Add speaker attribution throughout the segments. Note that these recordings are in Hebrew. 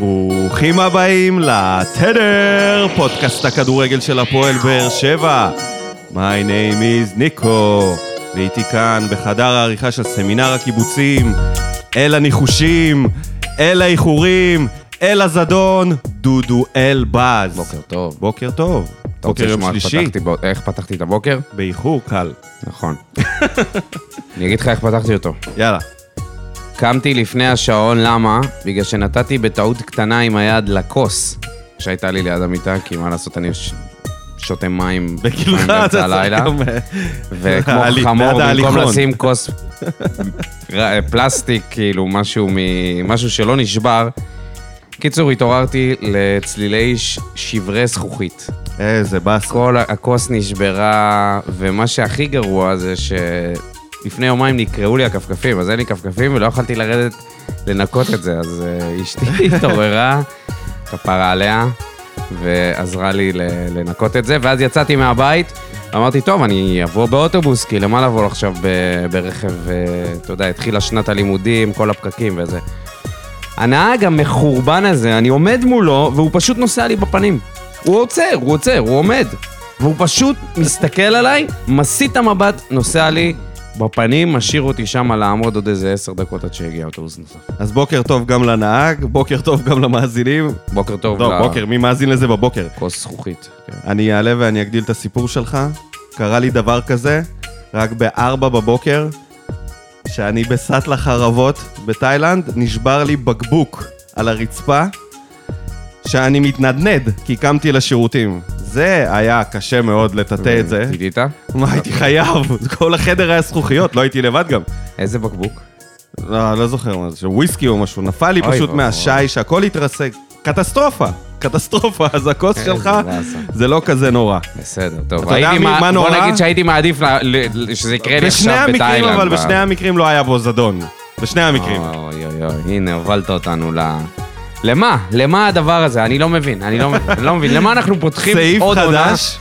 Speaker 1: ברוכים הבאים לתדר, פודקאסט הכדורגל של הפועל באר שבע. My name is ניקו, ואיתי כאן בחדר העריכה של סמינר הקיבוצים, אל הניחושים, אל האיחורים, אל הזדון, דודו אלבז.
Speaker 2: בוקר טוב.
Speaker 1: בוקר טוב.
Speaker 2: אתה רוצה
Speaker 1: בוקר יום
Speaker 2: לשמוע איך
Speaker 1: שלישי,
Speaker 2: פתחתי בו- איך פתחתי את הבוקר?
Speaker 1: באיחור קל.
Speaker 2: נכון. אני אגיד לך איך פתחתי אותו.
Speaker 1: יאללה.
Speaker 2: קמתי לפני השעון, למה? בגלל שנתתי בטעות קטנה עם היד לכוס שהייתה לי ליד המיטה, כי מה לעשות, אני ש- שותה מים
Speaker 1: בגילך
Speaker 2: מים באמצע הלילה, וכמו
Speaker 1: בעלי-
Speaker 2: חמור,
Speaker 1: בעד
Speaker 2: במקום
Speaker 1: ההליכון.
Speaker 2: לשים כוס ר- פלסטיק, כאילו, משהו מ- משהו שלא נשבר. קיצור, התעוררתי לצלילי ש- שברי זכוכית.
Speaker 1: איזה באסה.
Speaker 2: כל הכוס נשברה, ומה שהכי גרוע זה שלפני יומיים נקרעו לי הכפכפים, אז אין לי כפכפים ולא יכולתי לרדת לנקות את זה, אז אה, אשתי התעוררה, כפרה עליה, ועזרה לי ל- לנקות את זה, ואז יצאתי מהבית, אמרתי, טוב, אני אבוא באוטובוס, כי למה לבוא עכשיו ב- ברכב, אה, אתה יודע, התחילה שנת הלימודים, כל הפקקים וזה. הנהג המחורבן הזה, אני עומד מולו, והוא פשוט נוסע לי בפנים. הוא עוצר, הוא עוצר, הוא עומד. והוא פשוט מסתכל עליי, מסיט את המבט, נוסע לי בפנים, משאיר אותי שם לעמוד עוד איזה עשר דקות עד שיגיע אוטובוס נוסף.
Speaker 1: אז בוקר טוב גם לנהג, בוקר טוב גם למאזינים.
Speaker 2: בוקר טוב
Speaker 1: טוב, לא, בוקר, מי מאזין לזה בבוקר?
Speaker 2: כוס זכוכית. כן.
Speaker 1: אני אעלה ואני אגדיל את הסיפור שלך. קרה לי דבר כזה, רק ב-4 בבוקר, שאני בסאטלה חרבות בתאילנד, נשבר לי בקבוק על הרצפה, שאני מתנדנד, כי קמתי לשירותים. זה היה קשה מאוד לטאטא את זה.
Speaker 2: פידית?
Speaker 1: מה, הייתי חייב, כל החדר היה זכוכיות, לא הייתי לבד גם.
Speaker 2: איזה בקבוק?
Speaker 1: לא, לא זוכר מה זה, של וויסקי או משהו, נפל לי
Speaker 2: אוי
Speaker 1: פשוט
Speaker 2: ואבוי.
Speaker 1: מהשיש, הכל התרסק. קטסטרופה, קטסטרופה, אז הכוס
Speaker 2: איזה
Speaker 1: שלך
Speaker 2: באסה. כן,
Speaker 1: זה לא כזה נורא.
Speaker 2: בסדר, טוב.
Speaker 1: אתה יודע
Speaker 2: הייתי
Speaker 1: מי-
Speaker 2: מע-
Speaker 1: מה נורא?
Speaker 2: בוא נגיד שהייתי מעדיף ל- ל- שזה יקרה לי
Speaker 1: בשני
Speaker 2: עכשיו בתאילנד. אה.
Speaker 1: המקרים, אבל
Speaker 2: ב-
Speaker 1: בשני המקרים לא היה בו זדון. בשני המקרים.
Speaker 2: אוי אוי אוי, הנה, הובלת אותנו ל... למה? למה הדבר הזה? אני לא מבין, אני לא מבין, אני לא מבין. למה אנחנו פותחים
Speaker 1: סעיף
Speaker 2: עוד עונה?
Speaker 1: חדש,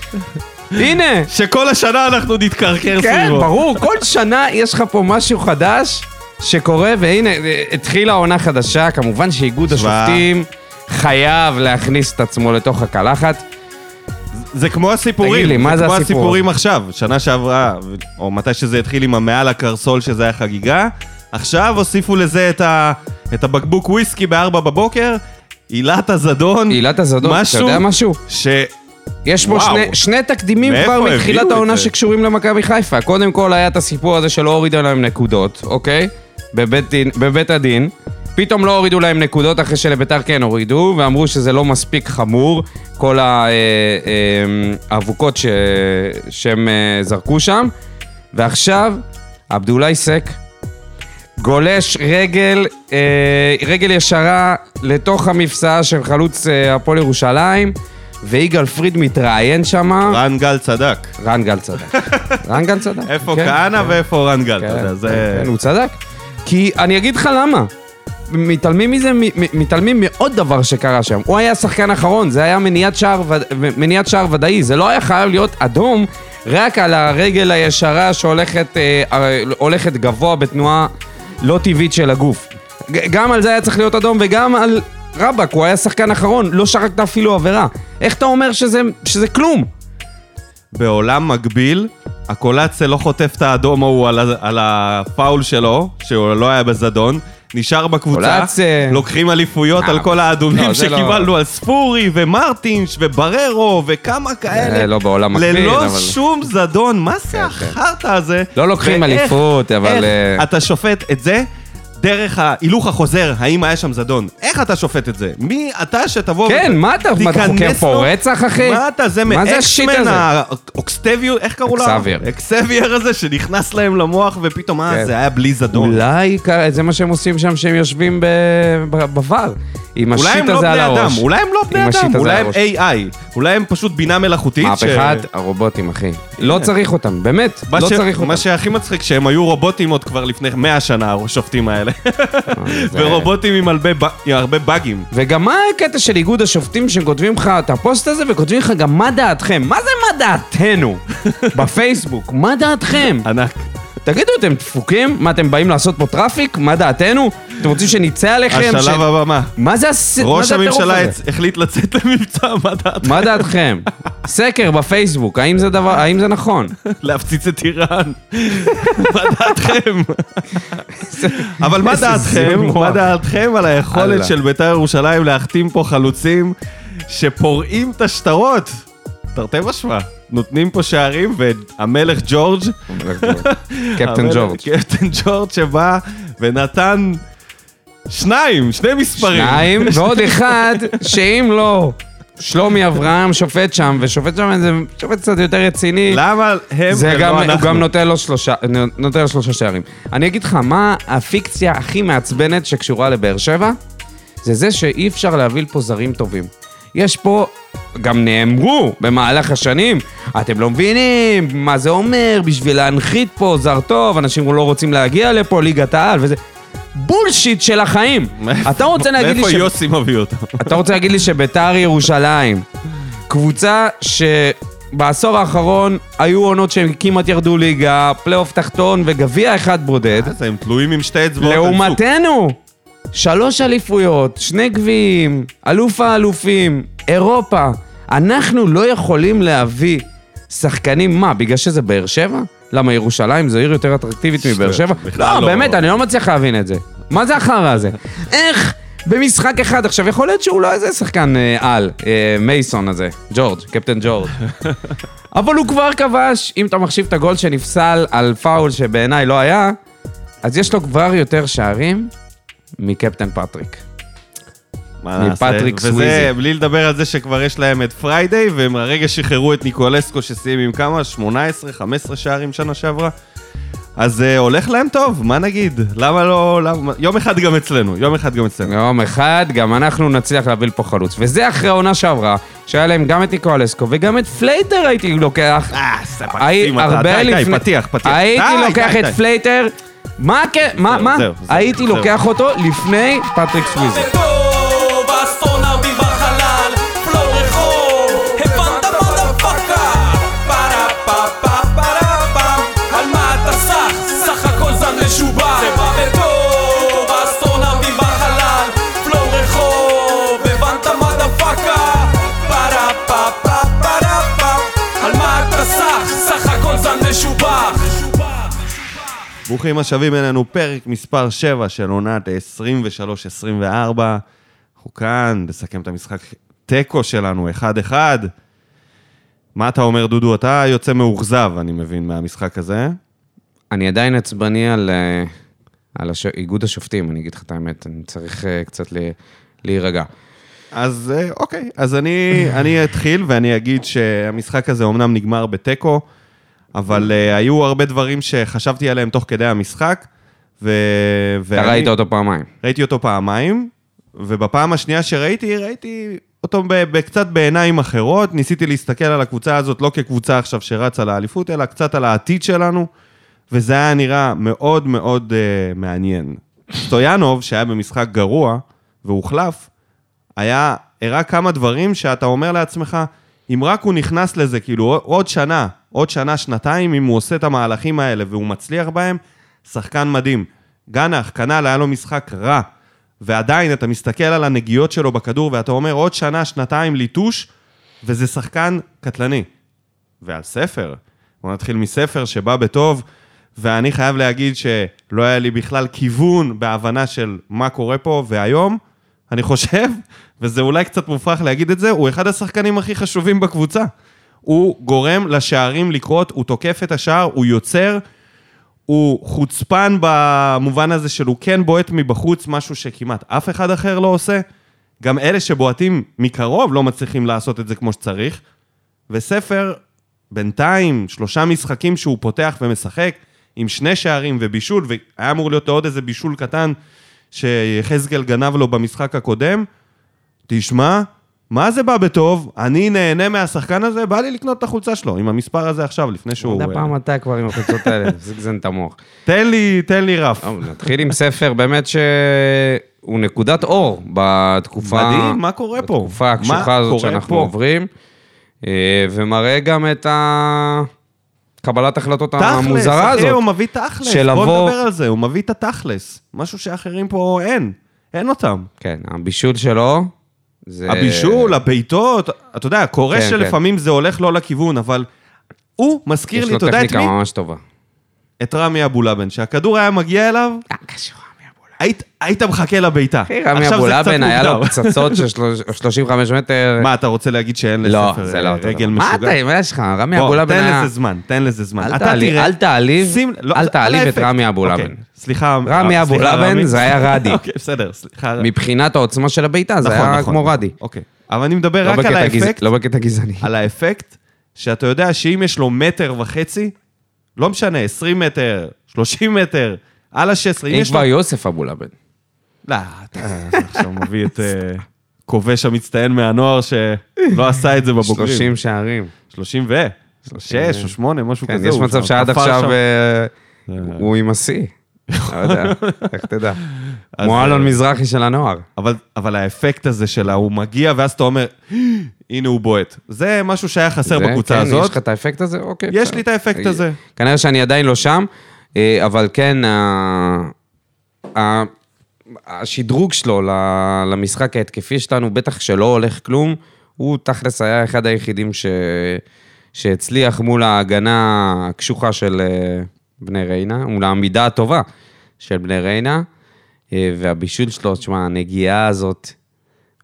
Speaker 2: הנה!
Speaker 1: שכל השנה אנחנו נתקרקר
Speaker 2: כן,
Speaker 1: סביבו.
Speaker 2: ברור, כל שנה יש לך פה משהו חדש שקורה, והנה, אה, התחילה עונה חדשה, כמובן שאיגוד
Speaker 1: שמע.
Speaker 2: השופטים חייב להכניס את עצמו לתוך הקלחת.
Speaker 1: זה כמו הסיפורים.
Speaker 2: תגיד לי, מה זה
Speaker 1: כמו
Speaker 2: הסיפור?
Speaker 1: הסיפורים עכשיו, שנה שעברה, או מתי שזה התחיל עם המעל הקרסול, שזה היה חגיגה. עכשיו הוסיפו לזה את, ה, את הבקבוק וויסקי בארבע בבוקר, עילת הזדון.
Speaker 2: עילת הזדון, אתה
Speaker 1: משהו
Speaker 2: יודע משהו?
Speaker 1: ש...
Speaker 2: יש פה
Speaker 1: וואו.
Speaker 2: שני, שני תקדימים
Speaker 1: מאיפה
Speaker 2: כבר
Speaker 1: הביאו את
Speaker 2: מתחילת העונה
Speaker 1: זה?
Speaker 2: שקשורים למכבי חיפה. קודם כל היה את הסיפור הזה שלא הורידו להם נקודות, אוקיי? בבית, דין- בבית הדין. פתאום לא הורידו להם נקודות אחרי שלביתר כן הורידו, ואמרו שזה לא מספיק חמור, כל ה- אה, אה, האבוקות ש... שהם אה, זרקו שם. ועכשיו, עבדולאי סק גולש רגל, אה, רגל ישרה לתוך המפסעה של חלוץ אה, הפועל ירושלים, ויגאל פריד מתראיין שם.
Speaker 1: רן גל צדק.
Speaker 2: רן גל צדק. רן גל צדק.
Speaker 1: איפה
Speaker 2: כן,
Speaker 1: כהנא ואיפה רן גל,
Speaker 2: כן,
Speaker 1: אתה יודע,
Speaker 2: כן,
Speaker 1: זה...
Speaker 2: כן, הוא צדק. כי אני אגיד לך למה. מתעלמים מזה, מ- מ- מתעלמים מעוד דבר שקרה שם. הוא היה שחקן אחרון, זה היה מניעת שער, וד... מניעת שער ודאי. זה לא היה חייב להיות אדום רק על הרגל הישרה שהולכת אה, אה, הולכת גבוה בתנועה לא טבעית של הגוף. ג- גם על זה היה צריך להיות אדום וגם על רבאק, הוא היה שחקן אחרון, לא שרקת אפילו עבירה. איך אתה אומר שזה, שזה כלום? כן.
Speaker 1: בעולם מקביל, הקולציה לא חוטף את האדום ההוא על, ה- על הפאול שלו, שהוא לא היה בזדון, נשאר בקבוצה,
Speaker 2: קולציה.
Speaker 1: לוקחים אליפויות
Speaker 2: אה,
Speaker 1: על כל האדומים
Speaker 2: לא, זה לא-
Speaker 1: שקיבלנו, על ספורי ומרטינש ובררו וכמה כאלה.
Speaker 2: זה לא בעולם מקביל,
Speaker 1: ללא
Speaker 2: אבל-
Speaker 1: שום זדון, מה זה
Speaker 2: כן.
Speaker 1: החרטא הזה?
Speaker 2: לא לוקחים
Speaker 1: ואיך-
Speaker 2: אליפות, אבל,
Speaker 1: איך
Speaker 2: אה,
Speaker 1: אתה שופט את זה? דרך ההילוך החוזר, האם היה שם זדון? איך אתה שופט את זה? מי אתה שתבוא...
Speaker 2: כן,
Speaker 1: ות-
Speaker 2: מה אתה- מה, אתה
Speaker 1: תיכנס
Speaker 2: חוקר פה
Speaker 1: לו?
Speaker 2: רצח, אחי?
Speaker 1: מה אתה, זה
Speaker 2: מה זה השיט
Speaker 1: מאקסמן,
Speaker 2: הזה?
Speaker 1: האוקסטביו, איך קראו לה?
Speaker 2: אקסאבייר.
Speaker 1: אקסאבייר הזה שנכנס להם למוח, ופתאום, אה,
Speaker 2: כן.
Speaker 1: זה היה בלי זדון.
Speaker 2: אולי כ- זה מה שהם עושים שם, שהם יושבים בבר, עם
Speaker 1: אולי
Speaker 2: השיט
Speaker 1: הם לא
Speaker 2: הזה על
Speaker 1: בני אדם,
Speaker 2: הראש.
Speaker 1: אולי הם לא
Speaker 2: עם
Speaker 1: בני
Speaker 2: השיט
Speaker 1: אדם,
Speaker 2: הזה
Speaker 1: אולי
Speaker 2: על
Speaker 1: הם AI, אולי הם פשוט בינה מלאכותית. ש- כן.
Speaker 2: מהפכת הרובוטים, אחי. לא צריך אותם, באמת,
Speaker 1: מה
Speaker 2: לא
Speaker 1: ש-
Speaker 2: צריך אותם.
Speaker 1: מה שהכי מצחיק, שהם היו רובוטים עוד כבר לפני 100 שנה, השופטים האלה.
Speaker 2: אה, זה-
Speaker 1: ורובוטים עם הרבה ב- עם הרבה באגים.
Speaker 2: וגם מה הקטע של איגוד השופטים שכותבים לך את הפוסט הזה וכותבים לך גם מה דעתכם? מה זה מה דעתנו? בפייסבוק, מה דעתכם?
Speaker 1: ענק.
Speaker 2: תגידו, אתם דפוקים? מה, אתם באים לעשות פה טראפיק? מה דעתנו? אתם רוצים שנצא עליכם? ש-
Speaker 1: השלב הבא מה?
Speaker 2: מה זה הס... מה
Speaker 1: ראש
Speaker 2: זה הטירוף
Speaker 1: הממשלה
Speaker 2: הזה?
Speaker 1: הצ- החליט לצאת למבצע, מה דעתך?
Speaker 2: מה דעתכם? סקר בפייסבוק, האם זה דבר, האם זה נכון?
Speaker 1: להפציץ את איראן. מה דעתכם? אבל מה
Speaker 2: איזה
Speaker 1: דעתכם?
Speaker 2: זיון
Speaker 1: מה
Speaker 2: מוח.
Speaker 1: דעתכם על היכולת
Speaker 2: אללה.
Speaker 1: של בית"ר ירושלים להחתים פה חלוצים שפורעים את השטרות? תרתי משמע. נותנים פה שערים, והמלך ג'ורג',
Speaker 2: קפטן
Speaker 1: המלך-
Speaker 2: ג'ורג'.
Speaker 1: קפטן ג'ורג' שבא ונתן שניים, שני מספרים.
Speaker 2: שניים, ועוד אחד, שאם לא, שלומי אברהם שופט שם, ושופט שם איזה שופט קצת יותר רציני.
Speaker 1: למה הם
Speaker 2: זה גם,
Speaker 1: ולא
Speaker 2: הוא
Speaker 1: אנחנו?
Speaker 2: גם נותן לו, שלושה, נותן לו שלושה שערים. אני אגיד לך, מה הפיקציה הכי מעצבנת שקשורה לבאר שבע? זה זה שאי אפשר להביא לפה זרים טובים. יש פה, גם נאמרו במהלך השנים, אתם לא מבינים מה זה אומר בשביל להנחית פה זר טוב, אנשים לא רוצים להגיע לפה, ליגת העל וזה. בולשיט של החיים.
Speaker 1: מאיפה-
Speaker 2: אתה רוצה להגיד לי
Speaker 1: מאיפה
Speaker 2: ש...
Speaker 1: יוסי מביא אותם?
Speaker 2: אתה רוצה להגיד לי שביתר ירושלים, קבוצה שבעשור האחרון היו עונות שהם כמעט ירדו ליגה, פלייאוף תחתון וגביע אחד בודד,
Speaker 1: אז הם תלויים עם שתי אצבעות. על צוק.
Speaker 2: לעומתנו, שלוש אליפויות, שני גביעים, אלוף האלופים, אירופה. אנחנו לא יכולים להביא שחקנים, מה, בגלל שזה באר שבע? למה ירושלים זו עיר יותר אטרקטיבית מבאר שבע?
Speaker 1: בכלל
Speaker 2: לא,
Speaker 1: לא.
Speaker 2: באמת, אני לא מצליח להבין את זה. מה זה החרא הזה? איך במשחק אחד, עכשיו יכול להיות שהוא לא איזה שחקן אה, על, אה, מייסון הזה, ג'ורג', קפטן ג'ורג'. אבל הוא כבר כבש, אם אתה מחשיב את הגול שנפסל על פאול שבעיניי לא היה, אז יש לו כבר יותר שערים מקפטן פטריק.
Speaker 1: מה נעשה?
Speaker 2: מפטריק
Speaker 1: וזה
Speaker 2: סוויזי.
Speaker 1: בלי לדבר על זה שכבר יש להם את פריידיי, והם הרגע שחררו את ניקולסקו שסיים עם כמה? 18, 15 שערים שנה שעברה? אז uh, הולך להם טוב, מה נגיד? למה לא... למה... יום אחד גם אצלנו, יום אחד גם אצלנו.
Speaker 2: יום אחד גם אנחנו נצליח להביא לפה חלוץ. וזה אחרי העונה שעברה, שהיה להם גם את ניקולסקו וגם את פלייטר הייתי לוקח.
Speaker 1: אה,
Speaker 2: הי-
Speaker 1: ספקים אתה, די, די, פתיח, פתיח.
Speaker 2: הייתי
Speaker 1: די,
Speaker 2: לוקח
Speaker 1: די,
Speaker 2: את
Speaker 1: די.
Speaker 2: פלייטר. מה, הק- מה,
Speaker 1: זהו,
Speaker 2: מה?
Speaker 1: זהו, זהו,
Speaker 2: הייתי
Speaker 1: זהו.
Speaker 2: לוקח אותו לפני פטריק סוויזי.
Speaker 3: טוב, אסטרונאוטים בחלל, פלואו רחוב, הבנת מה דפקה? פרה פה פה פרה פם, על מה אתה סח? סך הכל זן משובח. זה בא בטוב, אסטרונאוטים בחלל, פלואו רחוב, הבנת מה דפקה? פרה פה פה פרה פם, על מה אתה סח? סך הכל זן משובח.
Speaker 1: ברוכים השבים אלינו, פרק מספר 7 של עונת 23-24. אנחנו כאן, נסכם את המשחק תיקו שלנו, 1-1. מה אתה אומר, דודו? אתה יוצא מאוכזב, אני מבין, מהמשחק הזה.
Speaker 2: אני עדיין עצבני על, אה, על הש... איגוד השופטים, אני אגיד לך את האמת, אני צריך אה, קצת ל... להירגע.
Speaker 1: אז אה, אוקיי, אז אני, אני אתחיל ואני אגיד שהמשחק הזה אומנם נגמר בתיקו, אבל אה, היו הרבה דברים שחשבתי עליהם תוך כדי המשחק, ו...
Speaker 2: אתה
Speaker 1: ואני-
Speaker 2: ראית אותו פעמיים.
Speaker 1: ראיתי אותו פעמיים, ובפעם השנייה שראיתי, ראיתי אותו ב- ב- קצת בעיניים אחרות. ניסיתי להסתכל על הקבוצה הזאת לא כקבוצה עכשיו שרצה לאליפות, אלא קצת על העתיד שלנו, וזה היה נראה מאוד מאוד uh, מעניין. סטויאנוב, שהיה במשחק גרוע והוחלף, היה, הראה כמה דברים שאתה אומר לעצמך, אם רק הוא נכנס לזה, כאילו עוד שנה, עוד שנה, שנתיים, אם הוא עושה את המהלכים האלה והוא מצליח בהם, שחקן מדהים. גנח, כנ"ל, היה לו משחק רע. ועדיין, אתה מסתכל על הנגיעות שלו בכדור, ואתה אומר, עוד שנה, שנתיים ליטוש, וזה שחקן קטלני. ועל ספר. בוא נתחיל מספר שבא בטוב, ואני חייב להגיד שלא היה לי בכלל כיוון בהבנה של מה קורה פה, והיום, אני חושב, וזה אולי קצת מופרך להגיד את זה, הוא אחד השחקנים הכי חשובים בקבוצה. הוא גורם לשערים לקרות, הוא תוקף את השער, הוא יוצר, הוא חוצפן במובן הזה של הוא כן בועט מבחוץ, משהו שכמעט אף אחד אחר לא עושה. גם אלה שבועטים מקרוב לא מצליחים לעשות את זה כמו שצריך. וספר, בינתיים, שלושה משחקים שהוא פותח ומשחק, עם שני שערים ובישול, והיה אמור להיות לו עוד איזה בישול קטן שיחזקאל גנב לו במשחק הקודם. תשמע, מה זה בא בטוב? אני נהנה מהשחקן הזה, בא לי לקנות את החולצה שלו, עם המספר הזה עכשיו, לפני שהוא...
Speaker 2: אתה יודע,
Speaker 1: אה,
Speaker 2: פעם אתה כבר עם החולצות האלה, תפסיק לזיין את המוח.
Speaker 1: תן לי, תן לי רף.
Speaker 2: טוב, נתחיל עם ספר באמת שהוא נקודת אור בתקופה...
Speaker 1: מדהים, מה קורה פה?
Speaker 2: בתקופה
Speaker 1: מה
Speaker 2: הקשוחה הזאת
Speaker 1: קורה
Speaker 2: שאנחנו
Speaker 1: פה?
Speaker 2: עוברים, אה, ומראה גם את ה... הקבלת החלטות
Speaker 1: תכלס,
Speaker 2: המוזרה
Speaker 1: אחי,
Speaker 2: הזאת.
Speaker 1: הוא מביא תכלס.
Speaker 2: של
Speaker 1: בוא
Speaker 2: לבוא-
Speaker 1: נדבר על זה, הוא מביא את התכלס. משהו שאחרים פה אין. אין אותם. אה,
Speaker 2: כן, הבישול שלו זה...
Speaker 1: הבישול, הבעיטות, אתה יודע, קורה
Speaker 2: כן,
Speaker 1: שלפעמים זה הולך לא לכיוון, אבל הוא מזכיר
Speaker 2: יש
Speaker 1: לי,
Speaker 2: לו
Speaker 1: אתה יודע את
Speaker 2: טכניקה
Speaker 1: מי?
Speaker 2: ממש טובה.
Speaker 1: את רמי אבולאבן, שהכדור היה מגיע אליו, היית- היית מחכה לבעיטה.
Speaker 2: אחי, רמי
Speaker 1: עכשיו זה קצת
Speaker 2: אבולאבן היה לו
Speaker 1: מוקדם.
Speaker 2: פצצות של שלוש- 35 מטר.
Speaker 1: מה, אתה רוצה להגיד שאין
Speaker 2: לא,
Speaker 1: לספר
Speaker 2: זה לא
Speaker 1: אה,
Speaker 2: אותו
Speaker 1: רגל
Speaker 2: דבר.
Speaker 1: משוגע?
Speaker 2: מה אתה, מה יש לך? רמי
Speaker 1: בוא,
Speaker 2: אבולאבן
Speaker 1: תן
Speaker 2: היה...
Speaker 1: לזה זמן, תן לזה זמן.
Speaker 2: אל
Speaker 1: אתה
Speaker 2: תעלי-
Speaker 1: תראה-
Speaker 2: אל תעליב-
Speaker 1: שים- לא,
Speaker 2: אל
Speaker 1: על
Speaker 2: תעליב את
Speaker 1: האפקט.
Speaker 2: רמי אבולאבן.
Speaker 1: אוקיי, סליחה.
Speaker 2: רמי
Speaker 1: אה, סליחה,
Speaker 2: אבולאבן
Speaker 1: רמי.
Speaker 2: זה היה רדי.
Speaker 1: אוקיי, בסדר, סליחה.
Speaker 2: מבחינת העוצמה של הבעיטה, זה
Speaker 1: נכון,
Speaker 2: היה
Speaker 1: נכון,
Speaker 2: כמו
Speaker 1: נכון.
Speaker 2: רדי.
Speaker 1: אוקיי. אבל אני מדבר
Speaker 2: לא
Speaker 1: רק על
Speaker 2: בקטע גזע-
Speaker 1: האפקט,
Speaker 2: לא בקטע גזעני.
Speaker 1: על האפקט, שאתה יודע שאם יש לו מטר וחצי, לא משנה, 20 מטר, 30 מטר, על ה-16, אם
Speaker 2: אם
Speaker 1: יש לו...
Speaker 2: כבר יוסף אבולאבן.
Speaker 1: לא, אתה עכשיו מביא את אה, כובש המצטיין מהנוער שלא עשה את זה בבוגרים.
Speaker 2: 30 שערים.
Speaker 1: 30 ו... 6 או 8, משהו
Speaker 2: כן,
Speaker 1: כזה.
Speaker 2: יש
Speaker 1: הוא
Speaker 2: מצב
Speaker 1: שם
Speaker 2: שעד
Speaker 1: כפר
Speaker 2: עכשיו
Speaker 1: שם.
Speaker 2: אה, הוא עם השיא. לא יודע, איך תדע.
Speaker 1: אז,
Speaker 2: כמו אלון
Speaker 1: אה,
Speaker 2: מזרחי של הנוער.
Speaker 1: אבל, אבל האפקט הזה שלה, הוא מגיע, ואז אתה אומר, הנה הוא בועט. זה משהו שהיה חסר
Speaker 2: זה,
Speaker 1: בקבוצה
Speaker 2: כן, יש
Speaker 1: הזאת.
Speaker 2: לך את האפקט הזה? אוקיי.
Speaker 1: יש
Speaker 2: בסדר.
Speaker 1: לי את האפקט הזה.
Speaker 2: כנראה שאני עדיין לא שם, אה, אבל כן, ה- ה- השדרוג שלו ל- למשחק ההתקפי שלנו, בטח שלא הולך כלום, הוא תכלס היה אחד היחידים ש... שהצליח מול ההגנה הקשוחה של אה, בני ריינה, מול העמידה הטובה של בני ריינה, אה, והבישול שלו, תשמע, הנגיעה הזאת...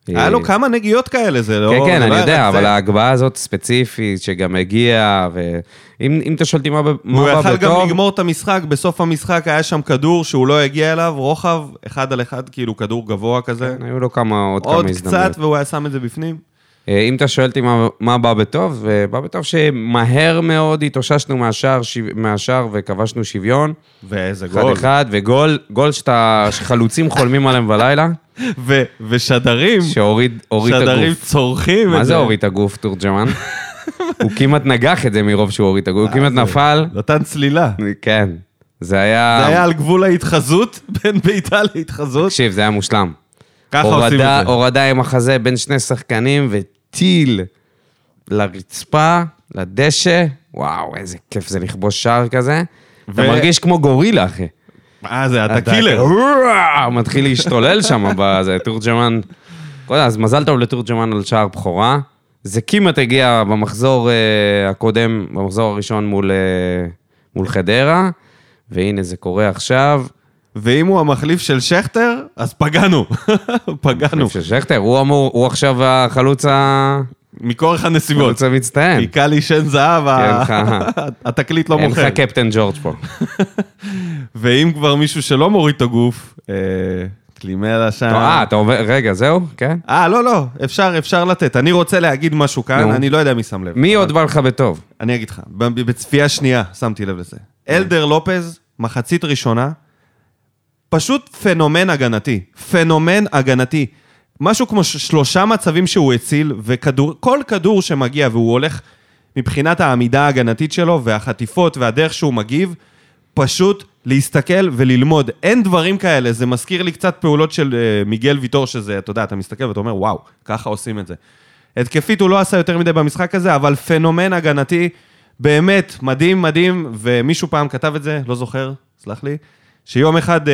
Speaker 1: היה
Speaker 2: אה,
Speaker 1: לו כמה נגיעות כאלה, זה לא...
Speaker 2: כן, כן,
Speaker 1: זה
Speaker 2: אני
Speaker 1: לא היה
Speaker 2: יודע,
Speaker 1: רק
Speaker 2: אבל
Speaker 1: זה.
Speaker 2: ההגבהה הזאת ספציפית, שגם הגיעה, ואם אם אתה שואל אותי מה ב-
Speaker 1: הוא
Speaker 2: מה בא
Speaker 1: יכל גם
Speaker 2: בטוב,
Speaker 1: לגמור את המשחק, בסוף המשחק היה שם כדור שהוא לא הגיע אליו, רוחב, אחד על אחד, כאילו כדור גבוה כזה.
Speaker 2: היו לו כמה, עוד
Speaker 1: עוד
Speaker 2: כן, כמה
Speaker 1: קצת,
Speaker 2: הזדמנויות.
Speaker 1: והוא היה שם את זה בפנים.
Speaker 2: אה, אם אתה שואל אותי מה- מה בא בטוב, אה, בא בטוב שמהר מאוד התאוששנו מהשער שיו- מהשער וכבשנו שוויון.
Speaker 1: ואיזה גול.
Speaker 2: אחד-אחד, וגול, גול שאתה, שחלוצים חולמים עליהם בלילה,
Speaker 1: ו- ושדרים,
Speaker 2: שהוריד הוריד את
Speaker 1: שדרים
Speaker 2: הגוף.
Speaker 1: צורכים את זה.
Speaker 2: מה זה הוריד את הגוף, תורג'מן? הוא כמעט נגח את זה מרוב שהוא הוריד את
Speaker 1: אה,
Speaker 2: הגוף, הוא כמעט נפל. אה,
Speaker 1: נתן צלילה.
Speaker 2: כן, זה היה...
Speaker 1: זה היה על גבול ההתחזות, בין בעיטה להתחזות.
Speaker 2: תקשיב, זה היה מושלם.
Speaker 1: ככה עושים
Speaker 2: הורדה,
Speaker 1: את זה.
Speaker 2: הורדה עם החזה בין שני שחקנים וטיל לרצפה, לדשא, וואו, איזה כיף זה לכבוש שער כזה. אתה
Speaker 1: ו-
Speaker 2: מרגיש כמו גורילה, אחי. כאילו,
Speaker 1: אה, זה אתה קילר.
Speaker 2: וואו, מתחיל להשתולל שם בזה, תורג'מן. כל ה- אז מזל טוב לתורג'מן על שער בכורה. זה כמעט הגיע במחזור אה, הקודם, במחזור הראשון מול, אה, מול חדרה, והנה זה קורה עכשיו.
Speaker 1: ואם הוא המחליף של שכטר, אז פגענו. פגענו.
Speaker 2: של שכטר, הוא אמור, הוא עכשיו החלוץ ה...
Speaker 1: מכורח הנסיבות.
Speaker 2: חלוץ המצטיין.
Speaker 1: כי קל לי שן זהב, ה-
Speaker 2: כן, לך-
Speaker 1: התקליט לא
Speaker 2: אין
Speaker 1: מוכר.
Speaker 2: לך קפטן אה, ג'ורג' פה.
Speaker 1: ואם כבר מישהו שלא מוריד את הגוף, אה, קלימלה שם.
Speaker 2: טוב, אה, אתה עובר, רגע, זהו? כן?
Speaker 1: אה, לא, לא, אפשר, אפשר לתת. אני רוצה להגיד משהו כאן,
Speaker 2: נו.
Speaker 1: אני לא יודע מי שם לב.
Speaker 2: מי עוד בא לך בטוב?
Speaker 1: אני אגיד לך, ב- ב- בצפייה שנייה שמתי לב לזה. אלדר לופז, מחצית ראשונה, פשוט פנומן הגנתי. פנומן הגנתי. משהו כמו ש- שלושה מצבים שהוא הציל, וכדור, כל כדור שמגיע והוא הולך מבחינת העמידה ההגנתית שלו, והחטיפות והדרך שהוא מגיב, פשוט להסתכל וללמוד. אין דברים כאלה, זה מזכיר לי קצת פעולות של אה, מיגל ויטור, שזה, אתה יודע, אתה מסתכל ואתה אומר, וואו, ככה עושים את זה. התקפית הוא לא עשה יותר מדי במשחק הזה, אבל פנומן הגנתי, באמת, מדהים, מדהים, ומישהו פעם כתב את זה, לא זוכר, סלח לי, שיום אחד אה,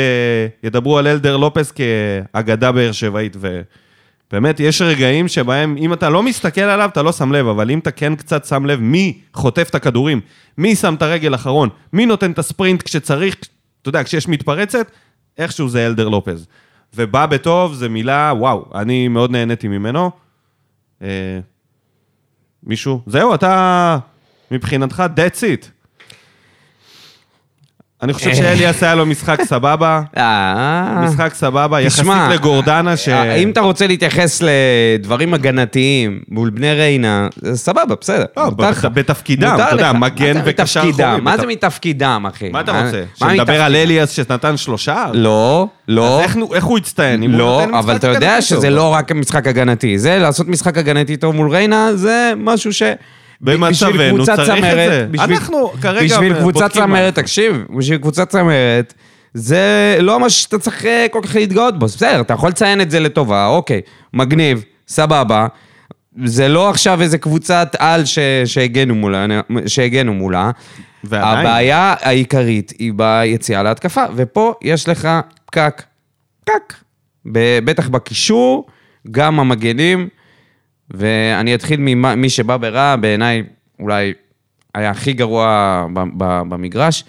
Speaker 1: ידברו על אלדר לופס כאגדה באר שבעית, ובאמת, יש רגעים שבהם, אם אתה לא מסתכל עליו, אתה לא שם לב, אבל אם אתה כן קצת שם לב מי חוטף את הכדורים, מי שם את הרגל אחרון, מי נותן את הספרינט כשצריך, אתה יודע, כשיש מתפרצת, איכשהו זה אלדר לופז. ובא בטוב, זו מילה, וואו, אני מאוד נהניתי ממנו. אה, מישהו? זהו, אתה מבחינתך that's it. אני חושב שאליאס היה לו משחק סבבה,
Speaker 2: אה,
Speaker 1: משחק סבבה, יחסית
Speaker 2: תשמע,
Speaker 1: לגורדנה ש...
Speaker 2: אה, אם אתה רוצה להתייחס לדברים הגנתיים מול בני ריינה, זה סבבה, בסדר.
Speaker 1: לא,
Speaker 2: מותר לך.
Speaker 1: בת- בתפקידם,
Speaker 2: מותר
Speaker 1: אתה יודע,
Speaker 2: לך.
Speaker 1: מגן
Speaker 2: מה זה
Speaker 1: וקשר
Speaker 2: מתפקידם?
Speaker 1: אחורי,
Speaker 2: מה
Speaker 1: בת-
Speaker 2: זה מתפקידם, אחי?
Speaker 1: מה אתה רוצה? שנדבר
Speaker 2: מתפקידם?
Speaker 1: על אליאס שנתן שלושה?
Speaker 2: לא,
Speaker 1: אז
Speaker 2: לא.
Speaker 1: איך נו- איך הוא הצטיין? כן, אם הוא נותן
Speaker 2: לא,
Speaker 1: משחק
Speaker 2: אבל אתה יודע
Speaker 1: הגנתי
Speaker 2: שזה
Speaker 1: טוב.
Speaker 2: לא רק משחק הגנתי. זה לעשות משחק הגנתי טוב מול ריינה, זה משהו ש...
Speaker 1: במצבנו
Speaker 2: בשביל קבוצה
Speaker 1: צריך את
Speaker 2: צמרת-
Speaker 1: זה.
Speaker 2: בשביל-
Speaker 1: אנחנו כרגע
Speaker 2: בשביל
Speaker 1: בודקים
Speaker 2: קבוצה
Speaker 1: משהו.
Speaker 2: צמרת, תקשיב, בשביל קבוצה צמרת, זה לא משהו שאתה צריך אה, כל כך להתגאות בו. בסדר, אתה יכול לציין את זה לטובה, אוקיי, מגניב, סבבה. זה לא עכשיו איזה קבוצת על ש- שהגנו מולה, שהגנו מולה.
Speaker 1: ועדיין.
Speaker 2: הבעיה העיקרית היא ביציאה להתקפה, ופה יש לך פקק. פקק. ב- בטח בקישור, גם המגנים, ואני אתחיל ממי שבא ברע, בעיניי אולי היה הכי גרוע ב- ב- במגרש.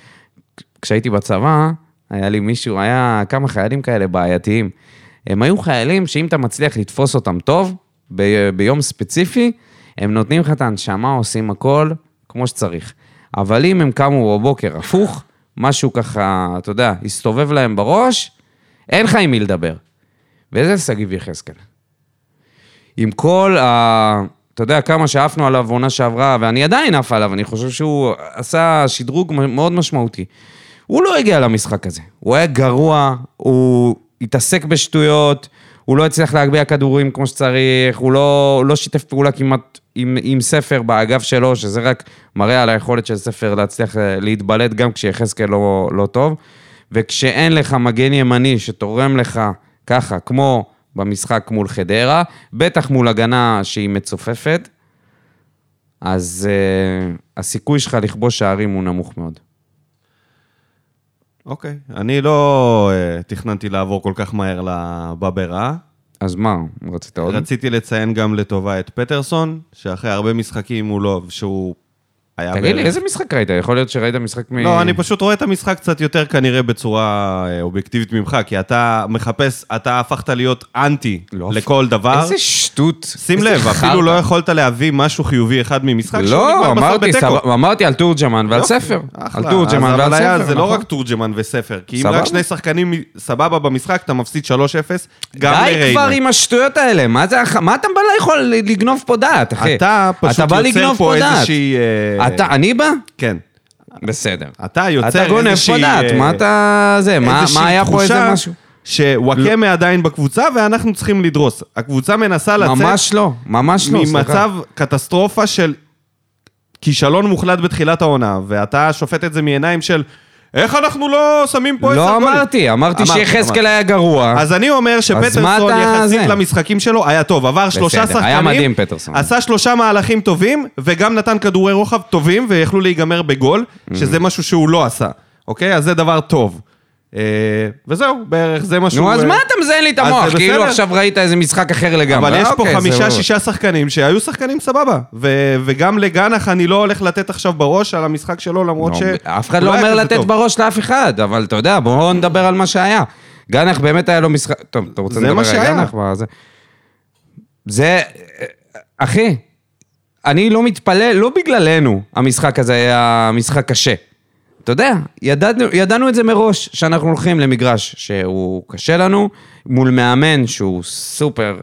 Speaker 2: כשהייתי בצבא, היה לי מישהו, היה כמה חיילים כאלה בעייתיים. הם היו חיילים שאם אתה מצליח לתפוס אותם טוב, ב- ביום ספציפי, הם נותנים לך את הנשמה, עושים הכל כמו שצריך. אבל אם הם קמו בבוקר הפוך, משהו ככה, אתה יודע, הסתובב להם בראש, אין לך עם מי לדבר. וזה שגיב יחזקאל. עם כל ה... אתה יודע כמה שעפנו עליו עונה שעברה, ואני עדיין עף עליו, אני חושב שהוא עשה שדרוג מאוד משמעותי. הוא לא הגיע למשחק הזה. הוא היה גרוע, הוא התעסק בשטויות, הוא לא הצליח להגביה כדורים כמו שצריך, הוא לא, הוא לא שיתף פעולה כמעט עם, עם ספר באגף שלו, שזה רק מראה על היכולת של ספר להצליח אה, להתבלט גם כשיחזקאל לא, לא טוב. וכשאין לך מגן ימני שתורם לך ככה, כמו במשחק מול חדרה, בטח מול הגנה שהיא מצופפת, אז uh, הסיכוי שלך לכבוש שערים הוא נמוך מאוד.
Speaker 1: אוקיי. אני לא אה, תכננתי לעבור כל כך מהר לבבא רע.
Speaker 2: אז מה, רצית עוד?
Speaker 1: רציתי לציין גם לטובה את פטרסון, שאחרי הרבה משחקים הוא לא, שהוא היה...
Speaker 2: תגיד לי,
Speaker 1: בערך-
Speaker 2: איזה משחק ראית? יכול להיות שראית משחק מ...
Speaker 1: לא, אני פשוט רואה את המשחק קצת יותר כנראה בצורה אה, אובייקטיבית ממך, כי אתה מחפש, אתה הפכת להיות אנטי
Speaker 2: לא,
Speaker 1: לכל דבר.
Speaker 2: איזה שטות.
Speaker 1: שים
Speaker 2: איזה
Speaker 1: לב, אפילו
Speaker 2: חרטא.
Speaker 1: לא יכולת להביא משהו חיובי אחד ממשחק
Speaker 2: לא,
Speaker 1: בסוף
Speaker 2: אמרתי,
Speaker 1: בתיקו.
Speaker 2: סבבה, אמרתי על תורג'מן ועל
Speaker 1: יופי,
Speaker 2: ספר.
Speaker 1: אחלה.
Speaker 2: על תורג'מן
Speaker 1: אז
Speaker 2: ועל
Speaker 1: אבל
Speaker 2: ספר,
Speaker 1: היה- זה לא
Speaker 2: נכון.
Speaker 1: רק תורג'מן וספר, כי אם
Speaker 2: סבבה.
Speaker 1: רק שני שחקנים מ- סבבה במשחק, אתה מפסיד 3-0, גם לריינה.
Speaker 2: די כבר עם השטויות האלה, מה זה, הח- מה אתה בא יכול לגנוב פה דעת, אחי?
Speaker 1: אתה פשוט
Speaker 2: בא
Speaker 1: יוצר
Speaker 2: לגנוב
Speaker 1: פה
Speaker 2: דעת.
Speaker 1: איזושהי... אה,
Speaker 2: אתה, אני בא?
Speaker 1: כן.
Speaker 2: בסדר.
Speaker 1: אתה יוצר איזושהי...
Speaker 2: אתה גונב פה דעת,
Speaker 1: אה,
Speaker 2: מה אתה... זה, מה
Speaker 1: איזושהי
Speaker 2: מה היה פה
Speaker 1: תחושה
Speaker 2: איזה משהו?
Speaker 1: שוואקמה עדיין בקבוצה ואנחנו צריכים לדרוס. הקבוצה מנסה לצאת
Speaker 2: ממש לא, ממש לא, סליחה.
Speaker 1: ממצב קטסטרופה של כישלון מוחלט בתחילת העונה, ואתה שופט את זה מעיניים של איך אנחנו לא שמים פה
Speaker 2: לא
Speaker 1: עשר גולים?"
Speaker 2: אמרתי, אמרתי
Speaker 1: אמרת,
Speaker 2: שיחזקאל
Speaker 1: אמרת.
Speaker 2: היה גרוע.
Speaker 1: אז אני אומר
Speaker 2: אה. מה
Speaker 1: שפטרסון
Speaker 2: אתה
Speaker 1: יחסית
Speaker 2: זה?
Speaker 1: למשחקים שלו היה טוב, עבר שלושה
Speaker 2: בסדר,
Speaker 1: שחקנים,
Speaker 2: היה מדהים, פטרסון.
Speaker 1: עשה שלושה מהלכים טובים, וגם נתן כדורי רוחב טובים, ויכלו להיגמר בגול,
Speaker 2: Mhm.
Speaker 1: שזה משהו שהוא לא עשה, אוקיי? אז זה דבר טוב. אה, וזהו, בערך זה משהו...
Speaker 2: נו, אז
Speaker 1: אה,
Speaker 2: מה אתה מזיין לי את
Speaker 1: אז זה
Speaker 2: המוח? כאילו
Speaker 1: בסדר.
Speaker 2: עכשיו ראית איזה משחק אחר לגמרי.
Speaker 1: אבל יש פה
Speaker 2: אוקיי, זה
Speaker 1: חמישה,
Speaker 2: ברור.
Speaker 1: שישה שחקנים שהיו שחקנים סבבה. ו- וגם לגנח אני לא הולך לתת עכשיו בראש על המשחק שלו, למרות ש...
Speaker 2: נו, אף אחד
Speaker 1: הוא
Speaker 2: לא
Speaker 1: היה
Speaker 2: אומר
Speaker 1: כזה
Speaker 2: לתת
Speaker 1: טוב.
Speaker 2: בראש לאף אחד, אבל אתה יודע, בואו נדבר על מה שהיה. גנח באמת היה לו משחק... טוב, אתה רוצה
Speaker 1: זה
Speaker 2: לדבר
Speaker 1: מה
Speaker 2: על
Speaker 1: שהיה.
Speaker 2: גנח? מה זה... זה... אחי, אני לא מתפלא, לא בגללנו המשחק הזה היה משחק קשה. אתה יודע, ידענו, ידענו את זה מראש, שאנחנו הולכים למגרש שהוא קשה לנו, מול מאמן שהוא סופר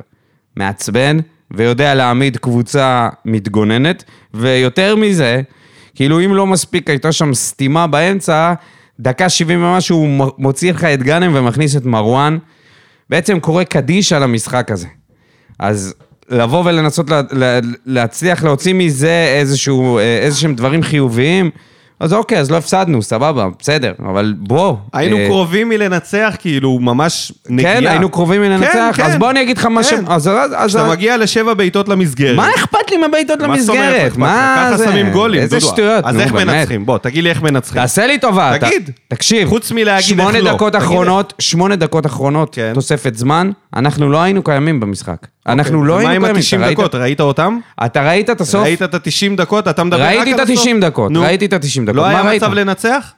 Speaker 2: מעצבן, ויודע להעמיד קבוצה מתגוננת, ויותר מזה, כאילו אם לא מספיק, הייתה שם סתימה באמצע, דקה 70 ומשהו, הוא מ- מוציא לך את גאנם ומכניס את מרואן. בעצם קורא קדיש על המשחק הזה. אז לבוא ולנסות לה, לה, להצליח להוציא מזה איזשהו, אה, איזשהם דברים חיוביים, אז אוקיי, אז לא הפסדנו, סבבה, בסדר, אבל בוא.
Speaker 1: היינו
Speaker 2: אה,
Speaker 1: קרובים מלנצח, כאילו, ממש נגיעה.
Speaker 2: כן, היינו קרובים מלנצח, אז בוא אני אגיד לך מה ש- אז- אז- אז-
Speaker 1: כן. כשאתה מגיע לשבע בעיטות למסגרת.
Speaker 2: מה אכפת לי מהבעיטות
Speaker 1: מה זאת אומרת,
Speaker 2: למסגרת?
Speaker 1: אכפת לך? ככה
Speaker 2: זה?
Speaker 1: שמים גולים,
Speaker 2: איזה
Speaker 1: דודו.
Speaker 2: שטויות,
Speaker 1: אז
Speaker 2: נו,
Speaker 1: איך
Speaker 2: באמת.
Speaker 1: מנצחים? בוא, תגיד לי איך מנצחים.
Speaker 2: תעשה לי טובה, אתה-
Speaker 1: תגיד.
Speaker 2: תקשיב.
Speaker 1: חוץ מלהגיד איך לא.
Speaker 2: שמונה דקות
Speaker 1: תגיד
Speaker 2: אחרונות, שמונה דקות אחרונות,
Speaker 1: כן.
Speaker 2: תוספת זמן, אנחנו לא היינו קיימים במשחק. אנחנו לא היינו
Speaker 1: אוקיי. מה עם
Speaker 2: קיימים. אתה
Speaker 1: ה-90
Speaker 2: ראית-
Speaker 1: דקות? ראית אותם?
Speaker 2: אתה ראית את הסוף?
Speaker 1: ראית את ה-90 דקות? אתה מדבר רק על הסוף?
Speaker 2: ראיתי את ה-90 דקות,
Speaker 1: נו.
Speaker 2: ראיתי את ה-90 דקות.
Speaker 1: לא
Speaker 2: מה
Speaker 1: היה
Speaker 2: ראית?
Speaker 1: מצב לנצח?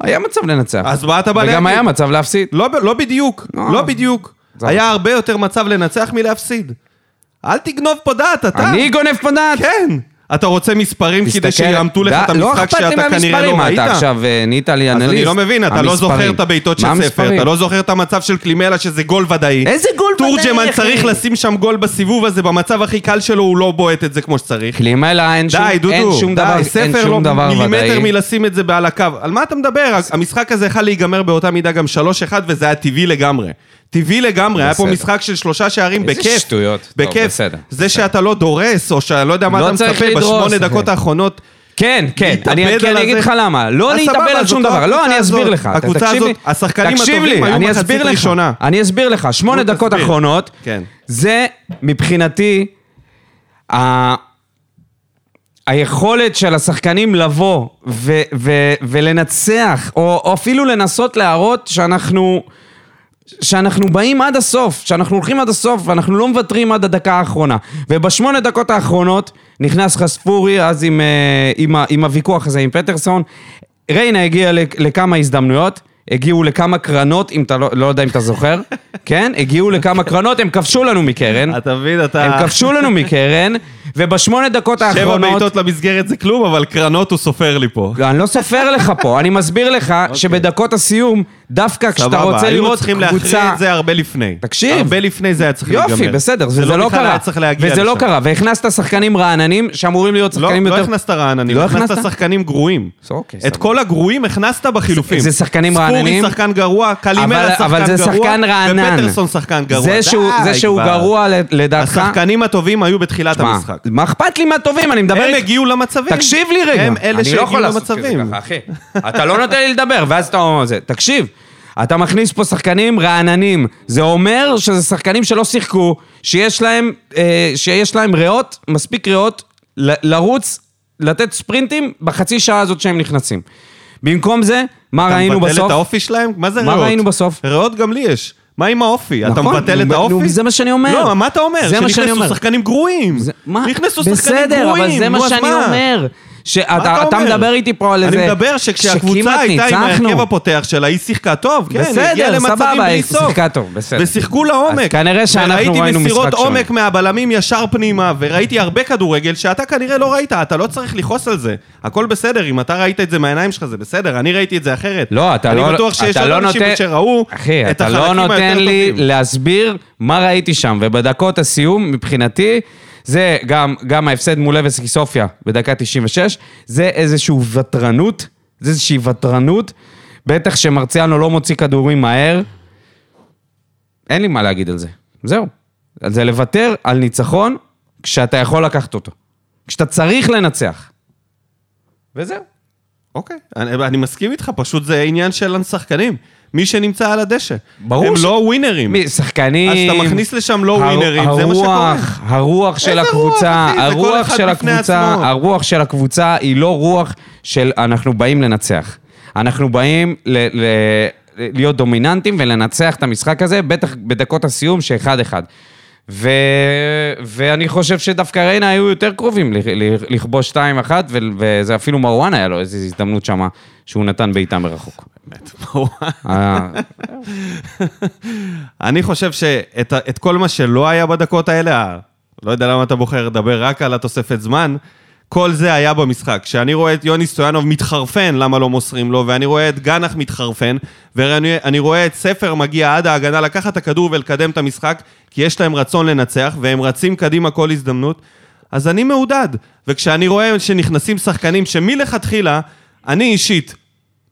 Speaker 2: היה מצב לנצח.
Speaker 1: אז מה אתה בא
Speaker 2: וגם
Speaker 1: להגיד?
Speaker 2: היה מצב להפסיד.
Speaker 1: לא, ב- לא בדיוק,
Speaker 2: לא.
Speaker 1: לא בדיוק.
Speaker 2: זה
Speaker 1: היה הרבה יותר מצב לנצח מלהפסיד. אל תגנוב פה דעת, אתה.
Speaker 2: אני גונב פה דעת.
Speaker 1: כן. אתה רוצה מספרים כדי שיאמתו לך את
Speaker 2: ד- לא
Speaker 1: המשחק
Speaker 2: אכפת לי
Speaker 1: שאתה כנראה
Speaker 2: מהמספרים,
Speaker 1: לא
Speaker 2: מה,
Speaker 1: ראית?
Speaker 2: אתה עכשיו אה, נהיית לי
Speaker 1: אז
Speaker 2: אנליסט.
Speaker 1: אני לא מבין, אתה לא זוכר
Speaker 2: המספרים.
Speaker 1: את הבעיטות
Speaker 2: מה
Speaker 1: של ספר,
Speaker 2: המספרים?
Speaker 1: אתה לא זוכר את המצב של קלימלה שזה גול ודאי.
Speaker 2: איזה גול ודאי,
Speaker 1: תורג'מן
Speaker 2: אחי?
Speaker 1: צריך לשים שם גול בסיבוב הזה, במצב הכי קל שלו הוא לא בועט את זה כמו שצריך.
Speaker 2: קלימלה, אין שום
Speaker 1: די, דודו,
Speaker 2: אין שום
Speaker 1: די,
Speaker 2: דבר- אין
Speaker 1: ספר
Speaker 2: שום
Speaker 1: לא
Speaker 2: דבר
Speaker 1: מילימטר
Speaker 2: ודאי.
Speaker 1: מלשים את זה בעל הקו. על מה אתה מדבר? המשחק הזה יכל להיגמר באותה מידה גם 3-1, וזה היה טבעי לגמרי. טבעי לגמרי, היה פה
Speaker 2: בסדר.
Speaker 1: משחק של שלושה שערים
Speaker 2: איזה
Speaker 1: בכיף.
Speaker 2: שטויות. טוב,
Speaker 1: בכיף.
Speaker 2: בסדר,
Speaker 1: זה שאתה לא דורס, או שאתה לא יודע מה
Speaker 2: לא
Speaker 1: אתה
Speaker 2: צריך
Speaker 1: מצפה,
Speaker 2: לדרוס,
Speaker 1: בשמונה
Speaker 2: אחי.
Speaker 1: דקות האחרונות...
Speaker 2: כן, כן,
Speaker 1: להתאבד
Speaker 2: אני
Speaker 1: על
Speaker 2: אני אגיד
Speaker 1: הזה.
Speaker 2: לך למה. לא
Speaker 1: אז
Speaker 2: להתאבד
Speaker 1: סבבה,
Speaker 2: על שום
Speaker 1: זאת
Speaker 2: דבר. לא,
Speaker 1: הקבוצה
Speaker 2: אני אסביר
Speaker 1: הזאת.
Speaker 2: לך. אתה
Speaker 1: הקבוצה
Speaker 2: תקשיב
Speaker 1: הזאת,
Speaker 2: לי.
Speaker 1: השחקנים
Speaker 2: תקשיב
Speaker 1: הטובים
Speaker 2: לי,
Speaker 1: היו
Speaker 2: אני
Speaker 1: מחצית
Speaker 2: אסביר לך.
Speaker 1: ראשונה.
Speaker 2: אני אסביר לך. שמונה
Speaker 1: נו,
Speaker 2: דקות
Speaker 1: תסביר.
Speaker 2: אחרונות,
Speaker 1: כן.
Speaker 2: זה מבחינתי... ה- היכולת של השחקנים לבוא ו- ו- ולנצח, או, או אפילו לנסות להראות שאנחנו, שאנחנו באים עד הסוף, שאנחנו הולכים עד הסוף ואנחנו לא מוותרים עד הדקה האחרונה. ובשמונה דקות האחרונות נכנס חספורי אז עם, אה, עם, ה- עם הוויכוח הזה עם פטרסון. ריינה הגיע לק- לכמה הזדמנויות. הגיעו לכמה קרנות, אם אתה לא, לא יודע אם אתה זוכר, כן? הגיעו לכמה קרנות, הם כבשו לנו מקרן.
Speaker 1: אתה מבין, אתה...
Speaker 2: הם כבשו לנו מקרן, ובשמונה דקות
Speaker 1: שבע
Speaker 2: האחרונות...
Speaker 1: בעיטות למסגרת זה כלום, אבל קרנות הוא סופר לי פה.
Speaker 2: לא, אני לא סופר לך פה, אני מסביר לך שבדקות הסיום, דווקא כשאתה רוצה
Speaker 1: היינו
Speaker 2: לראות
Speaker 1: אוקיי. צריכים
Speaker 2: קבוצה...
Speaker 1: להכריע את זה הרבה לפני.
Speaker 2: תקשיב.
Speaker 1: הרבה לפני זה היה צריך להיגמר.
Speaker 2: יופי, בסדר, וזה לא
Speaker 1: בכלל
Speaker 2: קרה.
Speaker 1: היה צריך להגיע
Speaker 2: וזה לא
Speaker 1: לשם.
Speaker 2: קרה, והכנסת שחקנים רעננים שאמורים להיות
Speaker 1: לא,
Speaker 2: שחקנים
Speaker 1: לא
Speaker 2: יותר...
Speaker 1: הכנסת רעננים,
Speaker 2: לא
Speaker 1: הכנסת
Speaker 2: הכנסת?
Speaker 1: שחקנים גרועים.
Speaker 2: אוקיי,
Speaker 1: את
Speaker 2: סבבה.
Speaker 1: כל הגרועים הכנסת בחילופים.
Speaker 2: זה שחקנים רעננים?
Speaker 1: ספורי שחקן גרוע, קלימרה
Speaker 2: אבל-
Speaker 1: שחקן גרוע,
Speaker 2: אבל זה שחקן רענן.
Speaker 1: ופטרסון שחקן גרוע.
Speaker 2: זה שהוא-
Speaker 1: די
Speaker 2: זה שהוא
Speaker 1: כבר.
Speaker 2: גרוע ל- לדעתך...
Speaker 1: השחקנים הטובים היו בתחילת
Speaker 2: מה,
Speaker 1: המשחק.
Speaker 2: מה אכפת לי מהטובים? אני מדבר...
Speaker 1: הם
Speaker 2: איתך-
Speaker 1: הגיעו למצבים.
Speaker 2: תקשיב לי רגע.
Speaker 1: הם אלה
Speaker 2: אני לא
Speaker 1: שהגיעו
Speaker 2: יכול לעשות
Speaker 1: למצבים.
Speaker 2: כזה ככה, אחי. אתה לא נותן לי לדבר, ואז אתה אומר זה. תקשיב, אתה מכניס פה שחקנים רעננים. זה אומר שזה שחקנים שלא שיחקו, שיש להם, אה, שיש להם ריאות, מספיק ריאות, ל- לרוץ, לתת ספרינטים בחצי שעה הזאת שהם נכנסים. במקום זה, מה
Speaker 1: אתה
Speaker 2: ראינו
Speaker 1: מבטל את
Speaker 2: בסוף?
Speaker 1: האופי שלהם? מה זה
Speaker 2: מה
Speaker 1: ריאות?
Speaker 2: ראינו בסוף?
Speaker 1: ריאות גם לי יש. מה עם האופי? אתה
Speaker 2: נכון,
Speaker 1: מבטל את
Speaker 2: נו,
Speaker 1: האופי?
Speaker 2: נו, זה מה שאני אומר.
Speaker 1: לא, מה אתה אומר?
Speaker 2: זה מה שאני אומר.
Speaker 1: שנכנסו שחקנים גרועים.
Speaker 2: זה- מה?
Speaker 1: נכנסו שחקנים
Speaker 2: בסדר,
Speaker 1: גרועים.
Speaker 2: אבל זה מה
Speaker 1: נו, אז
Speaker 2: שאני אומר.
Speaker 1: מה
Speaker 2: שאתה אתה
Speaker 1: אומר?
Speaker 2: מדבר איתי פה על איזה...
Speaker 1: אני מדבר שכשהקבוצה
Speaker 2: שכמעט
Speaker 1: הייתה עם
Speaker 2: ניצחנו.
Speaker 1: ההרכב הפותח שלה, היא שיחקה טוב, כן, היא הגיעה
Speaker 2: בסדר,
Speaker 1: למצבים
Speaker 2: סבבה,
Speaker 1: בלי
Speaker 2: היא
Speaker 1: סוף.
Speaker 2: שיחקה טוב, בסדר.
Speaker 1: ושיחקו לעומק.
Speaker 2: אז כנראה שאנחנו ראינו
Speaker 1: וראיתי מסירות
Speaker 2: משחק שונה.
Speaker 1: עומק מהבלמים ישר פנימה, וראיתי הרבה כדורגל שאתה כנראה לא ראית, אתה לא צריך לכעוס על זה. הכל בסדר, אם אתה ראית את זה מהעיניים שלך זה בסדר, אני ראיתי את זה אחרת.
Speaker 2: לא, אתה לא...
Speaker 1: אני בטוח שיש
Speaker 2: אתה
Speaker 1: עוד
Speaker 2: לא
Speaker 1: אנשים
Speaker 2: נותן-
Speaker 1: שראו
Speaker 2: אחי,
Speaker 1: את
Speaker 2: אתה
Speaker 1: החלקים
Speaker 2: לא נותן
Speaker 1: היותר
Speaker 2: לי
Speaker 1: טובים.
Speaker 2: להסביר מה ראיתי שם, ובדקות הסיום, מבחינתי, זה גם, גם ההפסד מול אבס סופיה בדקה 96, זה איזושהי ותרנות, זה איזושהי ותרנות. בטח שמרציאנו לא מוציא כדורים מהר. אין לי מה להגיד על זה. זהו. על זה לוותר על ניצחון כשאתה יכול לקחת אותו. כשאתה צריך לנצח. וזהו.
Speaker 1: אוקיי, אני, אני מסכים איתך, פשוט זה עניין של השחקנים. מי שנמצא על הדשא.
Speaker 2: ברור
Speaker 1: הם
Speaker 2: ש-
Speaker 1: לא ווינרים.
Speaker 2: מי, שחקנים...
Speaker 1: אז אתה מכניס לשם לא ווינרים, זה מה שקורה.
Speaker 2: הרוח, הרוח של
Speaker 1: איזה רוח,
Speaker 2: הקבוצה,
Speaker 1: אחי? זה כל
Speaker 2: הרוח
Speaker 1: אחד
Speaker 2: של
Speaker 1: בפני
Speaker 2: הקבוצה,
Speaker 1: עצמו.
Speaker 2: הרוח של הקבוצה היא לא רוח של אנחנו באים לנצח. אנחנו באים ל- ל- להיות דומיננטים ולנצח את המשחק הזה, בטח בדקות הסיום שאחד-אחד. ו... ואני חושב שדווקא ריינה היו יותר קרובים ל- ל- לכבוש 2-1, ו... וזה אפילו מרואן היה לו איזו הזדמנות שמה, שהוא נתן בעיטה מרחוק. אה,
Speaker 1: אני חושב שאת ה- את כל מה שלא היה בדקות האלה, ה- לא יודע למה אתה בוחר לדבר רק על התוספת זמן, כל זה היה במשחק. כשאני רואה את יוני סטויאנוב מתחרפן למה לא מוסרים לו, ואני רואה את גנח מתחרפן, ואני אני רואה את ספר מגיע עד ההגנה לקחת את הכדור ולקדם את המשחק, כי יש להם רצון לנצח, והם רצים קדימה כל הזדמנות, אז אני מעודד. וכשאני רואה שנכנסים שחקנים שמלכתחילה, אני אישית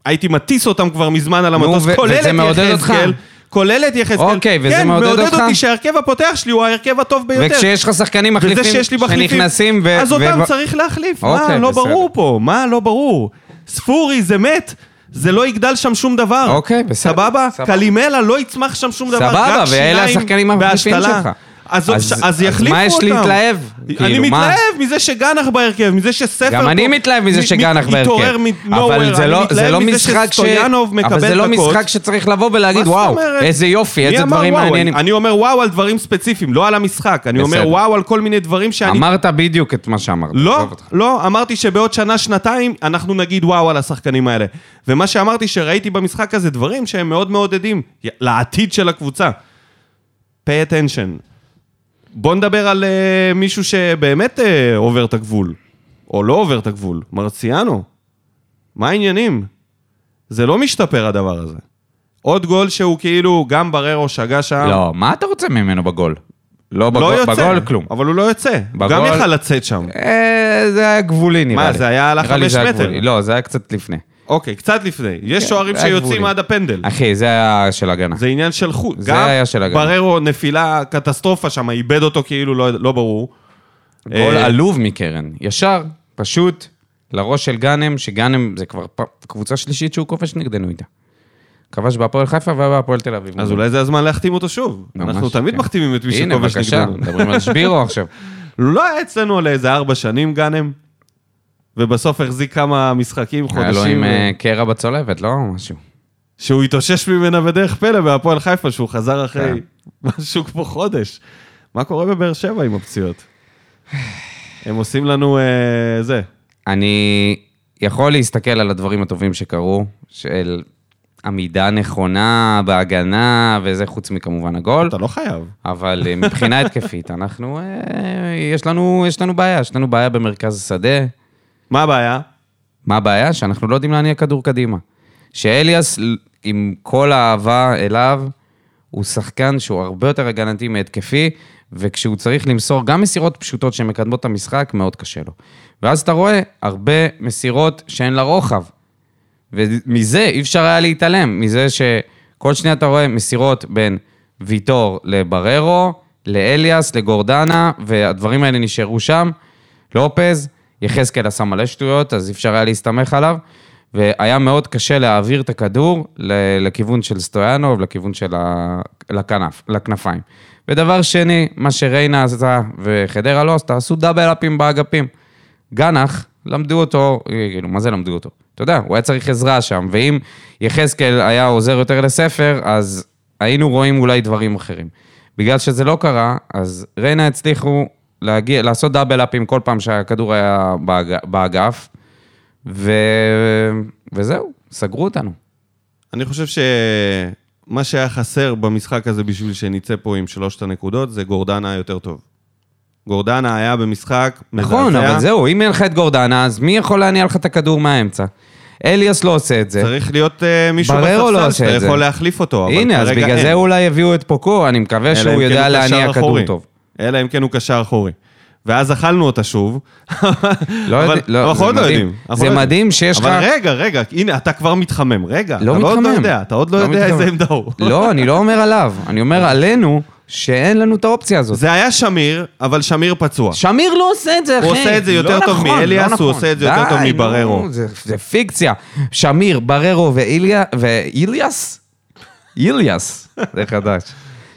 Speaker 1: הייתי מטיס אותם כבר מזמן על המטוס,
Speaker 2: ו-
Speaker 1: כולל
Speaker 2: וזה
Speaker 1: את
Speaker 2: מעודד אותך?
Speaker 1: יחזקאל, כולל את יחזקאל.
Speaker 2: אוקיי, וזה
Speaker 1: כן,
Speaker 2: מעודד אותך?
Speaker 1: אותי שההרכב הפותח שלי הוא ההרכב הטוב ביותר.
Speaker 2: וכשיש לך שחקנים מחליפים,
Speaker 1: וזה שיש לי מחליפים,
Speaker 2: שנכנסים ו...
Speaker 1: אז אותם
Speaker 2: ו-
Speaker 1: צריך להחליף. מה
Speaker 2: אוקיי,
Speaker 1: לא
Speaker 2: בסדר.
Speaker 1: ברור פה? מה לא ברור? ספורי זה מת. זה לא יגדל שם שום דבר.
Speaker 2: אוקיי, בסדר.
Speaker 1: סבבה?
Speaker 2: סבבה.
Speaker 1: קלימלה לא יצמח שם שום דבר.
Speaker 2: סבבה,
Speaker 1: רק
Speaker 2: ואלה
Speaker 1: שיניים
Speaker 2: השחקנים המחליפים
Speaker 1: בהשתלה.
Speaker 2: שלך.
Speaker 1: אז,
Speaker 2: אז-
Speaker 1: אז,
Speaker 2: אז
Speaker 1: אז יחליפו
Speaker 2: מה יש
Speaker 1: אותם.
Speaker 2: להתלהב?
Speaker 1: אני
Speaker 2: כאילו, מה?
Speaker 1: מתלהב מזה שגנח בהרכב, מזה שספר...
Speaker 2: גם
Speaker 1: פה-
Speaker 2: אני מתלהב מזה
Speaker 1: מ-
Speaker 2: שגנח
Speaker 1: מ- התעורר
Speaker 2: בהרכב. אבל
Speaker 1: מנוהוור,
Speaker 2: זה
Speaker 1: אני
Speaker 2: לא- זה
Speaker 1: מתלהב
Speaker 2: לא
Speaker 1: מזה
Speaker 2: משחק ש...
Speaker 1: שסטויאנוב
Speaker 2: אבל
Speaker 1: מקבל
Speaker 2: זה לא
Speaker 1: דקות.
Speaker 2: משחק שצריך לבוא ולהגיד,
Speaker 1: מה זאת
Speaker 2: וואו,
Speaker 1: אומרת?
Speaker 2: איזה יופי,
Speaker 1: מי
Speaker 2: איזה
Speaker 1: אמר
Speaker 2: דברים
Speaker 1: וואו?
Speaker 2: מעניינים.
Speaker 1: אני אומר וואו על דברים ספציפיים, לא על המשחק. אני אומר
Speaker 2: בסדר.
Speaker 1: וואו על כל מיני דברים שאני...
Speaker 2: אמרת בדיוק את מה שאמרת.
Speaker 1: לא,
Speaker 2: עזוב אותך.
Speaker 1: לא, אמרתי שבעוד שנה, שנתיים, אנחנו נגיד וואו על השחקנים האלה. ומה שאמרתי שראיתי במשחק הזה, דברים שהם מאוד מעודדים י- לעתיד של הקבוצה. pay attention. בוא נדבר על uh, מישהו שבאמת uh, עובר את הגבול, או לא עובר את הגבול, מרציאנו. מה העניינים? זה לא משתפר הדבר הזה. עוד גול שהוא כאילו, גם בררו שגה שם.
Speaker 2: לא, מה אתה רוצה ממנו בגול? לא
Speaker 1: לא
Speaker 2: בגול,
Speaker 1: יוצא.
Speaker 2: בגול כלום.
Speaker 1: אבל הוא לא יוצא. הוא גם
Speaker 2: בגול-
Speaker 1: יכל לצאת שם.
Speaker 2: אה, זה היה גבולי נראה לי.
Speaker 1: מה, זה היה על
Speaker 2: נראה לי
Speaker 1: החמש
Speaker 2: זה היה
Speaker 1: מטר.
Speaker 2: גבולי. לא, זה היה קצת לפני.
Speaker 1: אוקיי, קצת לפני. יש שוערים
Speaker 2: כן, זה היה
Speaker 1: שיוצאים
Speaker 2: גבולי.
Speaker 1: עד הפנדל.
Speaker 2: אחי, זה היה של הגנה.
Speaker 1: זה עניין של חוט.
Speaker 2: זה
Speaker 1: גם
Speaker 2: היה של הגנה.
Speaker 1: בררו נפילה, קטסטרופה שם, איבד אותו כאילו, לא לא ברור.
Speaker 2: גול
Speaker 1: אה,
Speaker 2: עלוב מקרן, ישר, פשוט, לראש של גאנם, שגאנם זה כבר פ- קבוצה שלישית שהוא כובש נגדנו איתה. כבש בהפועל חיפה והיה בהפועל תל אביב.
Speaker 1: אז אולי זה הזמן להחתים אותו שוב.
Speaker 2: ממש,
Speaker 1: אנחנו תמיד
Speaker 2: כן.
Speaker 1: מחתימים את מי
Speaker 2: הנה,
Speaker 1: שכובש
Speaker 2: בבקשה,
Speaker 1: נגדנו.
Speaker 2: מדברים על שבירו עכשיו.
Speaker 1: לא היה אצלנו לאיזה ארבע שנים גאנם. ובסוף החזיק כמה משחקים, חודשים.
Speaker 2: היה לו עם
Speaker 1: ו-
Speaker 2: אה, קרע בצולבת, לא? משהו.
Speaker 1: שהוא התאושש ממנה בדרך פלא בהפועל חיפה, שהוא
Speaker 2: כן.
Speaker 1: חזר אחרי משהו כמו חודש. מה קורה בבאר שבע עם הפציעות? הם עושים לנו אה, זה.
Speaker 2: אני יכול להסתכל על הדברים הטובים שקרו, של עמידה נכונה בהגנה וזה, חוץ מכמובן הגול,
Speaker 1: אתה לא חייב.
Speaker 2: אבל אה, מבחינה התקפית, אנחנו, אה, יש לנו, יש לנו בעיה, יש לנו בעיה במרכז השדה.
Speaker 1: מה הבעיה?
Speaker 2: מה הבעיה? שאנחנו לא יודעים להניע כדור קדימה. שאליאס, עם כל האהבה אליו, הוא שחקן שהוא הרבה יותר הגנתי מהתקפי, וכשהוא צריך למסור גם מסירות פשוטות שמקדמות את המשחק, מאוד קשה לו. ואז אתה רואה הרבה מסירות שאין לה רוחב. ומזה אי אפשר היה להתעלם, מזה שכל שנייה אתה רואה מסירות בין ויטור לבררו, לאליאס, לגורדנה, והדברים האלה נשארו שם. לופז, יחזקאל עשה מלא שטויות, אז אי אפשר היה להסתמך עליו, והיה מאוד קשה להעביר את הכדור ל- לכיוון של סטויאנוב, לכיוון של ה... לכנף, לכנפיים. ודבר שני, מה שריינה עשתה וחדרה לא עשתה, עשו דאבל אפים באגפים. גנח, למדו אותו, אה, כאילו, מה זה למדו אותו? אתה יודע, הוא היה צריך עזרה שם, ואם יחזקאל היה עוזר יותר לספר, אז היינו רואים אולי דברים אחרים. בגלל שזה לא קרה, אז ריינה הצליחו להגיע, לעשות דאבל אפים כל פעם שהכדור היה באג, באגף, ו... וזהו, סגרו אותנו.
Speaker 1: אני חושב שמה שהיה חסר במשחק הזה בשביל שנצא פה עם שלושת הנקודות, זה גורדנה היותר טוב. גורדנה היה במשחק מזעזע.
Speaker 2: נכון, אבל זהו, אם אין לך את גורדנה, אז מי יכול להניע לך את הכדור מהאמצע? אליאס לא עושה את זה.
Speaker 1: צריך להיות אה, מישהו
Speaker 2: בררו לא
Speaker 1: בספסל
Speaker 2: עושה את
Speaker 1: שאתה
Speaker 2: זה.
Speaker 1: יכול להחליף אותו, אבל
Speaker 2: הנה, אז
Speaker 1: כרגע
Speaker 2: בגלל
Speaker 1: אין.
Speaker 2: זה אולי הביאו את פוקו, אני מקווה
Speaker 1: אלא אם
Speaker 2: שהוא
Speaker 1: כן
Speaker 2: יודע
Speaker 1: הוא קשר
Speaker 2: להניע כדור
Speaker 1: אחורי.
Speaker 2: טוב.
Speaker 1: אלא אם כן הוא קשר אחורי. ואז אכלנו אותה שוב.
Speaker 2: לא יודע-
Speaker 1: אבל-
Speaker 2: לא,
Speaker 1: אבל אנחנו
Speaker 2: זה
Speaker 1: עוד לא
Speaker 2: מדהים.
Speaker 1: יודעים. אנחנו
Speaker 2: זה
Speaker 1: לא יודעים.
Speaker 2: מדהים שיש לך-
Speaker 1: אבל רגע, רגע, הנה, אתה כבר מתחמם. רגע, אתה
Speaker 2: לא
Speaker 1: עוד לא
Speaker 2: מתחמם.
Speaker 1: יודע, אתה עוד לא
Speaker 2: לא
Speaker 1: יודע
Speaker 2: מתחמם.
Speaker 1: איזה עמדה הוא. אוקיי.
Speaker 2: לא, אני לא אומר עליו, אני אומר עלינו שאין לנו את האופציה הזאת.
Speaker 1: זה היה שמיר, אבל שמיר פצוע.
Speaker 2: שמיר לא עושה את זה, אחי.
Speaker 1: הוא עושה את זה
Speaker 2: לא
Speaker 1: יותר טוב
Speaker 2: נכון,
Speaker 1: מאליאס,
Speaker 2: לא
Speaker 1: הוא
Speaker 2: נכון.
Speaker 1: עושה את זה יותר טוב
Speaker 2: די, נו,
Speaker 1: מבררו.
Speaker 2: זה- זה פיקציה. שמיר, בררו ואיליה- ואיליאס? איליאס, זה חדש.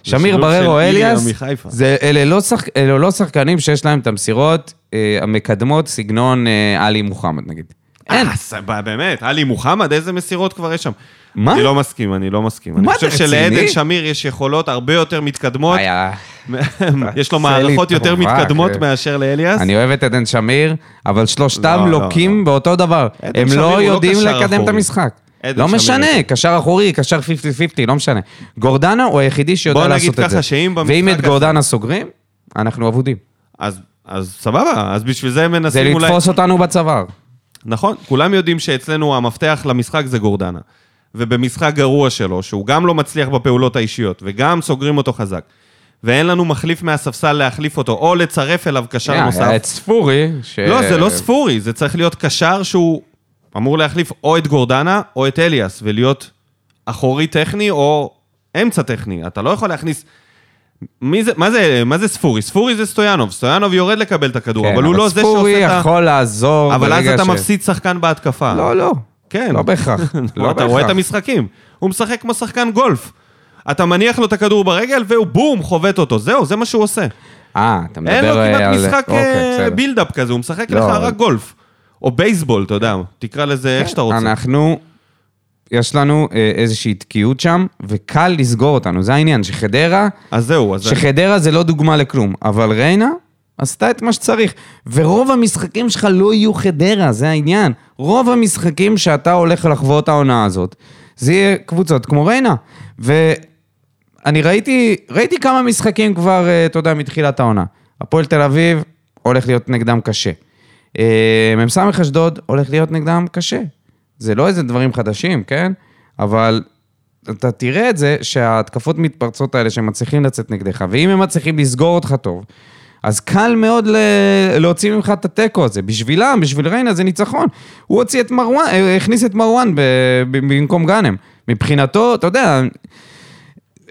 Speaker 2: שמיר,
Speaker 1: שילוב של
Speaker 2: בררו,
Speaker 1: איליה
Speaker 2: אליאס,
Speaker 1: מחיפה.
Speaker 2: זה- אלה לא שחק- אלה לא שחקנים שיש להם את המסירות אה, המקדמות סגנון אה, עלי מוחמד, נגיד. אין.
Speaker 1: אה, סבבה, באמת, עלי מוחמד, איזה מסירות כבר יש שם.
Speaker 2: מה?
Speaker 1: אני לא מסכים, אני לא מסכים. אני
Speaker 2: מה,
Speaker 1: חושב
Speaker 2: אתה רציני? אה,
Speaker 1: שלעדן שמיר יש יכולות הרבה יותר מתקדמות.
Speaker 2: היה...
Speaker 1: יש לו
Speaker 2: עושה לי
Speaker 1: מערכות יותר
Speaker 2: טובה,
Speaker 1: מתקדמות
Speaker 2: כן.
Speaker 1: מאשר לאליאס.
Speaker 2: אני אוהב את עדן שמיר, אבל שלושתם
Speaker 1: לא, לא,
Speaker 2: לוקים באותו דבר.
Speaker 1: עדן
Speaker 2: הם
Speaker 1: שמיר הוא
Speaker 2: לא
Speaker 1: לא
Speaker 2: יודעים
Speaker 1: קשר
Speaker 2: לקדם את
Speaker 1: אחורי.
Speaker 2: המשחק.
Speaker 1: עדן
Speaker 2: לא
Speaker 1: שמיר
Speaker 2: משנה,
Speaker 1: יותר.
Speaker 2: קשר אחורי, קשר 50-50, לא משנה. גורדנה הוא היחידי שיודע
Speaker 1: בוא נגיד
Speaker 2: לעשות את זה.
Speaker 1: ככה, שאם במשחק
Speaker 2: ואם את
Speaker 1: הזה-
Speaker 2: גורדנה סוגרים, אנחנו אבודים.
Speaker 1: אז, אז סבבה, אז בשביל זה הם
Speaker 2: זה
Speaker 1: מנסים אולי...
Speaker 2: לתפוס אותנו בצוואר.
Speaker 1: נכון, כולם יודעים שאצלנו המפתח למשחק זה גורדנה. ובמשחק גרוע שלו, שהוא גם לא מצליח בפעולות האישיות, וגם סוגרים אותו חזק. ואין לנו מחליף מהספסל להחליף אותו, או לצרף אליו קשר
Speaker 2: היה
Speaker 1: נוסף.
Speaker 2: אה, את ספורי, ש...
Speaker 1: לא, זה לא ספורי, זה צריך להיות קשר שהוא אמור להחליף או את גורדנה או את אליאס, ולהיות אחורי טכני או אמצע טכני. אתה לא יכול להכניס... מי זה, מה, זה, מה זה ספורי? ספורי זה סטויאנוב. סטויאנוב יורד לקבל את הכדור,
Speaker 2: כן,
Speaker 1: אבל הוא לא זה שעושה את ה...
Speaker 2: ספורי יכול לעזור
Speaker 1: אבל אז
Speaker 2: ברגע
Speaker 1: אתה
Speaker 2: ש-
Speaker 1: מפסיד שחקן בהתקפה.
Speaker 2: לא, לא.
Speaker 1: כן.
Speaker 2: לא בהכרח. לא
Speaker 1: אתה רואה את
Speaker 2: בהכרח.
Speaker 1: המשחקים. הוא משחק כמו שחקן גולף. אתה מניח לו את הכדור ברגל והוא בום, חובט אותו. זהו, זה מה שהוא עושה.
Speaker 2: אה, אתה מדבר...
Speaker 1: אין לו
Speaker 2: אה,
Speaker 1: כמעט
Speaker 2: על-
Speaker 1: משחק
Speaker 2: אוקיי,
Speaker 1: אה,
Speaker 2: בסדר.
Speaker 1: בילדאפ כזה, הוא משחק
Speaker 2: לא,
Speaker 1: לך
Speaker 2: אבל- כן,
Speaker 1: רק גולף. או בייסבול, אתה יודע, תקרא לזה איך שאתה רוצה.
Speaker 2: אנחנו, יש לנו אה, איזושהי תקיעות שם, וקל לסגור אותנו, זה העניין, שחדרה,
Speaker 1: אז זהו, אז...
Speaker 2: שחדרה זה לא דוגמה לכלום, אבל ריינה עשתה את מה שצריך. ורוב המשחקים שלך לא יהיו חדרה, זה העניין. רוב המשחקים שאתה הולך לחוות העונה הזאת, זה יהיה קבוצות כמו ריינה. ואני ראיתי, ראיתי כמה משחקים כבר, אה, אתה יודע, מתחילת העונה. הפועל תל אביב הולך להיות נגדם קשה. אה, מ"ס אשדוד הולך להיות נגדם קשה. זה לא איזה דברים חדשים, כן? אבל אתה תראה את זה שההתקפות מתפרצות האלה שהם מצליחים לצאת נגדך, ואם הם מצליחים לסגור אותך טוב, אז קל מאוד ל- להוציא ממך את התיקו הזה. בשבילם, בשביל ריינה זה ניצחון. הוא הוציא את מרואן, אה, הכניס את מרואן ב- ב- במקום גאנם. מבחינתו, אתה יודע,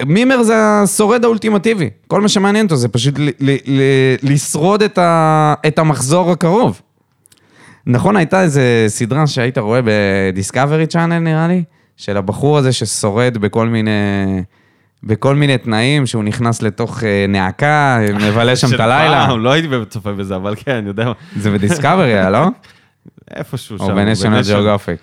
Speaker 2: מימר זה השורד האולטימטיבי. כל מה שמעניין אותו זה פשוט ל- ל- ל- לשרוד את, ה- את המחזור הקרוב. נכון, הייתה איזו סדרה שהיית רואה בדיסקאברי צ'אנל, נראה לי, של הבחור הזה ששורד בכל מיני... בכל מיני תנאים, שהוא נכנס לתוך אה, נעקה, מבלה שם
Speaker 1: של
Speaker 2: את הלילה.
Speaker 1: פעם, לא הייתי צופה בזה, אבל כן, אני יודע. מה.
Speaker 2: זה בדיסקאברי היה, לא?
Speaker 1: איפשהו שם.
Speaker 2: או בניישונל ג'אוגרפיק.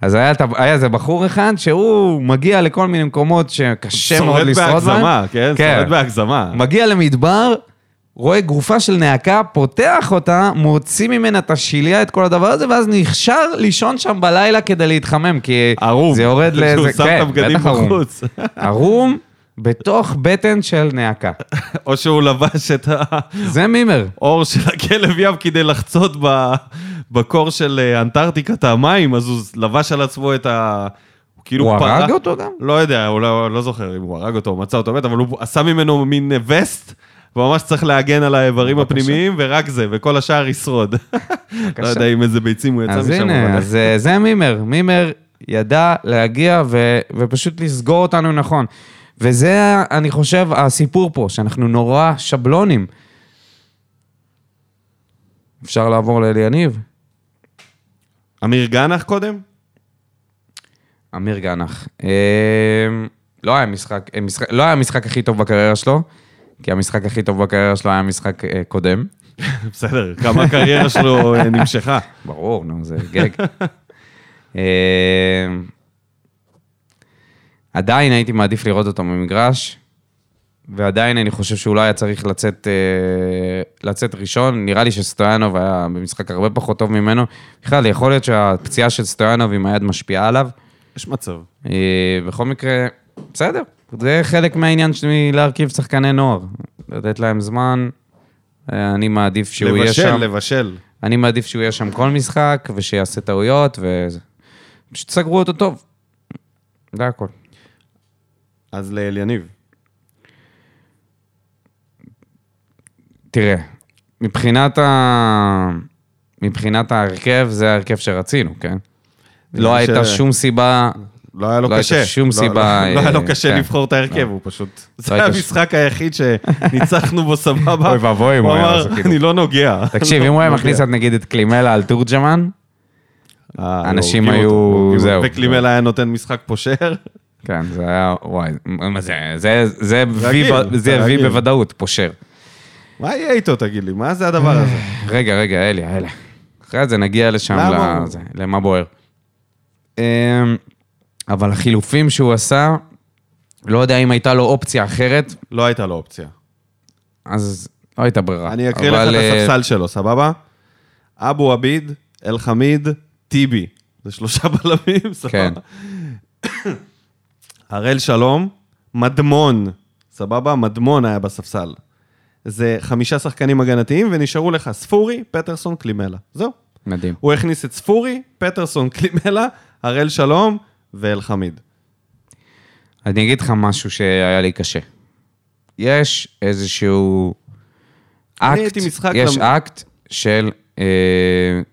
Speaker 2: אז היה את ה- היה איזה בחור אחד שהוא מגיע לכל מיני מקומות שקשה מאוד
Speaker 1: שורד
Speaker 2: לשרוד בהם.
Speaker 1: בהגזמה, כן? שורד בהגזמה.
Speaker 2: מגיע למדבר, רואה גופה של נעקה, פותח אותה, מוציא ממנה את השיליה, את כל הדבר הזה, ואז נכשר לישון שם בלילה כדי להתחמם, כי
Speaker 1: ערום.
Speaker 2: זה יורד
Speaker 1: שהוא
Speaker 2: לאיזה... כן,
Speaker 1: שם את הבגדים
Speaker 2: בטח ערום.
Speaker 1: בחוץ.
Speaker 2: ערום בתוך בטן של נעקה.
Speaker 1: או שהוא לבש את
Speaker 2: זה מימר.
Speaker 1: האור של הכלב ים כדי לחצות ב- בקור של אה, אנטארקטיקת המים, אז הוא לבש על עצמו את ה... הוא כאילו
Speaker 2: הוא
Speaker 1: פרה-
Speaker 2: הרג אותו גם?
Speaker 1: לא יודע, הוא לא, לא זוכר אם הוא הרג אותו או מצא אותו מת, אבל הוא עשה ממנו מין אה, וסט, וממש צריך להגן על האיברים
Speaker 2: בבקשה.
Speaker 1: הפנימיים, ורק זה, וכל השאר ישרוד. לא
Speaker 2: בבקשה.
Speaker 1: יודע עם איזה ביצים הוא יצא משם.
Speaker 2: אז
Speaker 1: אבל-
Speaker 2: הנה, אז אה, זה מימר. מימר ידע להגיע ו- ופשוט לסגור אותנו נכון. וזה, אני חושב, הסיפור פה, שאנחנו נורא שבלונים. אפשר לעבור לאלי יניב?
Speaker 1: אמיר גנח קודם?
Speaker 2: אמיר גנח. אה, לא היה משחק, אה, משחק, לא היה המשחק הכי טוב בקריירה שלו, כי המשחק הכי טוב בקריירה שלו היה משחק אה, קודם.
Speaker 1: בסדר, כמה הקריירה שלו אה, נמשכה.
Speaker 2: ברור, נו, זה גג. אה, עדיין הייתי מעדיף לראות אותו במגרש, ועדיין אני חושב שאולי היה צריך לצאת, אה, לצאת ראשון. נראה לי שסטויאנוב היה במשחק הרבה פחות טוב ממנו. בכלל, יכול להיות שהפציעה של סטויאנוב עם היד משפיעה עליו.
Speaker 1: יש מצב.
Speaker 2: אה, בכל מקרה, בסדר. זה חלק מהעניין שלי להרכיב שחקני נוער. לתת להם זמן. אה, אני מעדיף שהוא יהיה שם.
Speaker 1: לבשל, לבשל.
Speaker 2: אני מעדיף שהוא יהיה שם כל משחק, ושיעשה טעויות, ו... פשוט סגרו אותו טוב. זה הכל.
Speaker 1: אז לאליניב.
Speaker 2: תראה, מבחינת ה... מבחינת ההרכב, זה ההרכב שרצינו, כן? לא
Speaker 1: זה
Speaker 2: הייתה
Speaker 1: ש-
Speaker 2: שום סיבה,
Speaker 1: לא היה לו
Speaker 2: לא
Speaker 1: קשה.
Speaker 2: הייתה שום
Speaker 1: לא-
Speaker 2: סיבה,
Speaker 1: לא לא היה לו
Speaker 2: אה,
Speaker 1: קשה
Speaker 2: כן. לא
Speaker 1: לבחור את ההרכב, הוא פשוט... זה
Speaker 2: הייתה
Speaker 1: המשחק היחיד שניצחנו בו סבבה.
Speaker 2: אוי ואבוי אם
Speaker 1: הוא
Speaker 2: הוא היה
Speaker 1: אמר,
Speaker 2: עושה כאילו.
Speaker 1: אני לא נוגע.
Speaker 2: תקשיב,
Speaker 1: לא
Speaker 2: אם הוא היה
Speaker 1: נוגע.
Speaker 2: מכניס את נגיד את קלימלה על תורג'מן,
Speaker 1: אה, לא,
Speaker 2: אנשים
Speaker 1: הורגים
Speaker 2: היו-
Speaker 1: אותו, הורגים
Speaker 2: זהו.
Speaker 1: אותו. וקלימל היה נותן משחק פושר.
Speaker 2: כן, זה היה, וואי, מה זה, זה, זה
Speaker 1: רגיל,
Speaker 2: וי ב- זה וי
Speaker 1: רגיל.
Speaker 2: בוודאות, פושר.
Speaker 1: מה יהיה איתו, תגיד לי? מה זה הדבר הזה?
Speaker 2: רגע, רגע, אלי, אלי. אחרי זה נגיע לשם,
Speaker 1: למה?
Speaker 2: לזה, למה בוער. אמ, אבל החילופים שהוא עשה, לא יודע אם הייתה לו אופציה אחרת,
Speaker 1: לא הייתה לו אופציה.
Speaker 2: אז לא הייתה ברירה.
Speaker 1: אני אקריא לך
Speaker 2: אבל,
Speaker 1: את
Speaker 2: אה,
Speaker 1: הספסל שלו, סבבה? אבו עביד, אלחמיד, טיבי. זה שלושה בלמים,
Speaker 2: כן.
Speaker 1: סבבה? הראל שלום, מדמון, סבבה? מדמון היה בספסל. זה חמישה שחקנים הגנתיים, ונשארו לך ספורי, פטרסון, קלימלה. זהו.
Speaker 2: מדהים.
Speaker 1: הוא הכניס את ספורי, פטרסון, קלימלה, הראל שלום ואלחמיד.
Speaker 2: אני אגיד לך משהו שהיה לי קשה. יש איזשהו
Speaker 1: אני
Speaker 2: אקט,
Speaker 1: הייתי משחק
Speaker 2: יש
Speaker 1: למ-
Speaker 2: אקט של אה,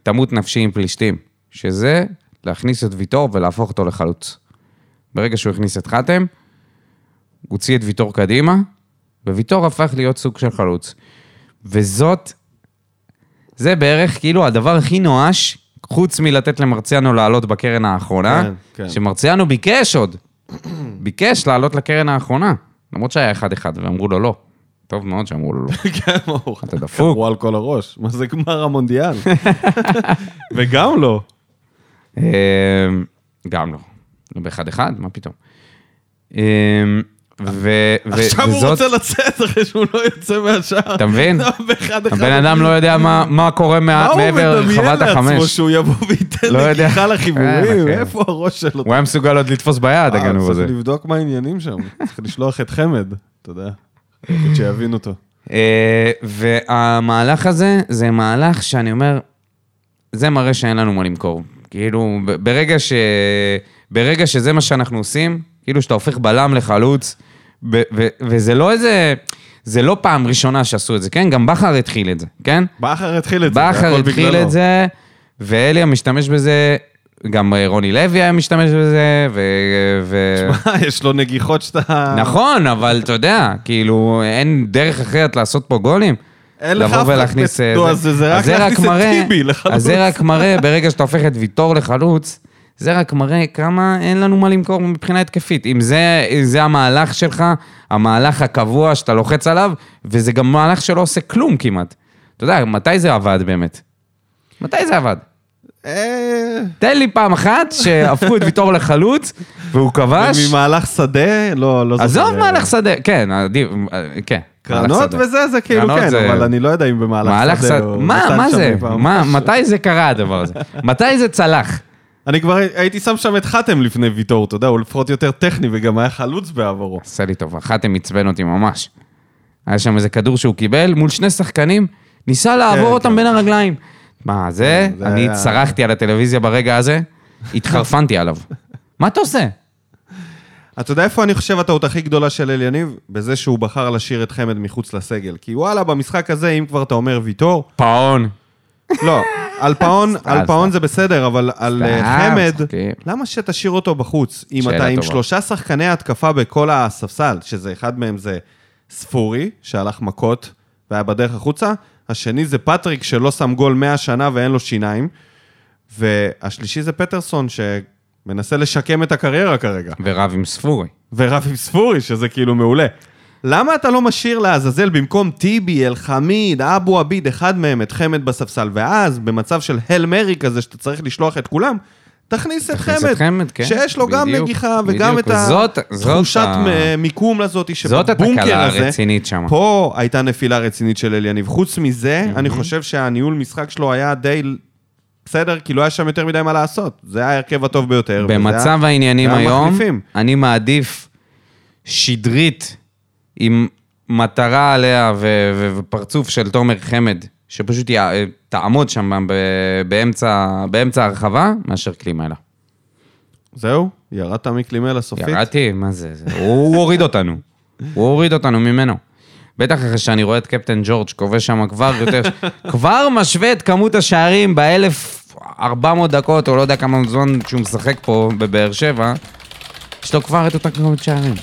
Speaker 2: תמות נפשי עם פלישתים, שזה להכניס את ויטור ולהפוך אותו לחלוץ. ברגע שהוא הכניס את חתם, הוא הוציא את ויטור קדימה, וויטור הפך להיות סוג של חלוץ. וזאת, זה בערך כאילו הדבר הכי נואש, חוץ מלתת למרציאנו לעלות בקרן
Speaker 1: כן,
Speaker 2: האחרונה, כן,
Speaker 1: כן.
Speaker 2: כן. שמרציאנו ביקש עוד, ביקש לעלות לקרן האחרונה, למרות שהיה אחד אחד, ואמרו לו לא. טוב מאוד שאמרו לו לא.
Speaker 1: כן, ברור.
Speaker 2: אתה דפוק.
Speaker 1: הוא על כל הראש. מה זה גמר המונדיאל? וגם לא.
Speaker 2: אמ, גם לא. לא באחד אחד, מה פתאום. אמ, ו... ו-
Speaker 1: עכשיו הוא
Speaker 2: וזאת-
Speaker 1: רוצה לצאת אחרי שהוא לא יוצא מהשער.
Speaker 2: אתה מבין?
Speaker 1: באחד אחד.
Speaker 2: הבן אדם לא יודע מה- מה קורה
Speaker 1: מה
Speaker 2: מה-
Speaker 1: הוא
Speaker 2: מעבר
Speaker 1: מדמיין
Speaker 2: לחוות
Speaker 1: לעצמו
Speaker 2: החמש.
Speaker 1: שהוא יבוא וייתן
Speaker 2: לא יודע.
Speaker 1: לקיחה
Speaker 2: כן,
Speaker 1: לחיבורים?
Speaker 2: אחי.
Speaker 1: איפה הראש שלו?
Speaker 2: הוא היה מסוגל עוד לתפוס ביד,
Speaker 1: אה,
Speaker 2: הגנוב הזה.
Speaker 1: צריך לבדוק מה העניינים שם. צריך לשלוח את חמד, אתה יודע. היחיד שיבין אותו.
Speaker 2: אה, והמהלך הזה, זה מהלך שאני אומר, זה מראה שאין לנו מה למכור. כאילו, ב- ברגע, ש... ברגע שזה מה שאנחנו עושים, כאילו שאתה הופך בלם לחלוץ, ו- ו- וזה לא איזה... זה לא פעם ראשונה שעשו את זה, כן? גם בכר התחיל את זה, כן?
Speaker 1: בכר התחיל את זה. זה
Speaker 2: בכר
Speaker 1: הכל
Speaker 2: התחיל
Speaker 1: בגללו.
Speaker 2: את זה, ואליה משתמש בזה, גם אה, רוני לוי היה משתמש בזה, ו... ו-
Speaker 1: מה, יש לו נגיחות שאתה...
Speaker 2: נכון, אבל אתה יודע, כאילו, אין דרך אחרת לעשות פה גולים.
Speaker 1: אין לך
Speaker 2: לבוא
Speaker 1: אף
Speaker 2: ולהכניס...
Speaker 1: פרספקט,
Speaker 2: אה,
Speaker 1: נו, אז זה רק
Speaker 2: אז
Speaker 1: להכניס את
Speaker 2: מראה-
Speaker 1: טיבי לחלוץ.
Speaker 2: אז זה רק מראה, ברגע שאתה הופך את ויטור לחלוץ, זה רק מראה כמה אין לנו מה למכור מבחינה התקפית. אם זה, אם זה המהלך שלך, המהלך הקבוע שאתה לוחץ עליו, וזה גם מהלך שלא עושה כלום כמעט. אתה יודע, מתי זה עבד באמת? מתי זה עבד?
Speaker 1: אה,
Speaker 2: תן לי פעם אחת שהפכו את ויטור לחלוץ, והוא כבש.
Speaker 1: ממהלך שדה, לא, לא
Speaker 2: עזוב
Speaker 1: זוכר.
Speaker 2: מהלך שדה, כן, עדיף, אה, כן. מהלך
Speaker 1: קרנות
Speaker 2: שדה.
Speaker 1: וזה, זה כאילו
Speaker 2: קרנות
Speaker 1: כן,
Speaker 2: זה-
Speaker 1: אבל אני לא יודע אם במהלך
Speaker 2: מהלך
Speaker 1: שדה לא-
Speaker 2: שדה,
Speaker 1: או
Speaker 2: מה,
Speaker 1: נתן
Speaker 2: מה
Speaker 1: שם
Speaker 2: זה?
Speaker 1: אי פעם.
Speaker 2: מה- מתי זה קרה הדבר הזה? מתי זה צלח?
Speaker 1: אני כבר הייתי שם שם את חתם לפני ויטור, אתה יודע, הוא לפחות יותר טכני וגם היה חלוץ בעבורו.
Speaker 2: עשה לי טובה, חתם עצבן אותי ממש. היה שם איזה כדור שהוא קיבל מול שני שחקנים, ניסה לעבור
Speaker 1: כן,
Speaker 2: אותם
Speaker 1: כן.
Speaker 2: בין הרגליים. מה, זה?
Speaker 1: זה
Speaker 2: אני
Speaker 1: היה-
Speaker 2: צרחתי על הטלוויזיה ברגע הזה, התחרפנתי עליו. מה אתה עושה?
Speaker 1: אתה יודע איפה אני חושב הטעות הכי גדולה של אל יניב? בזה שהוא בחר לשיר את חמד מחוץ לסגל. כי וואלה, במשחק הזה, אם כבר אתה אומר ויטור,
Speaker 2: פאון.
Speaker 1: לא, על פאון, על פאון
Speaker 2: סתם.
Speaker 1: זה בסדר, אבל על אה,
Speaker 2: סתם,
Speaker 1: חמד,
Speaker 2: צוחקים.
Speaker 1: למה שתשאיר אותו בחוץ? אם
Speaker 2: אוקיי. שאלה
Speaker 1: אתה עם
Speaker 2: טובה.
Speaker 1: שלושה שחקני התקפה בכל הספסל, שזה אחד מהם זה ספורי, שהלך מכות והיה בדרך החוצה, השני זה פטריק שלא שם גול 100 שנה ואין לו שיניים, והשלישי זה פטרסון שמנסה לשקם את הקריירה כרגע,
Speaker 2: ורב עם ספורי.
Speaker 1: ורב עם ספורי, שזה כאילו מעולה. למה אתה לא משאיר לעזאזל במקום טיבי, אלחמיד, אבו עביד, אחד מהם, את חמד בספסל? ואז, במצב של הל מרי כזה, שאתה צריך לשלוח את כולם, תכניס את
Speaker 2: תכניס
Speaker 1: חמד.
Speaker 2: את חמד, כן.
Speaker 1: שיש לו גם
Speaker 2: בדיוק,
Speaker 1: נגיחה וגם
Speaker 2: בדיוק.
Speaker 1: את
Speaker 2: זאת- זאת
Speaker 1: התחושת
Speaker 2: ה-
Speaker 1: מ- מיקום הזאת
Speaker 2: זאת
Speaker 1: שבבונקר
Speaker 2: התקלה
Speaker 1: הזה.
Speaker 2: הרצינית שם.
Speaker 1: פה הייתה נפילה רצינית של אל יניב. חוץ מזה, אני חושב שהניהול משחק שלו היה די בסדר, כי לא היה שם יותר מדי מה לעשות. זה היה ההרכב הטוב ביותר. וזה היה-
Speaker 2: במצב העניינים
Speaker 1: זה
Speaker 2: היום,
Speaker 1: המחליפים.
Speaker 2: אני מעדיף שדרית עם מטרה עליה ו- ו- ופרצוף של תומר חמד, שפשוט י- תעמוד שם ב- באמצע, באמצע הרחבה, מאשר קלימלה.
Speaker 1: זהו, ירדת מקלימלה סופית.
Speaker 2: ירדתי, מה זה? זה- הוא הוא הוריד אותנו. הוא הוריד אותנו ממנו. בטח אחרי שאני רואה את קפטן ג'ורג' כובש שם כבר יותר, כבר משווה את כמות השערים ב-1400 דקות, או לא יודע כמה זמן שהוא משחק פה בבאר שבע, יש לו כבר את אותה כמות שערים.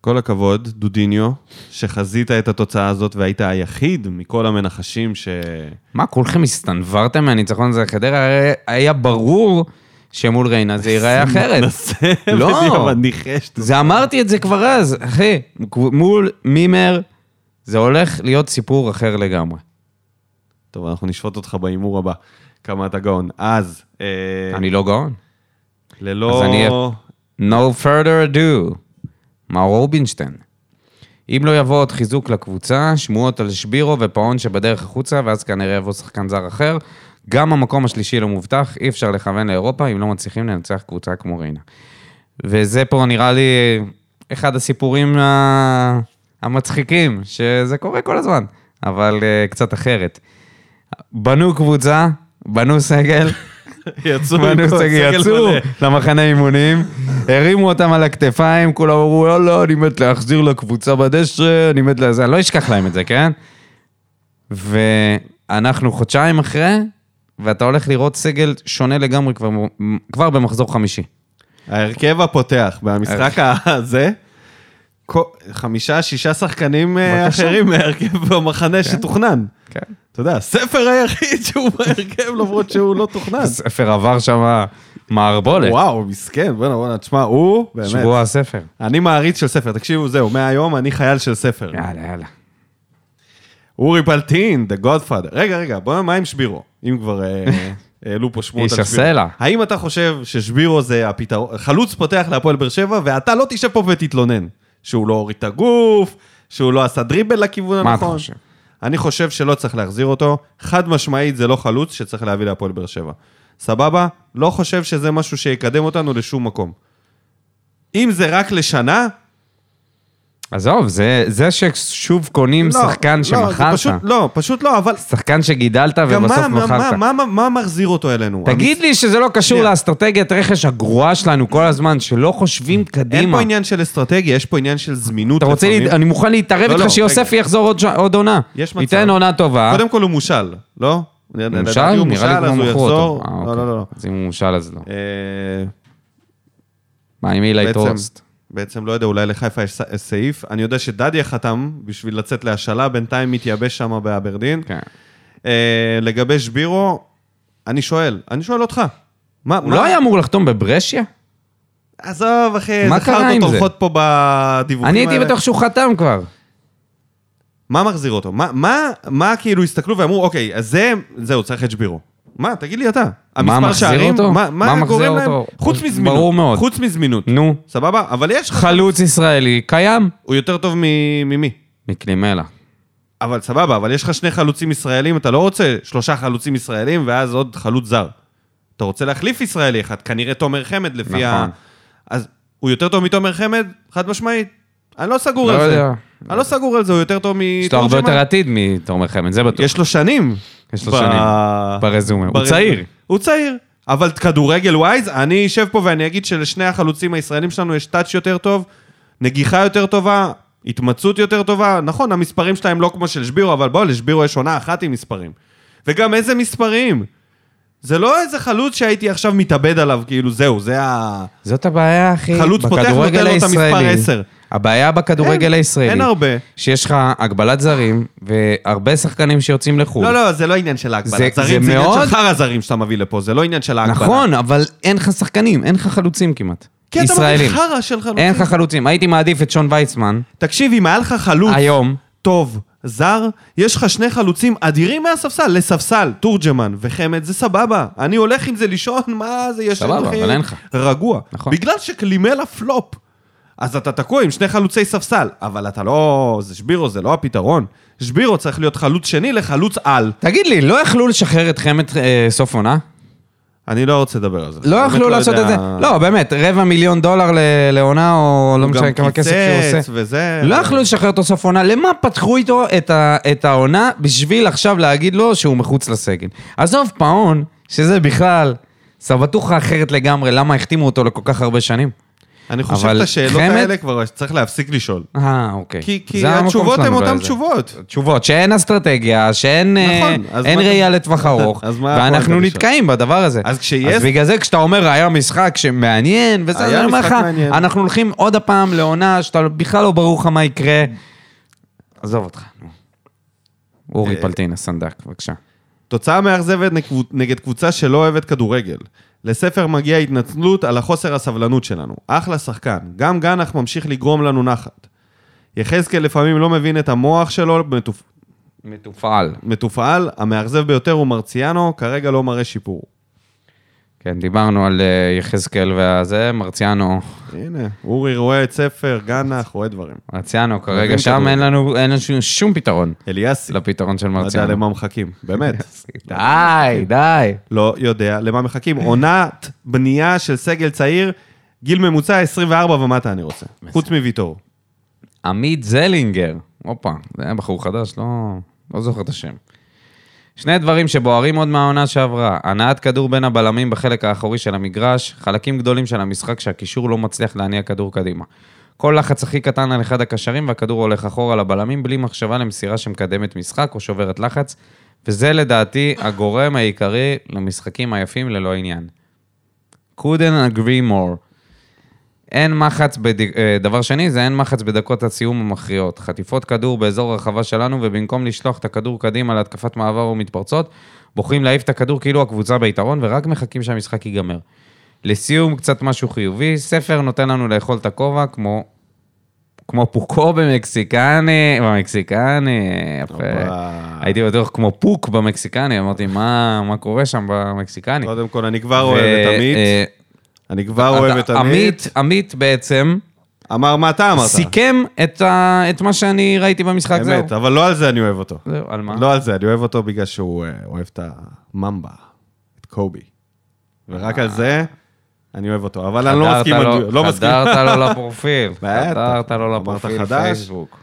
Speaker 1: כל הכבוד, דודיניו, שחזית את התוצאה הזאת והיית היחיד מכל המנחשים ש...
Speaker 2: מה, כולכם הסתנוורתם מהניצחון הזה לחדרה? הרי היה ברור שמול ריינה זה ייראה אחרת. לא.
Speaker 1: אבל ניחש.
Speaker 2: זה אמרתי את זה כבר אז, אחי, מול מימר, זה הולך להיות סיפור אחר לגמרי.
Speaker 1: טוב, אנחנו נשפוט אותך בהימור הבא, כמה אתה גאון. אז, אה,
Speaker 2: אני לא גאון.
Speaker 1: ללא...
Speaker 2: אז אני- No further ado, מר רובינשטיין. אם לא יבוא עוד חיזוק לקבוצה, שמועות על שבירו ופאון שבדרך החוצה, ואז כנראה יבוא שחקן זר אחר. גם המקום השלישי לא מובטח, אי אפשר לכוון לאירופה אם לא מצליחים לנצח קבוצה כמו ריינה. וזה פה נראה לי אחד הסיפורים ה- המצחיקים, שזה קורה כל הזמן, אבל אה, קצת אחרת. בנו קבוצה, בנו סגל,
Speaker 1: יצאו עם כל
Speaker 2: בנו סגל,
Speaker 1: הסגל
Speaker 2: יצאו
Speaker 1: מלא.
Speaker 2: למחנה אימונים, הרימו אותם על הכתפיים, כולם אמרו, לא, לא, אני מת להחזיר לקבוצה בדשא, אני מת לזה, אני לא אשכח להם את זה, כן? ואנחנו חודשיים אחרי, ואתה הולך לראות סגל שונה לגמרי כבר, כבר במחזור חמישי.
Speaker 1: ההרכב הפותח במשחק
Speaker 2: אה.
Speaker 1: הזה, כל- חמישה, שישה שחקנים אה,
Speaker 2: בבקשה.
Speaker 1: אחרים מההרכב במחנה שתוכנן.
Speaker 2: כן.
Speaker 1: אתה יודע, הספר היחיד שהוא בהרכב למרות שהוא לא תוכנן.
Speaker 2: הספר עבר שם מערבולת,
Speaker 1: וואו, מסכן, בוא'נה, בוא'נה, תשמע, הוא, באמת.
Speaker 2: שבוע הספר.
Speaker 1: אני מעריץ של ספר, תקשיבו, זהו, מהיום אני חייל של ספר.
Speaker 2: יאללה, יאללה.
Speaker 1: אה, אורי פלטין, The Godfather. רגע, רגע, בוא נראה מה עם שבירו, אם כבר אה, העלו פה שמות על
Speaker 2: איש
Speaker 1: שבירו.
Speaker 2: הסלע.
Speaker 1: האם אתה חושב ששבירו זה הפתרון, חלוץ פותח להפועל באר שבע, ואתה לא תשב פה ותתלונן. שהוא לא הוריד את הגוף, שהוא לא עשה דריבל לכיוון
Speaker 2: מה אתה
Speaker 1: הנכון.
Speaker 2: חושב?
Speaker 1: אני חושב שלא צריך להחזיר אותו. חד משמעית זה לא חלוץ שצריך להביא להפועל באר שבע. סבבה? לא חושב שזה משהו שיקדם אותנו לשום מקום. אם זה רק לשנה,
Speaker 2: עזוב, זה, זה ששוב קונים
Speaker 1: לא,
Speaker 2: שחקן
Speaker 1: לא,
Speaker 2: שמכרת,
Speaker 1: זה פשוט, לא, פשוט לא, אבל
Speaker 2: שחקן שגידלת
Speaker 1: גם
Speaker 2: ובסוף
Speaker 1: מה, מה,
Speaker 2: מכרת.
Speaker 1: מה, מה, מה, מה מחזיר אותו אלינו?
Speaker 2: תגיד לי שזה לא קשור
Speaker 1: שנייה.
Speaker 2: לאסטרטגיית רכש הגרועה שלנו כל הזמן, שלא חושבים
Speaker 1: אין
Speaker 2: קדימה.
Speaker 1: פה עניין של אסטרטגיה, יש פה עניין של זמינות
Speaker 2: אתה רוצה,
Speaker 1: לפעמים.
Speaker 2: לי, אני מוכן להתערב
Speaker 1: לא,
Speaker 2: איתך
Speaker 1: לא,
Speaker 2: שיוספי
Speaker 1: רגע.
Speaker 2: יחזור עוד, ש- עוד עונה.
Speaker 1: יש מצב.
Speaker 2: ייתן עונה טובה.
Speaker 1: קודם כל הוא מושל, לא? לדעתי
Speaker 2: מושל?
Speaker 1: הוא מושל,
Speaker 2: נראה
Speaker 1: אז
Speaker 2: לי כבר
Speaker 1: הוא
Speaker 2: מכרו
Speaker 1: יחזור.
Speaker 2: אותו. אה,
Speaker 1: לא,
Speaker 2: אוקיי.
Speaker 1: לא, לא.
Speaker 2: אז אם הוא מושל אז לא.
Speaker 1: אה,
Speaker 2: מה, עם אילי
Speaker 1: בעצם-
Speaker 2: טורסט?
Speaker 1: בעצם לא יודע, אולי לחיפה יש ס- סעיף. אני יודע שדדיה חתם בשביל לצאת להשאלה, בינתיים מתייבש שם באברדין.
Speaker 2: כן.
Speaker 1: אה, לגבי שבירו, אני שואל, אני שואל אותך. מה,
Speaker 2: הוא
Speaker 1: מה-
Speaker 2: לא היה אמור לחתום בברשיה?
Speaker 1: עזוב, אחי,
Speaker 2: מה
Speaker 1: איזה
Speaker 2: קרה עם
Speaker 1: חרטות
Speaker 2: זה?
Speaker 1: הולכות פה בדיווחים
Speaker 2: אני הייתי
Speaker 1: האלה.
Speaker 2: בטוח שהוא חתם כבר.
Speaker 1: מה מחזיר אותו? מה, מה, מה כאילו הסתכלו ואמרו, אוקיי, אז זה, זהו, צריך את שבירו. מה, תגיד לי אתה. המספר
Speaker 2: מחזיר
Speaker 1: שערים,
Speaker 2: אותו?
Speaker 1: מה, מה,
Speaker 2: מה מחזיר
Speaker 1: גורם להם?
Speaker 2: אותו?
Speaker 1: חוץ מזמינות.
Speaker 2: ברור מאוד.
Speaker 1: חוץ מזמינות.
Speaker 2: נו,
Speaker 1: סבבה? אבל יש,
Speaker 2: חלוץ ישראלי, קיים.
Speaker 1: הוא יותר טוב מ- ממי.
Speaker 2: מקלימלה.
Speaker 1: אבל סבבה, אבל יש לך שני חלוצים ישראלים, אתה לא רוצה שלושה חלוצים ישראלים ואז עוד חלוץ זר. אתה רוצה להחליף ישראלי אחד, כנראה תומר חמד לפי ה...
Speaker 2: נכון.
Speaker 1: אז הוא יותר טוב מתומר חמד? חד משמעית. אני לא סגור
Speaker 2: לא
Speaker 1: על זה.
Speaker 2: יודע.
Speaker 1: אני לא סגור על זה, הוא יותר טוב מתומר
Speaker 2: יש לו הרבה יותר עתיד מתומר חמד, זה בטוח.
Speaker 1: יש לו שנים.
Speaker 2: יש לו שנים. ברזומה. הוא
Speaker 1: ברז-
Speaker 2: צעיר.
Speaker 1: הוא צעיר. אבל כדורגל ווייז, אני אשב פה ואני אגיד שלשני החלוצים הישראלים שלנו יש טאץ' יותר טוב, נגיחה יותר טובה, התמצאות יותר טובה. נכון, המספרים שלהם לא כמו של שבירו, אבל בואו, לשבירו יש עונה אחת עם מספרים. וגם איזה מספרים? זה לא איזה חלוץ שהייתי עכשיו מתאבד עליו, כאילו, זהו, זה ה...
Speaker 2: זאת הבעיה, אחי.
Speaker 1: חלוץ פותח,
Speaker 2: בכדורגל
Speaker 1: נותן לו את המספר
Speaker 2: הישראלי.
Speaker 1: עשר.
Speaker 2: הבעיה בכדורגל
Speaker 1: אין-
Speaker 2: הישראלי.
Speaker 1: אין הרבה.
Speaker 2: שיש לך הגבלת זרים, והרבה שחקנים שיוצאים לחו"ל.
Speaker 1: לא, לא, זה לא עניין של
Speaker 2: זה-
Speaker 1: ההגבלה.
Speaker 2: זה
Speaker 1: זרים זה עניין של
Speaker 2: מאוד-
Speaker 1: חר הזרים שאתה מביא לפה, זה לא עניין של ההגבלה.
Speaker 2: נכון, אבל אין לך שחקנים, אין לך חלוצים כמעט.
Speaker 1: כי אתה מביא
Speaker 2: ישראלים.
Speaker 1: חרא של חלוצים.
Speaker 2: אין לך חלוצים. הייתי מעדיף את שון ויצמן,
Speaker 1: תקשיב, אם היה לך חלוץ
Speaker 2: היום.
Speaker 1: טוב, זר, יש לך שני חלוצים אדירים מהספסל, לספסל, תורג'מן וחמד, זה סבבה. אני הולך עם זה לישון, מה זה יש
Speaker 2: סבבה, אבל אין לך.
Speaker 1: רגוע.
Speaker 2: נכון.
Speaker 1: בגלל שקלימלה פלופ. אז אתה תקוע עם שני חלוצי ספסל, אבל אתה לא... זה שבירו, זה לא הפתרון. שבירו צריך להיות חלוץ שני לחלוץ על.
Speaker 2: תגיד לי, לא יכלו לשחרר את חמד אה, סוף עונה?
Speaker 1: אני לא רוצה לדבר על זה.
Speaker 2: לא
Speaker 1: באמת
Speaker 2: יכלו לעשות
Speaker 1: יודע.
Speaker 2: את זה? לא, באמת, רבע מיליון דולר ל- לעונה, או לא
Speaker 1: הוא
Speaker 2: משנה כמה
Speaker 1: גם
Speaker 2: כסף שהוא
Speaker 1: קיצץ
Speaker 2: עושה.
Speaker 1: וזה...
Speaker 2: לא יכלו לשחרר אותו סוף עונה, למה פתחו איתו את, ה, את העונה בשביל עכשיו להגיד לו שהוא מחוץ לסגל? עזוב פאון, שזה בכלל סבטוחה אחרת לגמרי, למה החתימו אותו לכל כך הרבה שנים?
Speaker 1: אני חושב
Speaker 2: אבל
Speaker 1: את השאלות
Speaker 2: חמד-
Speaker 1: האלה כבר צריך להפסיק לשאול.
Speaker 2: אה, אוקיי.
Speaker 1: כי כי
Speaker 2: זה המקום
Speaker 1: התשובות הן
Speaker 2: שלנו
Speaker 1: אותן
Speaker 2: בזה.
Speaker 1: תשובות.
Speaker 2: תשובות, שאין אסטרטגיה, שאין אה,
Speaker 1: נכון, אז
Speaker 2: אין
Speaker 1: מה-
Speaker 2: ראייה לטווח ארוך,
Speaker 1: אז מה
Speaker 2: ואנחנו
Speaker 1: הפואנטה
Speaker 2: נתקעים בדבר הזה.
Speaker 1: אז כשיש-
Speaker 2: אז בגלל זה כשאתה אומר, היה משחק שמעניין, וזה,
Speaker 1: היה
Speaker 2: אני אומר
Speaker 1: משחק
Speaker 2: לך,
Speaker 1: מעניין.
Speaker 2: אנחנו הולכים עוד הפעם לעונה שאתה בכלל לא ברור לך מה יקרה. עזוב אותך, נו. אורי
Speaker 1: אה,
Speaker 2: פלטין, הסנדק, בבקשה.
Speaker 1: תוצאה מאכזבת נקב- נגד קבוצה שלא אוהבת כדורגל. לספר מגיעה התנצלות על החוסר הסבלנות שלנו. אחלה שחקן. גם גנח ממשיך לגרום לנו נחת. יחזקאל לפעמים לא מבין את המוח שלו, מטופ...
Speaker 2: מתופעל.
Speaker 1: מתופעל, המאכזב ביותר הוא מרציאנו, כרגע לא מראה שיפור.
Speaker 2: כן, דיברנו על אה, יחזקאל והזה, מרציאנו.
Speaker 1: הנה, אורי רואה את ספר, גנח, רואה דברים.
Speaker 2: מרציאנו
Speaker 1: מבין
Speaker 2: כרגע שם,
Speaker 1: כדורגל.
Speaker 2: אין לנו אין לנו שום פתרון
Speaker 1: אליאסי, לא
Speaker 2: לפתרון של
Speaker 1: יודע
Speaker 2: מרציאנו.
Speaker 1: למה מחכים, באמת.
Speaker 2: די, די.
Speaker 1: לא יודע למה מחכים. עונת בנייה של סגל צעיר, גיל ממוצע 24 ומטה אני רוצה. חוץ מוויטור.
Speaker 2: עמית זלינגר. הופה, זה היה בחור חדש, לא, לא זוכר את השם. שני דברים שבוערים עוד מהעונה שעברה, הנעת כדור בין הבלמים בחלק האחורי של המגרש, חלקים גדולים של המשחק שהקישור לא מצליח להניע כדור קדימה. כל לחץ הכי קטן על אחד הקשרים והכדור הולך אחורה לבלמים בלי מחשבה למסירה שמקדמת משחק או שוברת לחץ, וזה לדעתי הגורם העיקרי למשחקים היפים ללא עניין. couldn't agree more. אין מחץ, בד... אה, דבר שני, זה אין מחץ בדקות הסיום המכריעות. חטיפות כדור באזור הרחבה שלנו, ובמקום לשלוח את הכדור קדימה להתקפת מעבר או מתפרצות, בוחרים להעיף את הכדור כאילו הקבוצה ביתרון, ורק מחכים שהמשחק ייגמר. לסיום, קצת משהו חיובי, ספר נותן לנו לאכול את הכובע, כמו, כמו פוקו במקסיקני, במקסיקני, יפה.
Speaker 1: הופה.
Speaker 2: הייתי בטוח כמו פוק במקסיקני, אמרתי, מה, מה קורה שם במקסיקני?
Speaker 1: קודם כל, אני כבר לא אוהב את עמית.
Speaker 2: אה,
Speaker 1: אני כבר אוהב את עמית.
Speaker 2: עמית, עמית בעצם
Speaker 1: אמר מה אתה אמרת.
Speaker 2: סיכם את ה- את מה שאני ראיתי במשחק, זהו.
Speaker 1: אמת, אבל לא על זה אני אוהב אותו.
Speaker 2: זהו, על מה?
Speaker 1: לא על זה, אני אוהב אותו בגלל שהוא אה, אוהב את הממבה, את קובי. ורק על זה אני אוהב אותו. אבל אני לא
Speaker 2: אה. חדרת
Speaker 1: מסכים,
Speaker 2: לו-
Speaker 1: אני- לא מסכים.
Speaker 2: חדרת לו לפרופיל.
Speaker 1: בטח.
Speaker 2: חדרת לו
Speaker 1: אמרת
Speaker 2: לפרופיל
Speaker 1: חדש?
Speaker 2: פייסבוק.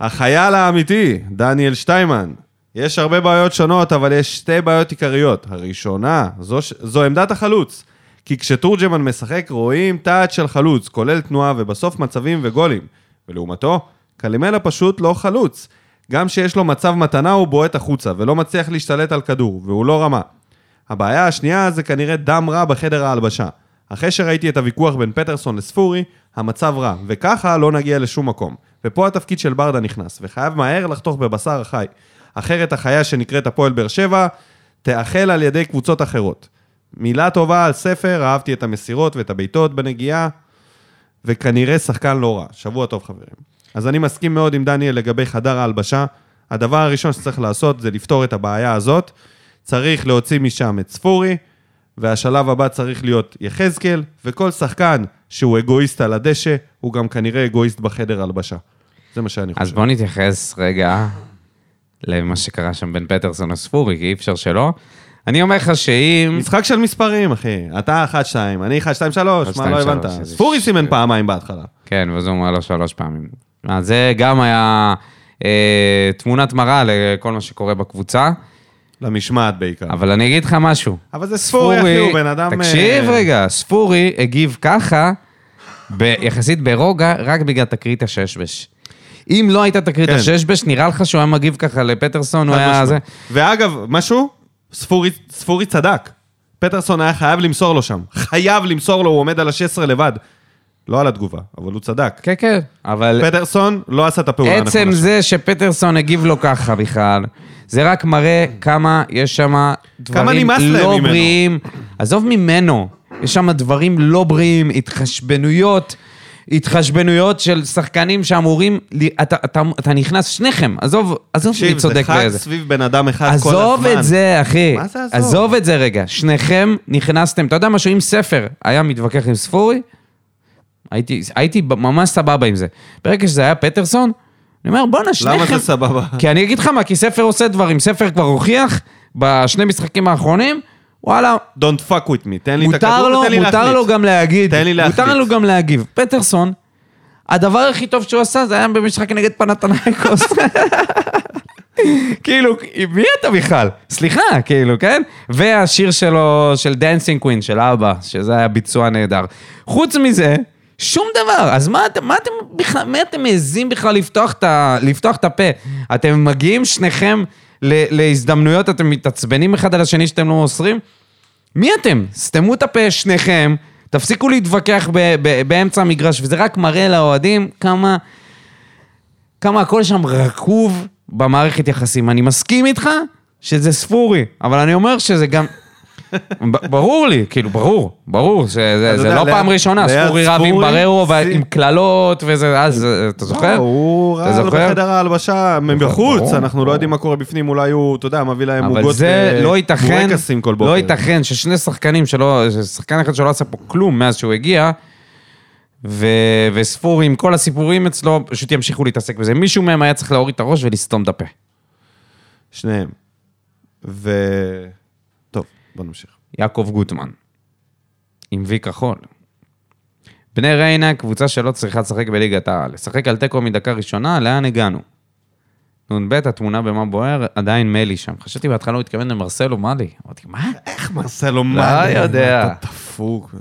Speaker 1: החייל האמיתי, דניאל שטיימן. יש הרבה בעיות שונות, אבל יש שתי בעיות עיקריות. הראשונה, זו, ש- זו עמדת החלוץ. כי כשתורג'מן משחק, רואים טעת של חלוץ, כולל תנועה ובסוף מצבים וגולים. ולעומתו, קלימלה פשוט לא חלוץ. גם שיש לו מצב מתנה, הוא בועט החוצה, ולא מצליח להשתלט על כדור, והוא לא רמה. הבעיה השנייה זה כנראה דם רע בחדר ההלבשה. אחרי שראיתי את הוויכוח בין פטרסון לספורי, המצב רע, וככה לא נגיע לשום מקום. ופה התפקיד של ברדה נכנס, וחייב מהר לחתוך בבשר החי. אחרת החיה שנקראת הפועל באר שבע, תאכל על ידי קבוצות אחרות. מילה טובה על ספר, אהבתי את המסירות ואת הבעיטות בנגיעה, וכנראה שחקן לא רע. שבוע טוב, חברים. אז אני מסכים מאוד עם דניאל לגבי חדר ההלבשה. הדבר הראשון שצריך לעשות זה לפתור את הבעיה הזאת. צריך להוציא משם את ספורי, והשלב הבא צריך להיות יחזקאל, וכל שחקן שהוא אגואיסט על הדשא, הוא גם כנראה אגואיסט בחדר הלבשה. זה מה שאני חושב.
Speaker 2: אז בואו נתייחס רגע למה שקרה שם בין פטרסון לספורי, כי אי אפשר שלא. אני אומר לך שאם...
Speaker 1: משחק של מספרים, אחי. אתה 1-2, אני 1-2-3, מה
Speaker 2: 1-2-3,
Speaker 1: לא הבנת?
Speaker 2: איזה
Speaker 1: ספורי
Speaker 2: ש-
Speaker 1: סימן פעמיים בהתחלה.
Speaker 2: כן, ואז הוא אומר לו שלוש פעמים. אז זה גם היה אה, תמונת מראה לכל מה שקורה בקבוצה,
Speaker 1: למשמעת בעיקר.
Speaker 2: אבל אני אגיד לך משהו.
Speaker 1: אבל זה ספורי, אחי, הוא בן אדם...
Speaker 2: תקשיב
Speaker 1: אה,
Speaker 2: רגע, ספורי הגיב ככה, ב- יחסית ברוגע, רק בגלל תקרית הששבש. אם לא הייתה תקרית
Speaker 1: כן.
Speaker 2: הששבש, נראה לך שהוא היה מגיב ככה לפטרסון, הוא
Speaker 1: חד
Speaker 2: היה
Speaker 1: משמעית.
Speaker 2: זה...
Speaker 1: ואגב, משהו, ספורי, ספורי צדק. פטרסון היה חייב למסור לו שם. חייב למסור לו, הוא עומד על ה-16 לבד. לא על התגובה, אבל הוא צדק.
Speaker 2: כן, כן, אבל...
Speaker 1: פטרסון לא עשה את הפעולה
Speaker 2: עצם
Speaker 1: הנכונה.
Speaker 2: זה שפטרסון הגיב לו ככה בכלל, זה רק מראה כמה יש שם דברים
Speaker 1: נמאס להם
Speaker 2: לא
Speaker 1: ממנו.
Speaker 2: בריאים. עזוב ממנו, יש שם דברים לא בריאים, התחשבנויות. התחשבנויות של שחקנים שאמורים, ל- אתה, אתה, אתה נכנס, שניכם, עזוב, עזוב
Speaker 1: תקשיב,
Speaker 2: שאני
Speaker 1: זה
Speaker 2: צודק
Speaker 1: חג
Speaker 2: באיזה.
Speaker 1: סביב בן אדם אחד כל הזמן.
Speaker 2: עזוב את זה, אחי.
Speaker 1: מה זה עזוב?
Speaker 2: עזוב את זה רגע. שניכם נכנסתם, אתה יודע משהו, אם ספר היה מתווכח עם ספורי, הייתי, הייתי ב- ממש סבבה עם זה. ברגע שזה היה פטרסון, אני אומר, בואנה, שניכם...
Speaker 1: למה זה סבבה?
Speaker 2: כי אני אגיד לך מה, כי ספר עושה דברים. ספר כבר הוכיח בשני משחקים האחרונים, וואלה,
Speaker 1: Don't fuck with me, תן לי את
Speaker 2: מותר
Speaker 1: הכדור
Speaker 2: לו,
Speaker 1: ותן לי להחליט.
Speaker 2: מותר לו גם להגיד.
Speaker 1: תן לי
Speaker 2: מותר
Speaker 1: להחליט.
Speaker 2: לו גם להגיב. פטרסון, הדבר הכי טוב שהוא עשה זה היה במשחק נגד פנתנייקוס. כאילו, מי אתה בכלל? סליחה, כאילו, כן? והשיר שלו, של דנסינג קווין, של אבא, שזה היה ביצוע נהדר. חוץ מזה, שום דבר. אז מה אתם, מה אתם בכלל, מה אתם מעזים בכלל לפתוח את, ה, לפתוח את הפה? אתם מגיעים שניכם ל, להזדמנויות, אתם מתעצבנים אחד על השני שאתם לא מוסרים? מי אתם? סתמו את הפה שניכם, תפסיקו להתווכח ב- ב- באמצע המגרש, וזה רק מראה לאוהדים כמה, כמה הכל שם רקוב במערכת יחסים. אני מסכים איתך שזה ספורי, אבל אני אומר שזה גם... ב- ברור לי, כאילו, ברור, ברור, שזה
Speaker 1: אתה
Speaker 2: זה
Speaker 1: יודע,
Speaker 2: לא
Speaker 1: ליד-
Speaker 2: פעם ראשונה,
Speaker 1: ליד
Speaker 2: ספורי רב עם
Speaker 1: ספורי,
Speaker 2: בררו
Speaker 1: סי-
Speaker 2: ועם קללות וזה, אז אה, אתה זוכר?
Speaker 1: הוא
Speaker 2: אתה
Speaker 1: ראה לו
Speaker 2: זוכר?
Speaker 1: בחדר ההלבשה מבחוץ,
Speaker 2: ברור,
Speaker 1: אנחנו
Speaker 2: ברור.
Speaker 1: לא יודעים מה קורה בפנים, אולי הוא, אתה יודע, מביא להם
Speaker 2: אבל
Speaker 1: עוגות
Speaker 2: זה
Speaker 1: אה,
Speaker 2: לא ייתכן,
Speaker 1: בורקסים כל בוקר.
Speaker 2: לא ייתכן ששני שחקנים שלא, שחקן אחד שלא עשה פה כלום מאז שהוא הגיע, ו, וספורי עם כל הסיפורים אצלו, פשוט ימשיכו להתעסק בזה. מישהו מהם היה צריך להוריד את הראש ולסתום את הפה.
Speaker 1: שניהם. ו... טוב, בוא נמשיך.
Speaker 2: יעקב גוטמן, עם וי כחול. בני ריינה, קבוצה שלא צריכה לשחק בליגת העל. לשחק על תיקו מדקה ראשונה, לאן הגענו? נ"ב, התמונה במה בוער, עדיין מלי שם. חשבתי בהתחלה הוא התכוון למרסלו, מה לי? אמרתי, מה?
Speaker 1: איך מרסלו
Speaker 2: מאנה? לא יודע.
Speaker 1: לא אתה דפוק.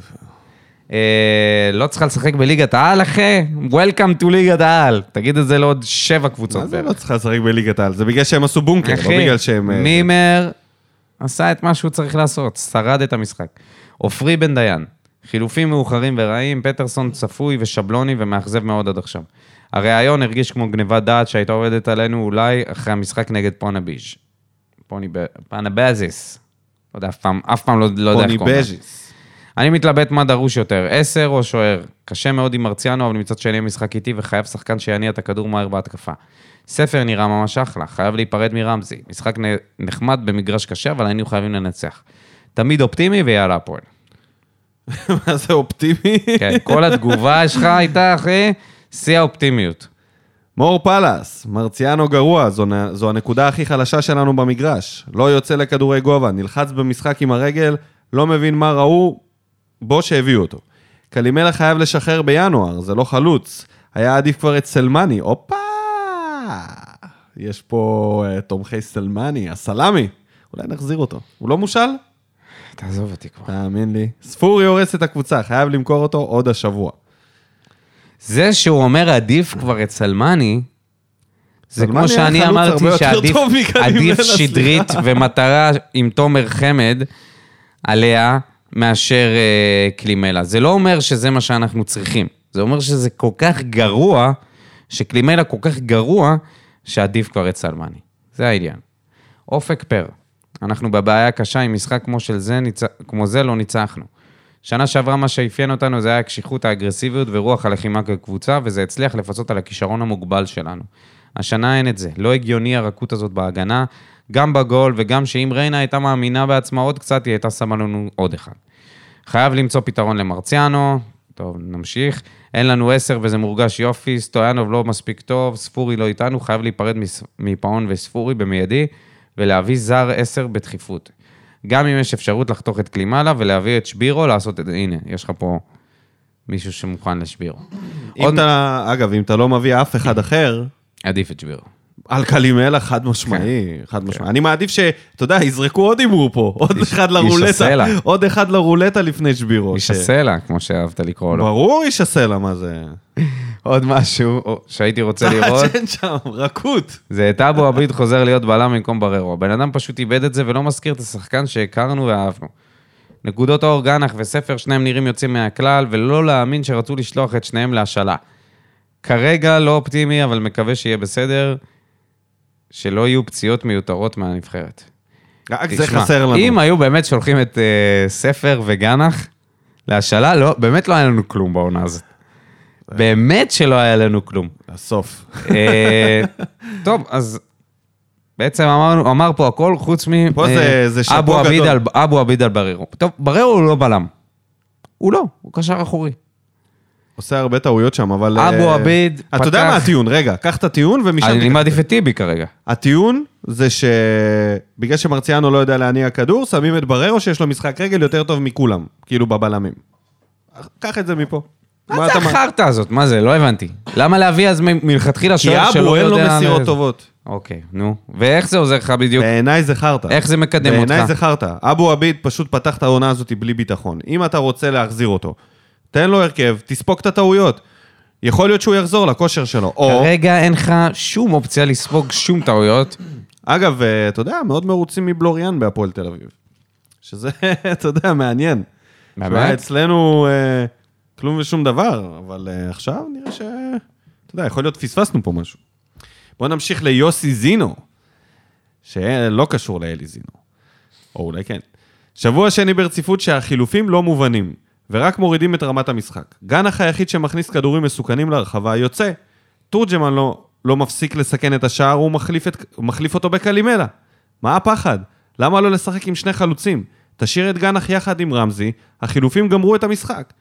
Speaker 2: אה, לא צריכה לשחק בליגת העל, אחי? Welcome to ליגת העל. תגיד את זה לעוד שבע קבוצות.
Speaker 1: מה זה
Speaker 2: בערך.
Speaker 1: לא צריכה לשחק בליגת העל? זה בגלל שהם עשו בונקר, לא
Speaker 2: אחי,
Speaker 1: בגלל שהם... אה,
Speaker 2: מימר עשה את מה שהוא צריך לעשות, שרד את המשחק. עופרי בן דיין, חילופים מאוחרים ורעים, פטרסון צפוי ושבלוני ומאכזב מאוד עד עכשיו. הריאיון הרגיש כמו גניבת דעת שהייתה עובדת עלינו אולי אחרי המשחק נגד פונביז'. פוני ב... פאנבזיס. לא יודע, אף פעם, אף פעם לא, לא יודע
Speaker 1: פוני
Speaker 2: איך קוראים לה.
Speaker 1: בז'יס.
Speaker 2: אני מתלבט מה דרוש יותר, עשר או שוער. קשה מאוד עם מרציאנו, אבל מצד שני משחק איטי וחייב שחקן שיניע את הכדור מהר בהתקפה. ספר נראה ממש אחלה, חייב להיפרד מרמזי. משחק נ- נחמד במגרש קשה, אבל היינו חייבים לנצח. תמיד אופטימי ויאללה הפועל.
Speaker 1: מה זה אופטימי?
Speaker 2: כן, כל התגובה שלך הייתה, אחי, שיא האופטימיות.
Speaker 1: מור פלס, מרציאנו גרוע, זו, נ- זו הנקודה הכי חלשה שלנו במגרש. לא יוצא לכדורי גובה, נלחץ במשחק עם הרגל, לא מבין מה ראו בו שהביאו אותו. קלימלה חייב לשחרר בינואר, זה לא חלוץ. היה עדיף כבר את סלמני, הופה! יש פה אה, תומכי סלמני, הסלאמי. אולי נחזיר אותו. הוא לא מושל?
Speaker 2: תעזוב אותי כבר.
Speaker 1: תאמין לי. ספורי הורס את הקבוצה, חייב למכור אותו עוד השבוע.
Speaker 2: זה שהוא אומר עדיף כבר את סלמני, זה
Speaker 1: סלמני
Speaker 2: כמו
Speaker 1: היה
Speaker 2: שאני
Speaker 1: חלוץ
Speaker 2: אמרתי
Speaker 1: הרבה יותר
Speaker 2: שעדיף
Speaker 1: טוב מקדימה,
Speaker 2: עדיף
Speaker 1: סליחה.
Speaker 2: שדרית ומטרה עם תומר חמד עליה מאשר אה, קלימלה. זה לא אומר שזה מה שאנחנו צריכים. זה אומר שזה כל כך גרוע, שקלימלה כל כך גרוע, שעדיף כבר את סלמני. זה העניין. אופק פר, אנחנו בבעיה קשה עם משחק כמו, של זה, ניצ... כמו זה לא ניצחנו. שנה שעברה מה שאפיין אותנו זה היה הקשיחות, האגרסיביות ורוח הלחימה כקבוצה, וזה הצליח לפצות על הכישרון המוגבל שלנו. השנה אין את זה. לא הגיוני הרכות הזאת בהגנה, גם בגול וגם שאם ריינה הייתה מאמינה בעצמה עוד קצת, היא הייתה שמה לנו עוד אחד. חייב למצוא פתרון למרציאנו, טוב, נמשיך. אין לנו עשר וזה מורגש יופי, סטויאנוב לא מספיק טוב, ספורי לא איתנו, חייב להיפרד מס- מפאון וספורי במיידי, ולהביא זר עשר בדחיפות. גם אם יש אפשרות לחתוך את קלימאלה ולהביא את שבירו לעשות את זה. הנה, יש לך פה מישהו שמוכן לשבירו.
Speaker 1: אם
Speaker 2: עוד
Speaker 1: אתה, אגב, אם אתה לא מביא אף אחד אחר,
Speaker 2: עדיף את שבירו.
Speaker 1: על קלימלה חד
Speaker 2: כן,
Speaker 1: משמעי, חד משמעי. אני מעדיף ש... אתה יודע, יזרקו עוד הימור פה, עוד
Speaker 2: איש-
Speaker 1: אחד
Speaker 2: איש
Speaker 1: לרולטה,
Speaker 2: הסלע.
Speaker 1: עוד אחד לרולטה לפני שבירו.
Speaker 2: איש
Speaker 1: ש-
Speaker 2: הסלע, כמו שאהבת לקרוא לו.
Speaker 1: ברור איש הסלע, מה זה?
Speaker 2: עוד משהו או, שהייתי רוצה לראות,
Speaker 1: הג'ן שם, רכות.
Speaker 2: זה את אבו עביד חוזר להיות בלם במקום בררו. הבן אדם פשוט איבד את זה ולא מזכיר את השחקן שהכרנו ואהבנו. נקודות האור גנח וספר, שניהם נראים יוצאים מהכלל, ולא להאמין שרצו לשלוח את שניהם להשאלה. כרגע לא אופטימי, אבל מקווה שיהיה בסדר, שלא יהיו פציעות מיותרות מהנבחרת.
Speaker 1: רק זה
Speaker 2: תשמע,
Speaker 1: חסר לנו.
Speaker 2: אם היו באמת שולחים את אה, ספר וגנח להשאלה, לא, באמת לא היה לנו כלום בעונה הזאת. באמת שלא היה לנו כלום.
Speaker 1: הסוף.
Speaker 2: אה, טוב, אז בעצם אמרנו, אמר פה הכל חוץ מ...
Speaker 1: פה
Speaker 2: אה,
Speaker 1: זה- זה שאפו
Speaker 2: אבו עביד
Speaker 1: גדול.
Speaker 2: על- אבו עביד על בררו. טוב, בררו הוא לא בלם. הוא לא, הוא קשר אחורי.
Speaker 1: עושה הרבה טעויות שם, אבל...
Speaker 2: אבו
Speaker 1: אה,
Speaker 2: עביד
Speaker 1: אתה יודע
Speaker 2: פתח-
Speaker 1: מה הטיעון? רגע, קח את הטיעון ומשם...
Speaker 2: אני
Speaker 1: תיקח.
Speaker 2: מעדיף את טיבי כרגע.
Speaker 1: הטיעון זה שבגלל שמרציאנו לא יודע להניע כדור, שמים את בררו שיש לו משחק רגל יותר טוב מכולם, כאילו בבלמים. קח את זה מפה.
Speaker 2: מה זה
Speaker 1: אתה מ-
Speaker 2: החרטא הזאת? מה זה? לא הבנתי. למה להביא אז מ- מלכתחילה
Speaker 1: כי
Speaker 2: שוער שלא
Speaker 1: אבו אין
Speaker 2: יודע...
Speaker 1: לו מסירות
Speaker 2: לאיזה-
Speaker 1: טובות. אה,
Speaker 2: אוקיי, נו. ואיך זה עוזר לך בדיוק?
Speaker 1: בעיניי זה חרטא.
Speaker 2: איך זה מקדם
Speaker 1: בעיניי
Speaker 2: אותך?
Speaker 1: זה חרטא. אבו עביד פשוט פתח את העונה הזאת בלי ביטחון. אם אתה רוצה להחזיר אותו, תן לו הרכב, תספוג את הטעויות. יכול להיות שהוא יחזור לכושר שלו. או,
Speaker 2: כרגע אין לך שום אופציה לספוג שום טעויות.
Speaker 1: אגב, אה, אתה יודע, מאוד מרוצים מבלוריאן בהפועל תל אביב. שזה, אתה יודע, מעניין.
Speaker 2: באמת?
Speaker 1: שמע, אצלנו אה, כלום ושום דבר, אבל אה, עכשיו נראה ש... אתה יודע, יכול להיות פספסנו פה משהו. בואו נמשיך ליוסי זינו, שלא קשור לאלי זינו, או אולי כן. שבוע שני ברציפות שהחילופים לא מובנים, ורק מורידים את רמת המשחק. גנח היחיד שמכניס כדורים מסוכנים להרחבה יוצא. תורג'מן לא, לא מפסיק לסכן את השער, הוא מחליף, את, הוא מחליף אותו בקלימלה. מה הפחד? למה לא לשחק עם שני חלוצים? תשאיר את גנח יחד עם רמזי, החילופים גמרו את המשחק.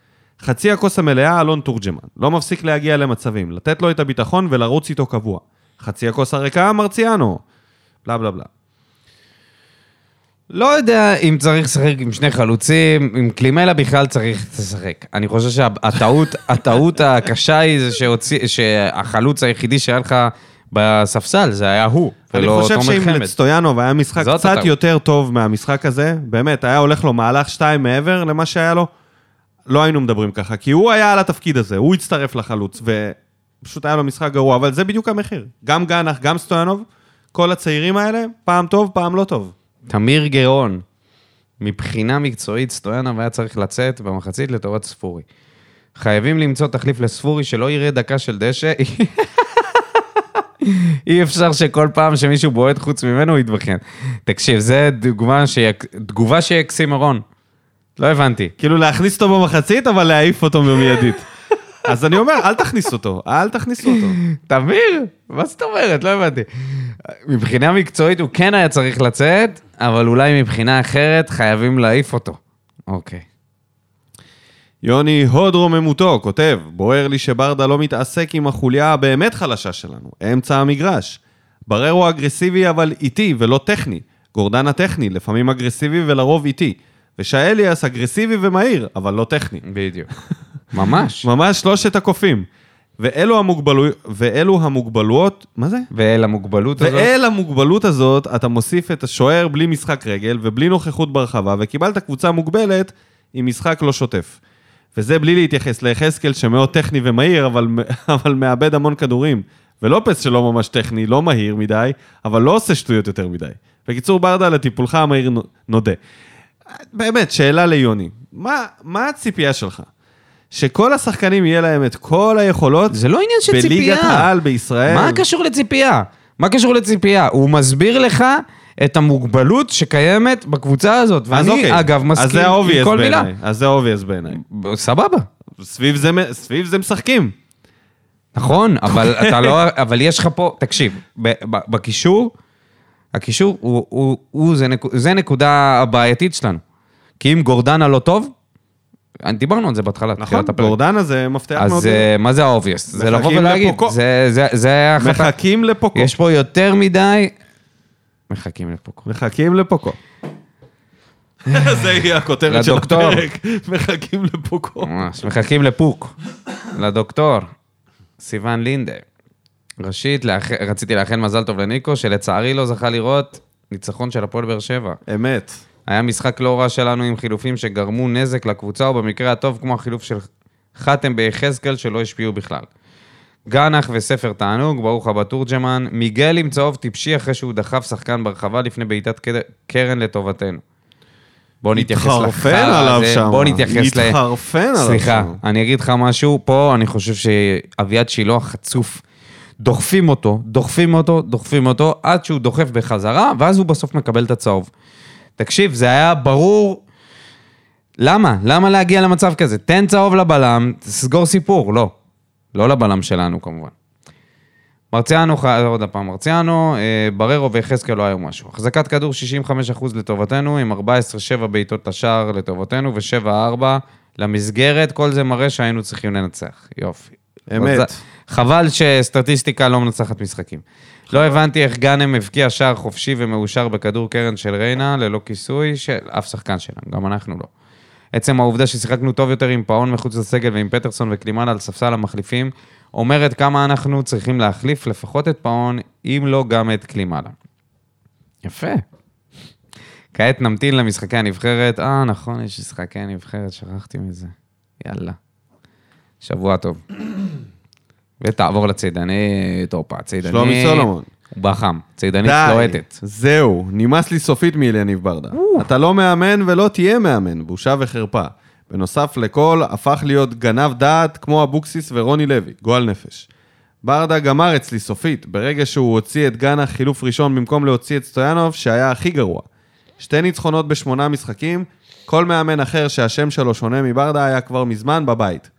Speaker 1: חצי הכוס המלאה, אלון תורג'מן. לא מפסיק להגיע למצבים, לתת לו את הביטחון ולרוץ איתו קבוע. חצי הכוס הריקה, מרציאנו. בלה בלה בלה.
Speaker 2: לא יודע אם צריך לשחק עם שני חלוצים, עם קלימלה בכלל צריך לשחק. אני חושב שהטעות הטעות הקשה היא זה שהוציא, שהחלוץ היחידי שהיה לך בספסל, זה היה הוא,
Speaker 1: אני
Speaker 2: ולא
Speaker 1: חושב
Speaker 2: לא תומר
Speaker 1: שאם
Speaker 2: חמד.
Speaker 1: לסטויאנוב היה משחק
Speaker 2: זאת
Speaker 1: קצת
Speaker 2: הטעות.
Speaker 1: יותר טוב מהמשחק הזה, באמת, היה הולך לו מהלך שתיים מעבר למה שהיה לו, לא היינו מדברים ככה, כי הוא היה על התפקיד הזה, הוא הצטרף לחלוץ, ופשוט היה לו משחק גרוע, אבל זה בדיוק המחיר. גם גנח, גם סטויאנוב, כל הצעירים האלה, פעם טוב, פעם לא טוב.
Speaker 2: תמיר גרון, מבחינה מקצועית, סטויאנוב היה צריך לצאת במחצית לטובת ספורי. חייבים למצוא תחליף לספורי שלא יראה דקה של דשא. אי אפשר שכל פעם שמישהו בועט חוץ ממנו, הוא יתבכיין. תקשיב, זו דוגמה שיק... תגובה שהיא אקסימרון. לא הבנתי.
Speaker 1: כאילו להכניס אותו במחצית, אבל להעיף אותו במיידית. אז אני אומר, אל תכניס אותו, אל תכניסו אותו.
Speaker 2: תמיר, מה זאת אומרת? לא הבנתי. מבחינה מקצועית הוא כן היה צריך לצאת, אבל אולי מבחינה אחרת חייבים להעיף אותו. אוקיי.
Speaker 1: יוני הוד רוממותו כותב, בוער לי שברדה לא מתעסק עם החוליה הבאמת חלשה שלנו, אמצע המגרש. בררו אגרסיבי אבל איטי ולא טכני. גורדן הטכני, לפעמים אגרסיבי ולרוב איטי. ושאליאס אגרסיבי ומהיר, אבל לא טכני.
Speaker 2: בדיוק. ממש.
Speaker 1: ממש שלושת הקופים. ואלו, המוגבלו... ואלו המוגבלויות, מה זה?
Speaker 2: ואל המוגבלות הזאת.
Speaker 1: ואל המוגבלות הזאת, אתה מוסיף את השוער בלי משחק רגל ובלי נוכחות ברחבה, וקיבלת קבוצה מוגבלת עם משחק לא שוטף. וזה בלי להתייחס ליחזקאל שמאוד טכני ומהיר, אבל, אבל מאבד המון כדורים. ולופס שלא ממש טכני, לא מהיר מדי, אבל לא עושה שטויות יותר מדי. בקיצור, ברדה, לטיפולך המהיר נו- נודה. באמת, שאלה ליוני. מה, מה הציפייה שלך? שכל השחקנים יהיה להם את כל היכולות
Speaker 2: זה לא עניין של ציפייה.
Speaker 1: בליגת העל בישראל?
Speaker 2: מה קשור לציפייה? מה קשור לציפייה? הוא מסביר לך את המוגבלות שקיימת בקבוצה הזאת.
Speaker 1: אז
Speaker 2: ואני,
Speaker 1: אוקיי.
Speaker 2: אגב,
Speaker 1: אז
Speaker 2: מסכים
Speaker 1: זה
Speaker 2: עם
Speaker 1: ה-obvious
Speaker 2: כל מילה.
Speaker 1: בעיניי. אז זה ה-obvious בעיניי.
Speaker 2: סבבה.
Speaker 1: סביב זה, סביב זה משחקים.
Speaker 2: נכון, אבל אתה לא... אבל יש לך פה... תקשיב, ב- ב- בקישור, הקישור הוא... הוא, הוא זה, נק, זה נקודה הבעייתית שלנו. כי אם גורדנה לא טוב, דיברנו על זה בהתחלה,
Speaker 1: נכון,
Speaker 2: תחילת הפרק.
Speaker 1: גורדנה זה מפתח מאוד.
Speaker 2: אז אה, מה זה ה-obvious? זה לבוא
Speaker 1: מחכים
Speaker 2: ולהגיד,
Speaker 1: לפוקו.
Speaker 2: זה- זה- זה החלטה.
Speaker 1: מחכים לפוקו.
Speaker 2: יש פה יותר מדי... מחכים לפוקו.
Speaker 1: מחכים לפוקו. זה יהיה הכותרת של
Speaker 2: לדוקטור.
Speaker 1: הפרק. מחכים לפוקו.
Speaker 2: ממש, מחכים לפוק, לדוקטור, סיון לינדה. ראשית, לאח- רציתי לאחל מזל טוב לניקו, שלצערי לא זכה לראות ניצחון של הפועל באר שבע.
Speaker 1: אמת.
Speaker 2: היה משחק לא רע שלנו עם חילופים שגרמו נזק לקבוצה, ובמקרה הטוב כמו החילוף של חתם ביחזקאל שלא השפיעו בכלל. גנח וספר תענוג, ברוך הבא תורג'מן, מיגל עם צהוב טיפשי אחרי שהוא דחף שחקן ברחבה לפני בעיטת קד- קרן לטובתנו. בוא נתייחס
Speaker 1: התחרפן
Speaker 2: לחרא
Speaker 1: עליו
Speaker 2: הזה,
Speaker 1: שם.
Speaker 2: בוא נתייחס ל...
Speaker 1: התחרפן עליו
Speaker 2: סליחה,
Speaker 1: שם.
Speaker 2: אני אגיד לך משהו, פה אני חושב שאביעד שילה חצוף. דוחפים אותו, דוחפים אותו, דוחפים אותו, עד שהוא דוחף בחזרה, ואז הוא בסוף מקבל את הצהוב. תקשיב, זה היה ברור... למה? למה להגיע למצב כזה? תן צהוב לבלם, תסגור סיפור. לא. לא לבלם שלנו, כמובן. מרציאנו, ח- עוד פעם מרציאנו, אה, בררו ויחזקאל לא היו משהו. החזקת כדור 65% לטובתנו, עם 14-7 בעיטות לשער לטובתנו ו-7-4 למסגרת, כל זה מראה שהיינו צריכים לנצח. יופי.
Speaker 1: אמת.
Speaker 2: אבל זה- חבל שסטטיסטיקה לא מנצחת משחקים. לא הבנתי איך גאנם הבקיע שער חופשי ומאושר בכדור קרן של ריינה, ללא כיסוי של אף שחקן שלנו, גם אנחנו לא. עצם העובדה ששיחקנו טוב יותר עם פאון מחוץ לסגל ועם פטרסון וקלימן על ספסל המחליפים, אומרת כמה אנחנו צריכים להחליף לפחות את פאון, אם לא גם את קלימלה. יפה. כעת נמתין למשחקי הנבחרת. אה, נכון, יש משחקי הנבחרת, שכחתי מזה. יאללה. שבוע טוב. ותעבור לצידנית, הופה, צידנית.
Speaker 1: שלומי סולומון.
Speaker 2: הוא בחם, צידנית לוהטת.
Speaker 1: זהו, נמאס לי סופית מאליניב ברדה. אתה לא מאמן ולא תהיה מאמן, בושה וחרפה. בנוסף לכל, הפך להיות גנב דעת כמו אבוקסיס ורוני לוי, גועל נפש. ברדה גמר אצלי סופית, ברגע שהוא הוציא את גאנה חילוף ראשון במקום להוציא את סטויאנוב, שהיה הכי גרוע. שתי ניצחונות בשמונה משחקים, כל מאמן אחר שהשם שלו שונה מברדה היה כבר מזמן בבית.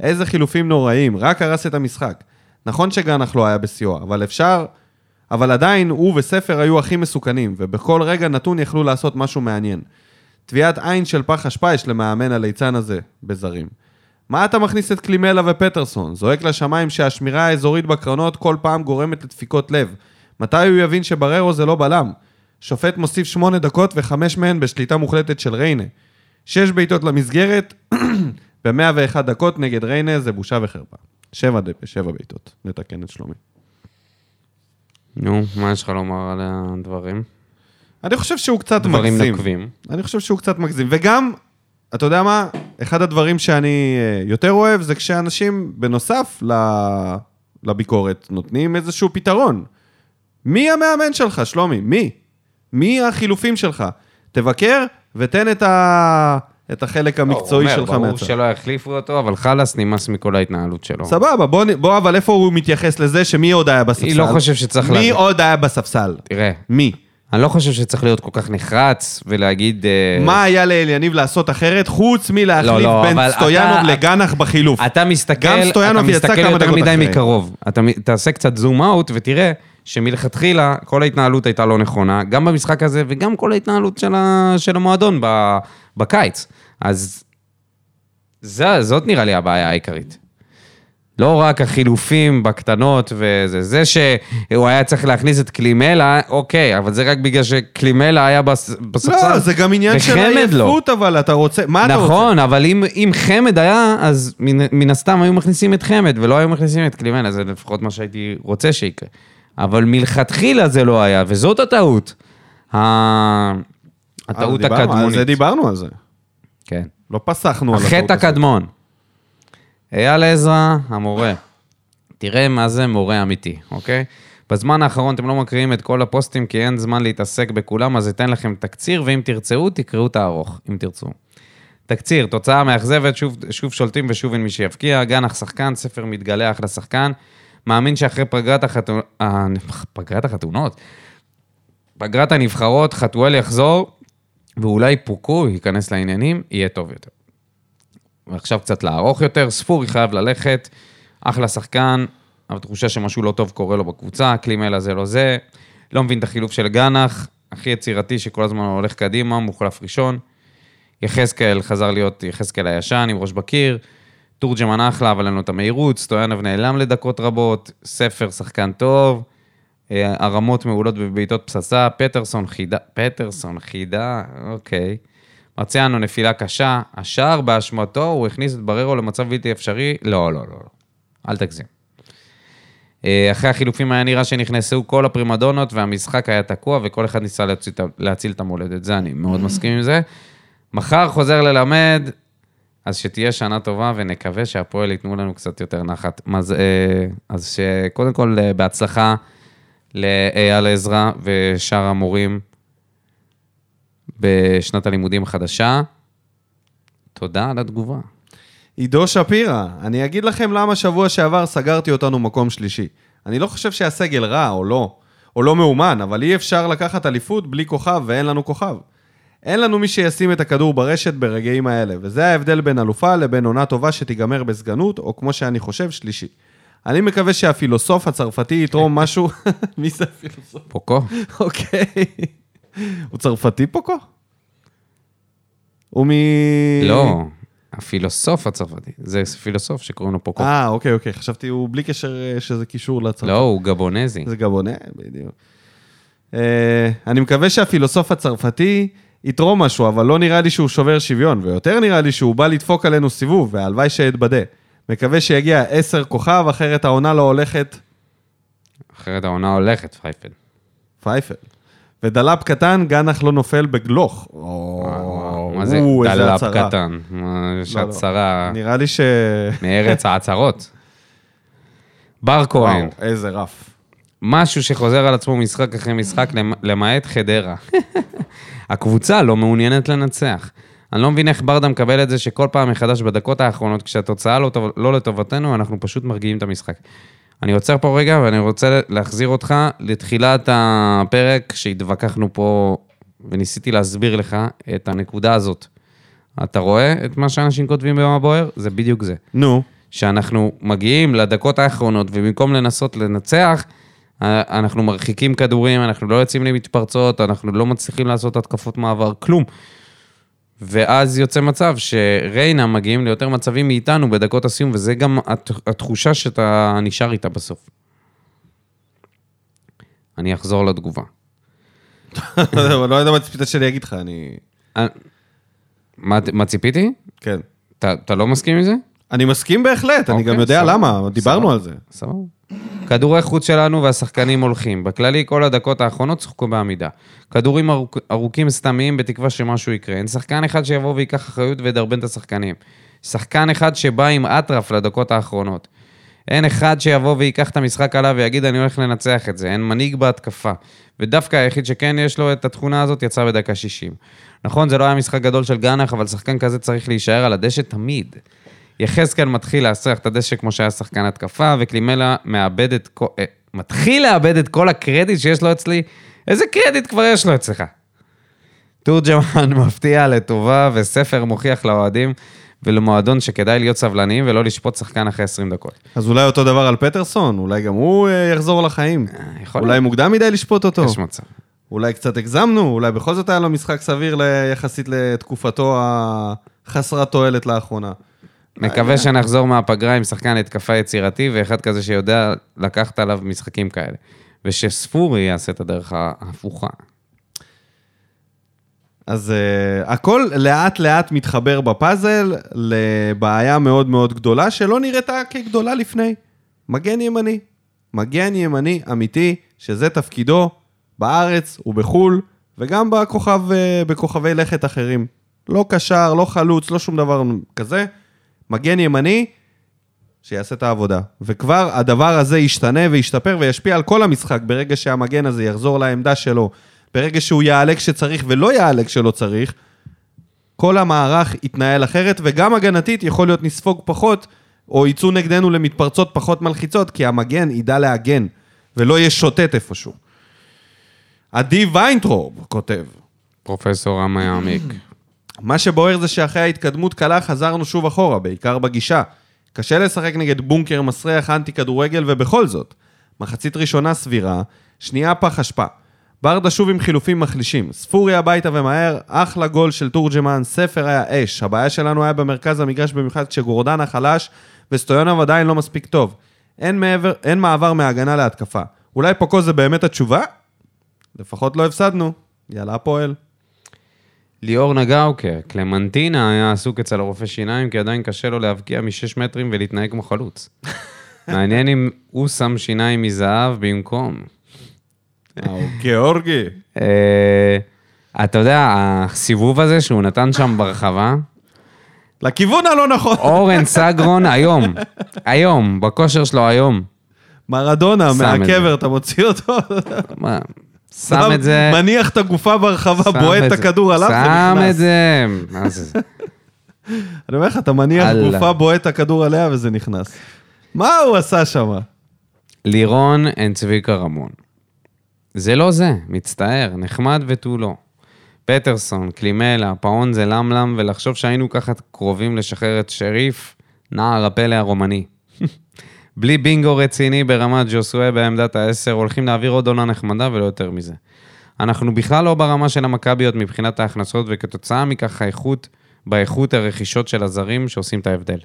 Speaker 1: איזה חילופים נוראים, רק הרס את המשחק. נכון שגנח לא היה בשיאו, אבל אפשר... אבל עדיין הוא וספר היו הכי מסוכנים, ובכל רגע נתון יכלו לעשות משהו מעניין. טביעת עין של פח אשפה יש למאמן הליצן הזה, בזרים. מה אתה מכניס את קלימלה ופטרסון? זועק לשמיים שהשמירה האזורית בקרנות כל פעם גורמת לדפיקות לב. מתי הוא יבין שבררו זה לא בלם? שופט מוסיף שמונה דקות וחמש מהן בשליטה מוחלטת של ריינה. שש בעיטות למסגרת ב-101 דקות נגד ריינה זה בושה וחרפה. שבע, ד- שבע בעיטות, נתקן את שלומי.
Speaker 2: נו, מה יש לך לומר על הדברים?
Speaker 1: אני חושב שהוא קצת
Speaker 2: דברים
Speaker 1: מגזים.
Speaker 2: נוקבים.
Speaker 1: אני חושב שהוא קצת מגזים. וגם, אתה יודע מה? אחד הדברים שאני אה, יותר אוהב זה כשאנשים, בנוסף ל- לביקורת, נותנים איזשהו פתרון. מי המאמן שלך, שלומי? מי? מי החילופים שלך? תבקר ותן את, ה... את החלק המקצועי
Speaker 2: לא, הוא אומר,
Speaker 1: שלך
Speaker 2: ברור
Speaker 1: מהצד.
Speaker 2: שלא יחליפו אותו, אבל חלאס נמאס מכל ההתנהלות שלו.
Speaker 1: סבבה, בוא, נ- בוא, אבל איפה הוא מתייחס לזה שמי עוד היה בספסל?
Speaker 2: אני לא חושב שצריך
Speaker 1: מי
Speaker 2: להגיד.
Speaker 1: עוד היה בספסל?
Speaker 2: תראה,
Speaker 1: מי?
Speaker 2: אני לא חושב שצריך להיות כל כך נחרץ ולהגיד... אה,
Speaker 1: מה היה לאליניב לעשות אחרת, חוץ
Speaker 2: לא,
Speaker 1: מלהחליף
Speaker 2: לא, אבל
Speaker 1: בין סטויאנוב
Speaker 2: אתה-
Speaker 1: לגנח בחילוף?
Speaker 2: אתה מסתכל,
Speaker 1: גם סטויאנוב
Speaker 2: אתה
Speaker 1: יצא
Speaker 2: מסתכל
Speaker 1: כמה
Speaker 2: יותר
Speaker 1: דקות
Speaker 2: מדי
Speaker 1: אחרי.
Speaker 2: מקרוב. אתה מ- תעשה קצת זום אאוט ותראה שמלכתחילה כל ההתנהלות הייתה לא נכונה, גם במשחק הזה וגם כל ההתנהלות של, ה, של המועדון ב, בקיץ. אז זה, זאת נראה לי הבעיה העיקרית. לא רק החילופים בקטנות וזה, זה שהוא היה צריך להכניס את קלימלה, אוקיי, אבל זה רק בגלל שקלימלה היה בס- בספסל.
Speaker 1: לא, זה גם עניין של
Speaker 2: וחמד לא.
Speaker 1: עייפות, אבל אתה רוצה... מה אתה רוצה?
Speaker 2: נכון, אבל אם, אם חמד היה, אז מן, מן הסתם היו מכניסים את חמד, ולא היו מכניסים את קלימנה, זה לפחות מה שהייתי רוצה שיקרה. אבל מלכתחילה זה לא היה, וזאת הטעות. ה...
Speaker 1: אז
Speaker 2: הטעות
Speaker 1: אה, דיברנו, על זה
Speaker 2: הקדמונית.
Speaker 1: דיברנו על זה.
Speaker 2: כן.
Speaker 1: לא פסחנו על
Speaker 2: החטא הקדמון. אייל עזרא, המורה. תראה מה זה מורה אמיתי, אוקיי? בזמן האחרון אתם לא מקריאים את כל הפוסטים כי אין זמן להתעסק בכולם, אז אתן לכם תקציר, ואם תרצו, תקראו את הארוך, אם תרצו. תקציר, תוצאה מאכזבת, שוב, שוב שולטים ושוב אין מי שיבקיע, גנח שחקן, ספר מתגלח לשחקן, מאמין שאחרי פגרת החתונות, פגרת החתונות? פגרת הנבחרות, חתואל יחזור, ואולי פוקו ייכנס לעניינים, יהיה טוב יותר. ועכשיו קצת לארוך יותר, ספורי חייב ללכת, אחלה שחקן, התחושה שמשהו לא טוב קורה לו בקבוצה, קלימלה זה לא זה, לא מבין את החילוף של גנח, הכי יצירתי שכל הזמן הולך קדימה, מוחלף ראשון. יחזקאל חזר להיות יחזקאל הישן עם ראש בקיר, תורג'מן אחלה, אבל אין לו את המהירות, סטויאנוב נעלם לדקות רבות, ספר שחקן טוב, אה, הרמות מעולות בבעיטות פצצה, פטרסון חידה, פטרסון חידה, אוקיי. מרציאנו נפילה קשה, השער באשמתו, הוא הכניס את בררו למצב בלתי אפשרי, לא, לא, לא, לא. אל תגזים. אה, אחרי החילופים היה נראה שנכנסו כל הפרימדונות והמשחק היה תקוע וכל אחד ניסה להציל, להציל את המולדת, זה אני מאוד מסכים עם זה. מחר חוזר ללמד, אז שתהיה שנה טובה ונקווה שהפועל ייתנו לנו קצת יותר נחת. אז, אה, אז שקודם כל אה, בהצלחה לאייל עזרא ושאר המורים בשנת הלימודים החדשה. תודה על התגובה.
Speaker 1: עידו שפירא, אני אגיד לכם למה שבוע שעבר סגרתי אותנו מקום שלישי. אני לא חושב שהסגל רע או לא, או לא מאומן, אבל אי אפשר לקחת אליפות בלי כוכב ואין לנו כוכב. אין לנו מי שישים את הכדור ברשת ברגעים האלה, וזה ההבדל בין אלופה לבין עונה טובה שתיגמר בסגנות, או כמו שאני חושב, שלישי. אני מקווה שהפילוסוף הצרפתי יתרום משהו... מי זה הפילוסוף?
Speaker 2: פוקו,
Speaker 1: אוקיי. הוא צרפתי פוקו? הוא מ... אה.
Speaker 2: לא, הפילוסוף הצרפתי, זה פילוסוף שקוראים לו פוקו.
Speaker 1: אה, אוקיי, אוקיי. חשבתי, הוא בלי קשר אה, שזה קישור לצרפת.
Speaker 2: לא, הוא גבונזי.
Speaker 1: זה גבונה, בדיוק. אה, אני מקווה שהפילוסוף הצרפתי יתרום משהו, אבל לא נראה לי שהוא שובר שוויון, ויותר נראה לי שהוא בא לדפוק עלינו סיבוב, והלוואי שאתבדה. מקווה שיגיע עשר כוכב, אחרת העונה לא הולכת
Speaker 2: אחרת העונה הולכת, פייפל.
Speaker 1: פייפל. ודלאפ קטן, גנח לא נופל בגלוך. או,
Speaker 2: מה זה
Speaker 1: או, איזה
Speaker 2: דלאפ
Speaker 1: הצהרה.
Speaker 2: קטן? מה, יש
Speaker 1: לא, לא.
Speaker 2: הצהרה
Speaker 1: נראה לי ש...
Speaker 2: מארץ ההצהרות. בר כהן,
Speaker 1: וואו, איזה רף.
Speaker 2: משהו שחוזר על עצמו משחק אחרי משחק, למ- למעט חדרה. הקבוצה לא מעוניינת לנצח. אני לא מבין איך ברדה מקבל את זה שכל פעם מחדש בדקות האחרונות, כשהתוצאה לא, טוב, לא לטובתנו, אנחנו פשוט מרגיעים את המשחק. אני עוצר פה רגע, ואני רוצה להחזיר אותך לתחילת הפרק שהתווכחנו פה, וניסיתי להסביר לך את הנקודה הזאת. אתה רואה את מה שאנשים כותבים ביום הבוער? זה בדיוק זה.
Speaker 1: נו.
Speaker 2: שאנחנו מגיעים לדקות האחרונות, ובמקום לנסות לנצח, אה, אנחנו מרחיקים כדורים, אנחנו לא יוצאים למתפרצות, אנחנו לא מצליחים לעשות התקפות מעבר, כלום. ואז יוצא מצב שריינה מגיעים ליותר מצבים מאיתנו בדקות הסיום, וזה גם הת- התחושה שאתה נשאר איתה בסוף. אני אחזור לתגובה.
Speaker 1: אבל לא יודע מה ציפית שאני אגיד לך, אני...
Speaker 2: אה, מה, מה ציפיתי?
Speaker 1: כן.
Speaker 2: אתה, אתה לא מסכים עם זה?
Speaker 1: אני מסכים בהחלט, אני
Speaker 2: אוקיי,
Speaker 1: גם יודע
Speaker 2: סבבה,
Speaker 1: למה, דיברנו
Speaker 2: סבבה.
Speaker 1: על זה.
Speaker 2: סבבה. כדורי חוץ שלנו והשחקנים הולכים. בכללי, כל הדקות האחרונות שוחקו בעמידה. כדורים ארוכ... ארוכים סתמיים בתקווה שמשהו יקרה. אין שחקן אחד שיבוא וייקח אחריות וידרבן את השחקנים. שחקן אחד שבא עם אטרף לדקות האחרונות. אין אחד שיבוא וייקח את המשחק עליו ויגיד, אני הולך לנצח את זה. אין מנהיג בהתקפה. ודווקא היחיד שכן יש לו את התכונה הזאת יצא בדקה 60. נכון, זה לא היה משחק גדול של גנח, אבל שחקן כזה צריך להישאר על הדשא תמיד. יחזקאל מתחיל להסריח את הדשא כמו שהיה שחקן התקפה, וקלימלה מאבד את כל... אה, מתחיל לאבד את כל הקרדיט שיש לו אצלי. איזה קרדיט כבר יש לו אצלך? תורג'מן מפתיע לטובה, וספר מוכיח לאוהדים ולמועדון שכדאי להיות סבלניים ולא לשפוט שחקן אחרי 20 דקות.
Speaker 1: אז אולי אותו דבר על פטרסון, אולי גם הוא אה, יחזור לחיים.
Speaker 2: יכול
Speaker 1: אולי
Speaker 2: להיות.
Speaker 1: מוקדם מדי לשפוט אותו.
Speaker 2: אה, יש מצב.
Speaker 1: אולי קצת הגזמנו, אולי בכל זאת היה לו משחק סביר ל- יחסית לתקופתו החסרת תועלת לאחרונה.
Speaker 2: מקווה שנחזור מהפגרה עם שחקן התקפה יצירתי ואחד כזה שיודע לקחת עליו משחקים כאלה. ושספורי יעשה את הדרך ההפוכה.
Speaker 1: אז uh, הכל לאט-לאט מתחבר בפאזל לבעיה מאוד מאוד גדולה, שלא נראתה כגדולה לפני. מגן ימני. מגן ימני אמיתי, שזה תפקידו בארץ ובחו"ל, וגם בכוכב, uh, בכוכבי לכת אחרים. לא קשר, לא חלוץ, לא שום דבר כזה. מגן ימני, שיעשה את העבודה. וכבר הדבר הזה ישתנה וישתפר וישפיע על כל המשחק ברגע שהמגן הזה יחזור לעמדה שלו, ברגע שהוא יעלה כשצריך ולא יעלה כשלא צריך, כל המערך יתנהל אחרת, וגם הגנתית יכול להיות נספוג פחות, או יצאו נגדנו למתפרצות פחות מלחיצות, כי המגן ידע להגן, ולא יהיה שוטט איפשהו. עדי ויינטרוב כותב,
Speaker 2: פרופסור עמה יעמיק.
Speaker 1: מה שבוער זה שאחרי ההתקדמות קלה חזרנו שוב אחורה, בעיקר בגישה. קשה לשחק נגד בונקר מסריח אנטי כדורגל, ובכל זאת, מחצית ראשונה סבירה, שנייה פח אשפה. ברדה שוב עם חילופים מחלישים. ספורי הביתה ומהר, אחלה גול של תורג'מן, ספר היה אש. הבעיה שלנו היה במרכז המגרש במיוחד כשגורדנה חלש, וסטויונוב עדיין לא מספיק טוב. אין, מעבר, אין מעבר מהגנה להתקפה. אולי פוקו זה באמת התשובה? לפחות לא הפסדנו. יאללה הפועל.
Speaker 2: ליאור נגאוקר, קלמנטינה היה עסוק אצל הרופא שיניים, כי עדיין קשה לו להבקיע משש מטרים ולהתנהג כמו חלוץ. מעניין אם הוא שם שיניים מזהב במקום.
Speaker 1: גיאורגי.
Speaker 2: אה, אתה יודע, הסיבוב הזה שהוא נתן שם ברחבה,
Speaker 1: לכיוון הלא נכון.
Speaker 2: אורן סגרון היום, היום, בכושר שלו היום,
Speaker 1: מרדונה,
Speaker 2: שם את
Speaker 1: מהקבר,
Speaker 2: זה.
Speaker 1: אתה מוציא אותו.
Speaker 2: מה, שם את זה,
Speaker 1: מניח את הגופה ברחבה,
Speaker 2: שם
Speaker 1: בועט את
Speaker 2: זה,
Speaker 1: הכדור עליו
Speaker 2: שם
Speaker 1: ונכנס.
Speaker 2: את זה, מה זה,
Speaker 1: אני אומר לך, אתה מניח
Speaker 2: אללה.
Speaker 1: גופה, בועט את הכדור עליה וזה נכנס. מה הוא עשה שם?
Speaker 2: לירון אין צביקה רמון. זה לא זה, מצטער, נחמד ותו לא. פטרסון, קלימלה, פאון זה למלם, ולחשוב שהיינו ככה קרובים לשחרר את שריף, נער הפלא הרומני. בלי בינגו רציני ברמת ג'וסואה בעמדת העשר, הולכים להעביר עוד עונה נחמדה ולא יותר מזה. אנחנו בכלל לא ברמה של המכביות מבחינת ההכנסות, וכתוצאה מכך האיכות, באיכות הרכישות של הזרים שעושים את ההבדל.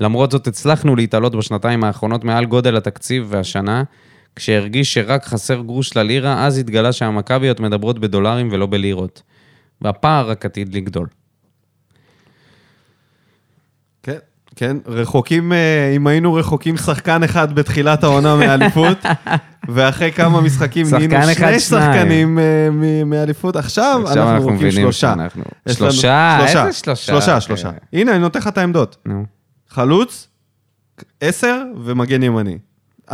Speaker 2: למרות זאת, הצלחנו להתעלות בשנתיים האחרונות מעל גודל התקציב והשנה, כשהרגיש שרק חסר גרוש ללירה, אז התגלה שהמכביות מדברות בדולרים ולא בלירות. והפער רק עתיד לגדול.
Speaker 1: כן, כן, רחוקים, אה, אם היינו רחוקים שחקן אחד בתחילת העונה מאליפות, ואחרי כמה משחקים
Speaker 2: שחקן
Speaker 1: נהיינו
Speaker 2: אחד,
Speaker 1: שני
Speaker 2: שניים.
Speaker 1: שחקנים אה, מ- מאליפות, עכשיו
Speaker 2: עכשיו אנחנו
Speaker 1: אנחנו רחוקים
Speaker 2: מבינים
Speaker 1: שלושה.
Speaker 2: שאנחנו-
Speaker 1: יש לנו-
Speaker 2: שלושה? איזה שלושה?
Speaker 1: שלושה, שלושה.
Speaker 2: אה.
Speaker 1: הנה, אני נותן לך את העמדות.
Speaker 2: נו.
Speaker 1: חלוץ, עשר ומגן ימני.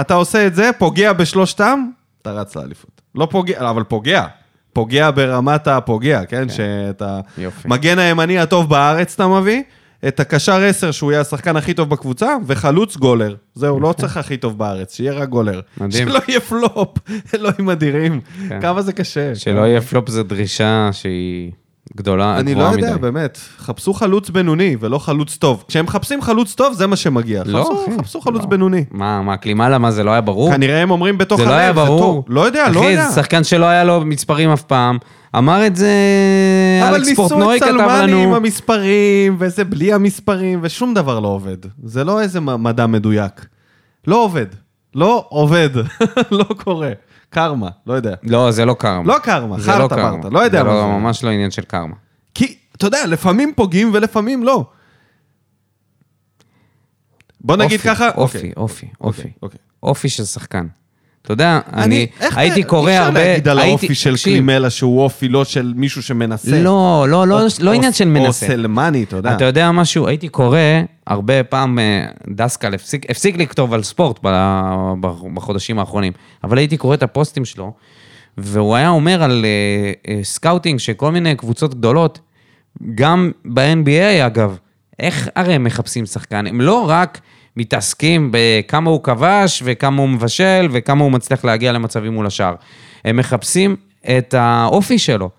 Speaker 1: אתה עושה את זה, פוגע בשלושתם, אתה רץ לאליפות. לא פוגע, אבל פוגע. פוגע ברמת הפוגע, כן? שאתה...
Speaker 2: יופי.
Speaker 1: מגן הימני הטוב בארץ אתה מביא, את הקשר עשר שהוא יהיה השחקן הכי טוב בקבוצה, וחלוץ גולר. זהו, לא צריך הכי טוב בארץ, שיהיה רק גולר.
Speaker 2: מדהים.
Speaker 1: שלא יהיה פלופ, אלוהים אדירים.
Speaker 2: כן.
Speaker 1: כמה זה קשה.
Speaker 2: שלא יהיה פלופ זו דרישה שהיא גדולה,
Speaker 1: אני לא
Speaker 2: גבוהה
Speaker 1: יודע,
Speaker 2: מדי.
Speaker 1: באמת. חפשו חלוץ בינוני ולא חלוץ טוב. כשהם מחפשים חלוץ טוב, זה מה שמגיע.
Speaker 2: לא,
Speaker 1: חפשו-
Speaker 2: אחי,
Speaker 1: חפשו חלוץ
Speaker 2: לא.
Speaker 1: בינוני.
Speaker 2: מה, מה, קלימלה, מה, זה לא היה ברור?
Speaker 1: כנראה הם אומרים בתוך
Speaker 2: זה לא היה ברור.
Speaker 1: טוב. לא יודע, לא יודע.
Speaker 2: אחי, זה שחקן שלא היה לו מספרים אף פעם. אמר את זה
Speaker 1: אבל
Speaker 2: אלכס
Speaker 1: ניסו
Speaker 2: פורטנוי
Speaker 1: את
Speaker 2: כתב
Speaker 1: סלמני עם
Speaker 2: לנו.
Speaker 1: המספרים, וזה בלי המספרים, ושום דבר לא עובד. זה לא איזה מ- מדע מדויק. לא עובד. לא עובד. לא קורה. קרמה, לא יודע.
Speaker 2: לא, זה לא קרמה.
Speaker 1: לא קרמה,
Speaker 2: זה לא
Speaker 1: חרטה
Speaker 2: קרמה.
Speaker 1: ברטה, לא יודע מה
Speaker 2: זה.
Speaker 1: זה.
Speaker 2: לא, ממש לא עניין של קרמה.
Speaker 1: כי, אתה יודע, לפעמים פוגעים ולפעמים לא. בוא נגיד
Speaker 2: אופי,
Speaker 1: ככה...
Speaker 2: אופי, אופי, אופי.
Speaker 1: אוקיי.
Speaker 2: אופי של שחקן. אתה יודע, אני
Speaker 1: איך אתה-
Speaker 2: הייתי קורא הרבה...
Speaker 1: אי אפשר להגיד על
Speaker 2: הייתי-
Speaker 1: האופי של
Speaker 2: תקשיב,
Speaker 1: קלימלה שהוא אופי לא של מישהו שמנסה.
Speaker 2: לא, לא, לא,
Speaker 1: או-
Speaker 2: לא
Speaker 1: או-
Speaker 2: עניין של
Speaker 1: או
Speaker 2: מנסה.
Speaker 1: סלמני, אתה יודע.
Speaker 2: אתה יודע משהו, הייתי קורא הרבה פעם, אה, דסקל הפסיק, הפסיק לכתוב על ספורט ב, ב, בחודשים האחרונים, אבל הייתי קורא את הפוסטים שלו, והוא היה אומר על אה, אה, סקאוטינג שכל מיני קבוצות גדולות, גם ב-NBA אגב, איך הרי הם מחפשים שחקן? הם לא רק מתעסקים בכמה הוא כבש וכמה הוא מבשל וכמה הוא מצליח להגיע למצבים מול השאר. הם מחפשים את האופי שלו.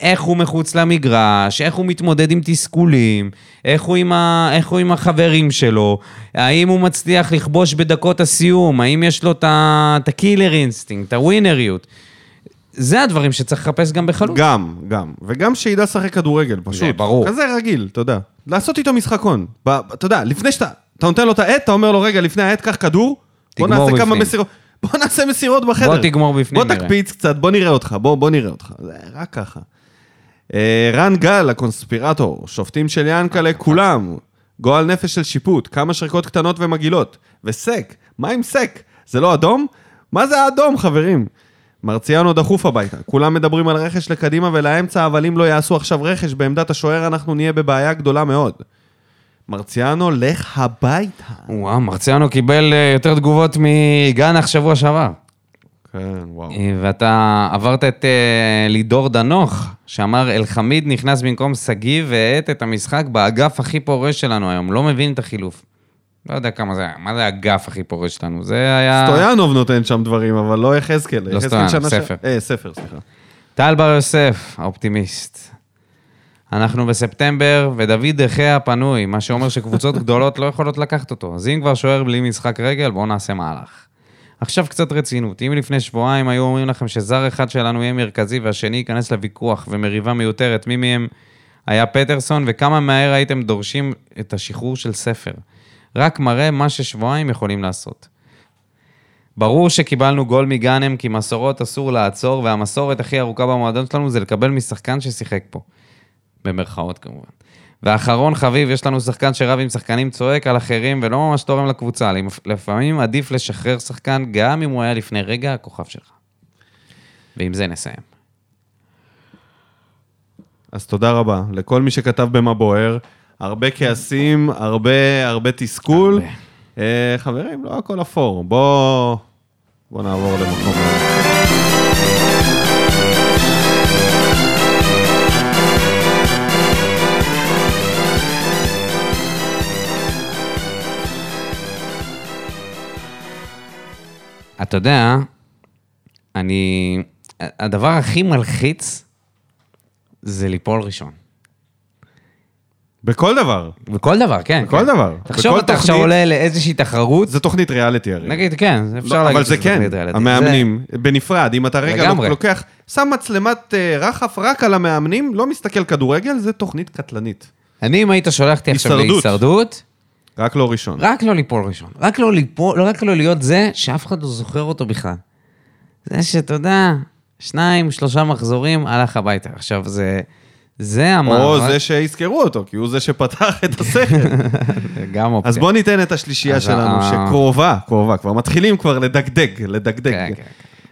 Speaker 2: איך הוא מחוץ למגרש, איך הוא מתמודד עם תסכולים, איך הוא עם, ה... איך הוא עם החברים שלו, האם הוא מצליח לכבוש בדקות הסיום, האם יש לו את ה- את הקילר אינסטינקט, את הווינריות. זה הדברים שצריך לחפש גם בחלוץ.
Speaker 1: גם, גם. וגם שידע לשחק כדורגל, פשוט.
Speaker 2: זה ברור.
Speaker 1: כזה רגיל, אתה יודע. לעשות איתו משחקון. ב- ב- אתה יודע, לפני שאתה אתה נותן לו את העט, אתה אומר לו, רגע, לפני העט, קח כדור, בוא
Speaker 2: תגמור
Speaker 1: נעשה כמה
Speaker 2: בפנים."
Speaker 1: מסירות. בוא נעשה מסירות בחדר.
Speaker 2: בוא תגמור בפנים,
Speaker 1: בוא
Speaker 2: נראה.
Speaker 1: תקפיץ קצת, בוא נראה אותך, בוא, בוא נראה אותך. זה רק ככה. אה, רן גל, הקונספירטור, שופטים של ינקלה, כולם. גועל נפש של שיפוט, כמה שריקות קטנות ומגעילות. וסק, מה עם סק? זה לא אדום? מה זה האדום, חברים? מרציאנו דחוף הביתה. כולם מדברים על רכש לקדימה ולאמצע, אבל אם לא יעשו עכשיו רכש בעמדת השוער, אנחנו נהיה בבעיה גדולה מאוד. מרציאנו, לך הביתה.
Speaker 2: וואו, מרציאנו קיבל אה, יותר תגובות מגנח שבוע שעבר.
Speaker 1: כן, וואו.
Speaker 2: אה, ואתה עברת את אה, לידור דנוך, שאמר, אלחמיד נכנס במקום שגיב והאט את המשחק באגף הכי פורש שלנו היום, לא מבין את החילוף. לא יודע כמה זה היה, מה זה האגף הכי פורש שלנו? זה היה...
Speaker 1: סטויאנוב נותן שם דברים, אבל לא יחזקאל. יחזקאל אה,
Speaker 2: סטויאנוב,
Speaker 1: שנה ש-
Speaker 2: ספר.
Speaker 1: אה, ספר, סליחה.
Speaker 2: טל בר יוסף, האופטימיסט. אנחנו בספטמבר, ודוד דחיה פנוי, מה שאומר שקבוצות גדולות לא יכולות לקחת אותו. אז אם כבר שוער בלי משחק רגל, בואו נעשה מהלך. עכשיו קצת רצינות. אם לפני שבועיים היו אומרים לכם שזר אחד שלנו יהיה מרכזי והשני ייכנס לוויכוח ומריבה מיותרת, מי מהם היה פטרסון, וכמה מהר הייתם דורשים את השחרור של ספר. רק מראה מה ששבועיים יכולים לעשות. ברור שקיבלנו גול מגאנם כי מסורות אסור לעצור, והמסורת הכי ארוכה במועדון שלנו זה לקבל משחקן ששיחק פה. במרכאות כמובן. ואחרון חביב, יש לנו שחקן שרב עם שחקנים צועק על אחרים ולא ממש תורם לקבוצה. לפ- לפעמים עדיף לשחרר שחקן גם אם הוא היה לפני רגע הכוכב שלך. ועם זה נסיים.
Speaker 1: אז תודה רבה לכל מי שכתב במה בוער. הרבה כעסים, הרבה, הרבה תסכול.
Speaker 2: הרבה.
Speaker 1: אה, חברים, לא הכל אפור. בואו בוא נעבור למקום. אחר.
Speaker 2: אתה יודע, אני... הדבר הכי מלחיץ זה ליפול ראשון.
Speaker 1: בכל דבר.
Speaker 2: בכל דבר, כן.
Speaker 1: בכל
Speaker 2: כן.
Speaker 1: דבר.
Speaker 2: תחשוב,
Speaker 1: בכל
Speaker 2: אתה עכשיו
Speaker 1: תוכנית-
Speaker 2: עולה לאיזושהי תחרות,
Speaker 1: זה תוכנית ריאליטי הרי.
Speaker 2: נגיד, כן, אפשר
Speaker 1: לא,
Speaker 2: להגיד
Speaker 1: אבל זה
Speaker 2: שזו
Speaker 1: כן,
Speaker 2: תוכנית ריאליטי.
Speaker 1: המאמנים, בנפרד, אם אתה רגע
Speaker 2: לגמרי.
Speaker 1: לא לוקח, שם מצלמת אה, רחף רק על המאמנים, לא מסתכל כדורגל, זה תוכנית קטלנית.
Speaker 2: זה- אני, אם היית שולח אותי עכשיו
Speaker 1: הישרדות.
Speaker 2: להישרדות,
Speaker 1: רק לא ראשון.
Speaker 2: רק לא ליפול ראשון. רק לא ליפול, לא רק לא להיות זה שאף אחד לא זוכר אותו בכלל. זה שאתה יודע, שניים, שלושה מחזורים, הלך הביתה. עכשיו, זה... זה המערכת.
Speaker 1: או זה שיזכרו אותו, כי הוא זה שפתח את הסכר.
Speaker 2: גם אופציה.
Speaker 1: אז בואו ניתן את השלישייה
Speaker 2: כן. אז
Speaker 1: שלנו,
Speaker 2: ה-
Speaker 1: שקרובה, קרובה, כבר מתחילים כבר לדגדג,
Speaker 2: כן,
Speaker 1: לדגדג.
Speaker 2: כן.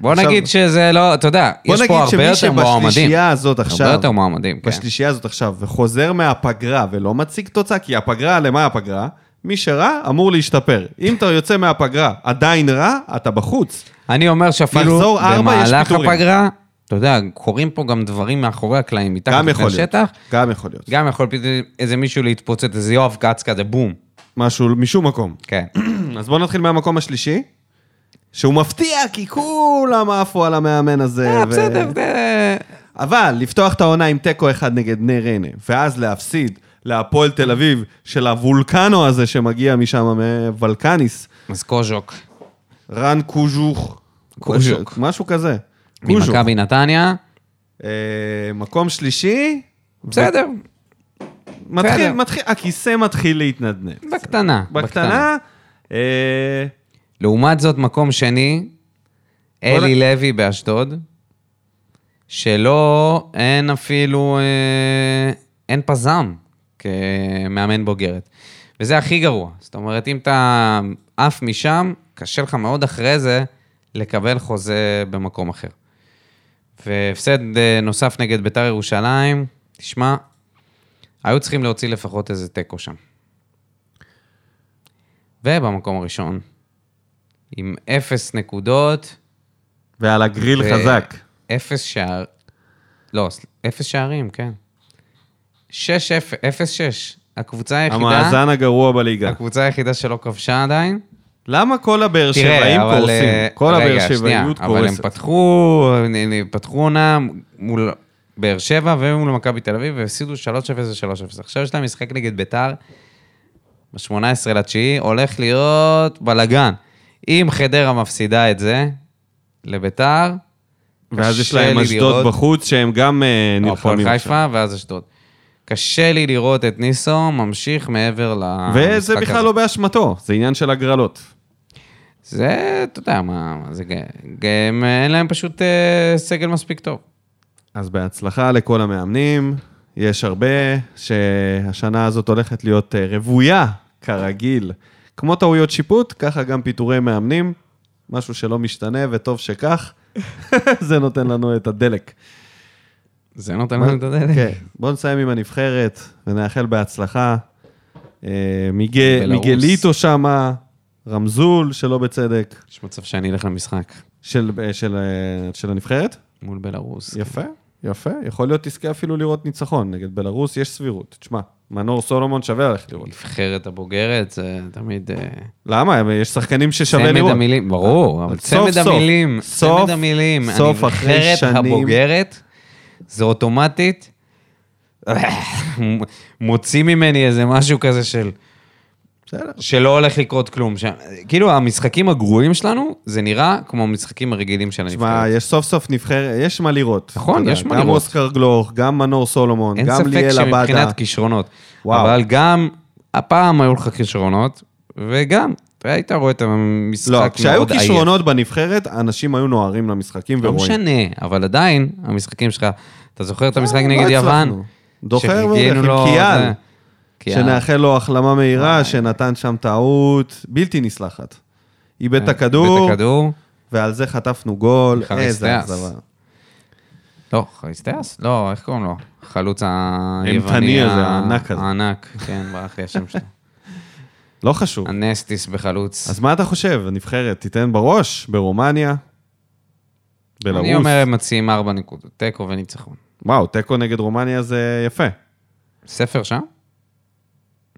Speaker 2: בוא
Speaker 1: עכשיו-
Speaker 2: נגיד שזה לא, אתה יודע,
Speaker 1: בוא
Speaker 2: יש פה
Speaker 1: נגיד
Speaker 2: הרבה
Speaker 1: שמי
Speaker 2: יותר מועמדים.
Speaker 1: שבשלישייה הזאת
Speaker 2: הרבה
Speaker 1: עכשיו,
Speaker 2: יותר מועמדים, כן.
Speaker 1: בשלישייה הזאת עכשיו, וחוזר מהפגרה ולא מציג תוצאה, כי הפגרה, למה הפגרה? מי שרע אמור להשתפר. אם אתה יוצא מהפגרה עדיין רע, אתה בחוץ.
Speaker 2: אני אומר שאפילו
Speaker 1: מחזור ארבע, יש
Speaker 2: במהלך
Speaker 1: פיטורים.
Speaker 2: הפגרה, אתה יודע, קורים פה גם דברים מאחורי הקלעים, מתחת
Speaker 1: גם יכול להיות.
Speaker 2: לשטח.
Speaker 1: גם יכול להיות.
Speaker 2: גם יכול פתאום איזה מישהו להתפוצץ, איזה יואב כץ כזה, בום.
Speaker 1: משהו משום מקום.
Speaker 2: כן.
Speaker 1: אז בואו נתחיל מהמקום השלישי, שהוא מפתיע, כי כולם עפו על המאמן הזה.
Speaker 2: אה,
Speaker 1: ו-
Speaker 2: בסדר, זה...
Speaker 1: אבל לפתוח את העונה עם תיקו אחד נגד בני ריינה, ואז להפסיד להפועל תל אביב של הוולקנו הזה שמגיע משם, מוולקניס,
Speaker 2: אז קוז'וק.
Speaker 1: רן קוז'וך.
Speaker 2: קוז'וק.
Speaker 1: משהו כזה. קוז'וך.
Speaker 2: ממכבי נתניה,
Speaker 1: אה, מקום שלישי,
Speaker 2: בסדר,
Speaker 1: מתחיל,
Speaker 2: בסדר.
Speaker 1: מתחיל, הכיסא מתחיל להתנדנד.
Speaker 2: בקטנה.
Speaker 1: בקטנה, אה,
Speaker 2: לעומת זאת, מקום שני, אלי
Speaker 1: בוא
Speaker 2: לוי באשדוד, שלא, אין אפילו, אה, אין פזם כמאמן בוגרת. וזה הכי גרוע. זאת אומרת, אם אתה עף משם, קשה לך מאוד אחרי זה לקבל חוזה במקום אחר. והפסד אה, נוסף נגד ביתר ירושלים, תשמע, היו צריכים להוציא לפחות איזה תיקו שם. ובמקום הראשון, עם אפס נקודות.
Speaker 1: ועל הגריל
Speaker 2: ו-
Speaker 1: חזק.
Speaker 2: אפס שער... לא, סל- אפס שערים, כן. שש, אפ- אפס שש. הקבוצה היחידה...
Speaker 1: המאזן הגרוע בליגה.
Speaker 2: הקבוצה היחידה שלא כבשה עדיין.
Speaker 1: למה כל הבאר שבעים
Speaker 2: תראה, אבל...
Speaker 1: קורסים?
Speaker 2: אה,
Speaker 1: כל
Speaker 2: רגע,
Speaker 1: הבאר
Speaker 2: שנייה,
Speaker 1: שבעיות
Speaker 2: אבל הם
Speaker 1: קורסת.
Speaker 2: פתחו, הם- הם פתחו עונה מול באר שבע ומול מכבי תל אביב, והפסידו 3-0 ו-3-0. עכשיו יש להם משחק נגד ביתר, ב-18 לתשיעי, הולך להיות בלאגן. אם חדרה מפסידה את זה לביתר,
Speaker 1: ואז יש
Speaker 2: קשה
Speaker 1: להם
Speaker 2: לי
Speaker 1: אשדוד
Speaker 2: לראות-
Speaker 1: בחוץ, שהם גם אה,
Speaker 2: או הפועל
Speaker 1: נלחמים עכשיו.
Speaker 2: חיפה ואז אשדוד. קשה לי לראות את ניסו ממשיך מעבר למשחק הזה.
Speaker 1: וזה בכלל לא באשמתו, זה עניין של הגרלות.
Speaker 2: זה, אתה יודע, מה, מה זה גם... אין להם פשוט אה, סגל מספיק טוב.
Speaker 1: אז בהצלחה לכל המאמנים, יש הרבה שהשנה הזאת הולכת להיות אה, רוויה, כרגיל. כמו טעויות שיפוט, ככה גם פיטורי מאמנים, משהו שלא משתנה וטוב שכך, זה נותן לנו את הדלק.
Speaker 2: זה נותן לנו את הדלק.
Speaker 1: כן, בואו נסיים עם הנבחרת ונאחל בהצלחה. אה, מיגל-
Speaker 2: בלרוס.
Speaker 1: מיגליטו שמה, רמזול שלא בצדק,
Speaker 2: יש מצב שאני אלך למשחק
Speaker 1: של, אה, של, אה, של הנבחרת.
Speaker 2: מול בלרוס.
Speaker 1: יפה, יפה. יכול להיות תזכה אפילו לראות ניצחון נגד בלרוס, יש סבירות. תשמע, מנור סולומון שווה ללכת לראות.
Speaker 2: נבחרת הבוגרת זה תמיד... אה,
Speaker 1: למה? יש שחקנים ששווה
Speaker 2: צמד
Speaker 1: לראות.
Speaker 2: המילים, ברור, אבל
Speaker 1: סוף,
Speaker 2: צמד
Speaker 1: סוף.
Speaker 2: המילים,
Speaker 1: סוף,
Speaker 2: צמד המילים,
Speaker 1: סוף אחרי
Speaker 2: הנבחרת
Speaker 1: שנים.
Speaker 2: הבוגרת, זה אוטומטית מוציא ממני איזה משהו כזה של...
Speaker 1: בסדר.
Speaker 2: שלא הולך לקרות כלום. ש... כאילו, המשחקים הגרועים שלנו, זה נראה כמו המשחקים הרגילים של
Speaker 1: תשמע,
Speaker 2: הנבחרת.
Speaker 1: יש סוף סוף נבחרת, יש מה לראות.
Speaker 2: נכון,
Speaker 1: אתה יודע,
Speaker 2: יש מה
Speaker 1: גם
Speaker 2: לראות.
Speaker 1: אוסקר גלוך, גם מנור סולומון,
Speaker 2: אין
Speaker 1: גם
Speaker 2: ספק
Speaker 1: ליאל עבאדה.
Speaker 2: שמבחינת כישרונות.
Speaker 1: וואו.
Speaker 2: אבל גם הפעם היו לך כישרונות, וגם, אתה היית רואה את המשחק מאוד
Speaker 1: לא,
Speaker 2: עייף.
Speaker 1: כשהיו כישרונות בנבחרת, אנשים היו נוהרים למשחקים
Speaker 2: לא
Speaker 1: ורואים.
Speaker 2: משנה, אבל עדיין, המשחקים שלך, אתה זוכר את המשחק
Speaker 1: לא
Speaker 2: נגד
Speaker 1: הצלחנו.
Speaker 2: יוון?
Speaker 1: דוחר והולך
Speaker 2: שחיכינו
Speaker 1: עם
Speaker 2: לו,
Speaker 1: קיאל,
Speaker 2: זה- קיאל.
Speaker 1: שנאחל לו החלמה מהירה, שנתן שם טעות בלתי נסלחת. איבד את הכדור,
Speaker 2: בית אה, הכדור.
Speaker 1: ועל זה חטפנו גול,
Speaker 2: חריס
Speaker 1: איזה
Speaker 2: דיאס.
Speaker 1: אכזבה.
Speaker 2: לא, חריסטיאס? לא, איך קוראים לו? החלוץ היווני.
Speaker 1: האימתני הזה,
Speaker 2: ה-
Speaker 1: הענק הזה.
Speaker 2: הענק, כן, ברח לי השם שלו.
Speaker 1: לא חשוב.
Speaker 2: הנסטיס בחלוץ.
Speaker 1: אז מה אתה חושב? הנבחרת תיתן בראש ברומניה? בלרוס?
Speaker 2: אני אומר, הם מציעים ארבע נקודות, תיקו וניצחון.
Speaker 1: וואו, תיקו נגד רומניה זה יפה.
Speaker 2: ספר שם?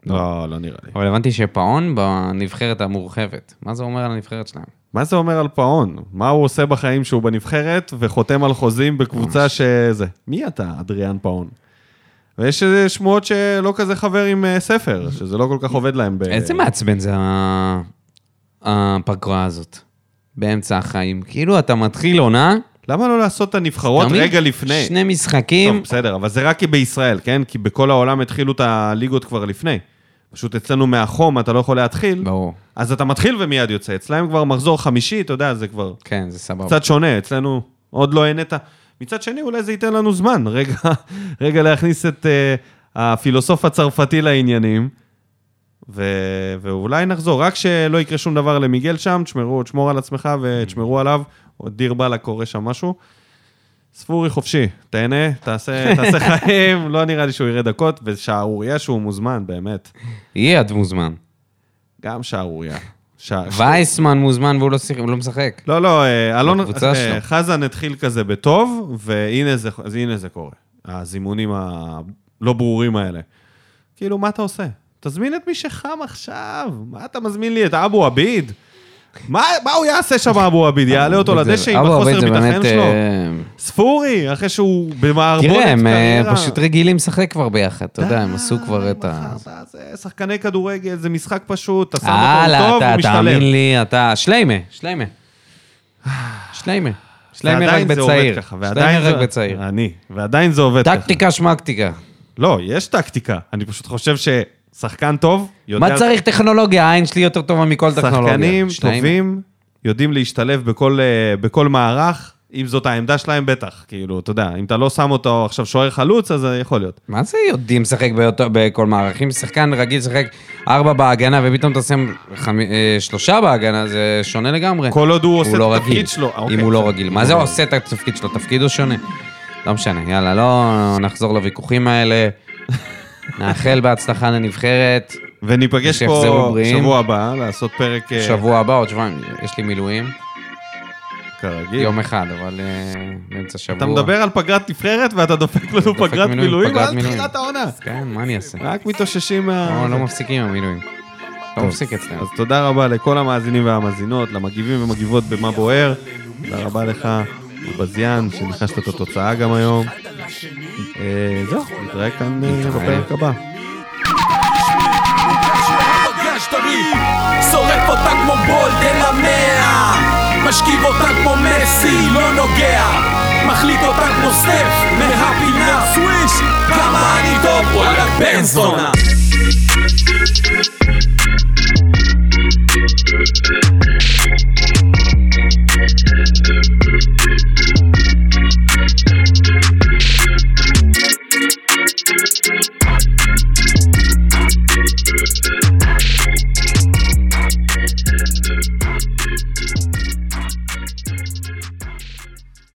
Speaker 1: לא, לא נראה לי.
Speaker 2: אבל הבנתי שפאון בנבחרת המורחבת. מה זה אומר על הנבחרת שלהם?
Speaker 1: מה זה אומר על פאון? מה הוא עושה בחיים שהוא בנבחרת וחותם על חוזים בקבוצה שזה? מי אתה, אדריאן פאון? ויש איזה שמועות שלא כזה חבר עם אה, ספר, שזה לא כל כך עובד להם ב...
Speaker 2: איזה מעצבן זה ה- הפגרה הזאת, באמצע החיים. כאילו, אתה מתחיל עונה,
Speaker 1: למה לא לעשות את הנבחרות
Speaker 2: תמיד
Speaker 1: רגע לפני?
Speaker 2: שני משחקים,
Speaker 1: טוב, בסדר, אבל זה רק בישראל, כן? כי בכל העולם התחילו את הליגות כבר לפני. פשוט אצלנו מהחום אתה לא יכול להתחיל,
Speaker 2: ברור,
Speaker 1: אז אתה מתחיל ומיד יוצא. אצלהם כבר מחזור חמישי, אתה יודע, זה כבר
Speaker 2: כן, זה סבבה.
Speaker 1: אוקיי. קצת שונה, אצלנו עוד לא הנית. מצד שני, אולי זה ייתן לנו זמן, רגע, רגע להכניס את אה, הפילוסוף הצרפתי לעניינים, ו, ואולי נחזור. רק שלא יקרה שום דבר למיגל שם, תשמרו, תשמור על עצמך ותשמרו עליו. עוד דיר באללה קורה שם משהו. ספורי חופשי, תהנה, תעשה, תעשה חיים, לא נראה לי שהוא יראה דקות, ושערורייה שהוא מוזמן, באמת.
Speaker 2: יהיה עד מוזמן.
Speaker 1: גם שערורייה. שע...
Speaker 2: וייסמן מוזמן והוא לא שיח- הוא לא משחק.
Speaker 1: לא, לא, אה, אלון,
Speaker 2: בקבוצה
Speaker 1: אה,
Speaker 2: שלו.
Speaker 1: חזן התחיל כזה בטוב, והנה זה, אז הנה זה קורה. הזימונים הלא ברורים האלה. כאילו, מה אתה עושה? תזמין את מי שחם עכשיו. מה אתה מזמין לי את אבו עביד? מה, מה הוא יעשה שם אבו עביד? יעלה אותו
Speaker 2: זה-
Speaker 1: לדשא עם
Speaker 2: אבו עובד
Speaker 1: החוסר
Speaker 2: זה
Speaker 1: ביטחון
Speaker 2: באמת,
Speaker 1: שלו?
Speaker 2: אה,
Speaker 1: ספורי, אחרי שהוא במערבולת
Speaker 2: תראה, הם אה,
Speaker 1: קריירה.
Speaker 2: פשוט רגילים לשחק כבר ביחד, אתה יודע, הם עשו כבר
Speaker 1: די,
Speaker 2: את ה...
Speaker 1: מחר אתה זה, שחקני כדורגל, זה משחק פשוט, אתה שם אותו
Speaker 2: הלאה,
Speaker 1: טוב, הוא
Speaker 2: אה, לא, אתה,
Speaker 1: משתלב.
Speaker 2: תאמין לי, אתה... שליימה, שליימה. שליימה. שליימה רק
Speaker 1: ועדיין זה עובד
Speaker 2: בצעיר.
Speaker 1: ככה,
Speaker 2: שליימה
Speaker 1: ועדיין
Speaker 2: רק
Speaker 1: זה- אה,
Speaker 2: בצעיר.
Speaker 1: אני, ועדיין זה עובד ככה.
Speaker 2: טקטיקה שמקטיקה.
Speaker 1: לא, יש טקטיקה. אני פשוט חושב ששחקן טוב, יודע...
Speaker 2: מה צריך טכנולוגיה? העין שלי יותר טובה מכל טכנולוגיה.
Speaker 1: שחקנים
Speaker 2: שליימה.
Speaker 1: טובים יודעים להשתלב בכל, אה, בכל מערך, אם זאת העמדה שלהם בטח. כאילו, אתה יודע, אם אתה לא שם אותו עכשיו שוער חלוץ, אז זה יכול להיות.
Speaker 2: מה זה יודעים לשחק באותו- בכל מערך? אם שחקן רגיל לשחק ארבע בהגנה ופתאום אתה שם חמ- אה, שלושה בהגנה, זה שונה לגמרי.
Speaker 1: כל עוד הוא עושה
Speaker 2: לא
Speaker 1: את התפקיד
Speaker 2: רגיל.
Speaker 1: שלו, אה,
Speaker 2: אם
Speaker 1: אוקיי,
Speaker 2: הוא לא
Speaker 1: בסדר.
Speaker 2: רגיל. מה זה עושה את התפקיד שלו? תפקיד הוא שונה. לא משנה, יאללה, לא נחזור לוויכוחים האלה. נאחל בהצלחה לנבחרת.
Speaker 1: וניפגש
Speaker 2: ושיחזרו
Speaker 1: פה
Speaker 2: בריאים.
Speaker 1: שבוע הבא, לעשות פרק אה,
Speaker 2: שבוע הבא, עוד שבועיים, יש לי מילואים.
Speaker 1: כרגיל.
Speaker 2: יום אחד, אבל אה, באמצע שבוע.
Speaker 1: כן. אתה מדבר על פגרת נבחרת ואתה דופק לנו
Speaker 2: דופק
Speaker 1: פגרת
Speaker 2: מילואים,
Speaker 1: מילואים
Speaker 2: פגרת
Speaker 1: על
Speaker 2: מילואים.
Speaker 1: תחילת העונה.
Speaker 2: כן, מה אני אעשה?
Speaker 1: רק מתאוששים
Speaker 2: לא
Speaker 1: מה...
Speaker 2: לא מפסיקים המילואים. לא
Speaker 1: טוב.
Speaker 2: מפסיק אצלנו.
Speaker 1: אז תודה רבה לכל המאזינים והמאזינות, למגיבים ומגיבות במה בוער. תודה רבה לך, בזיין, שניחשת את התוצאה גם היום. אה, זהו, נתראה כאן אה,
Speaker 2: נתראה.
Speaker 1: בפרק הבא.
Speaker 3: פגש טרי שורף אותה כמו בולדן המאה משכיב אותה כמו מסי, לא נוגע מחליט אותה כמו סטף מהפינה סוויש כמה אני טוב, וואלה בן זונה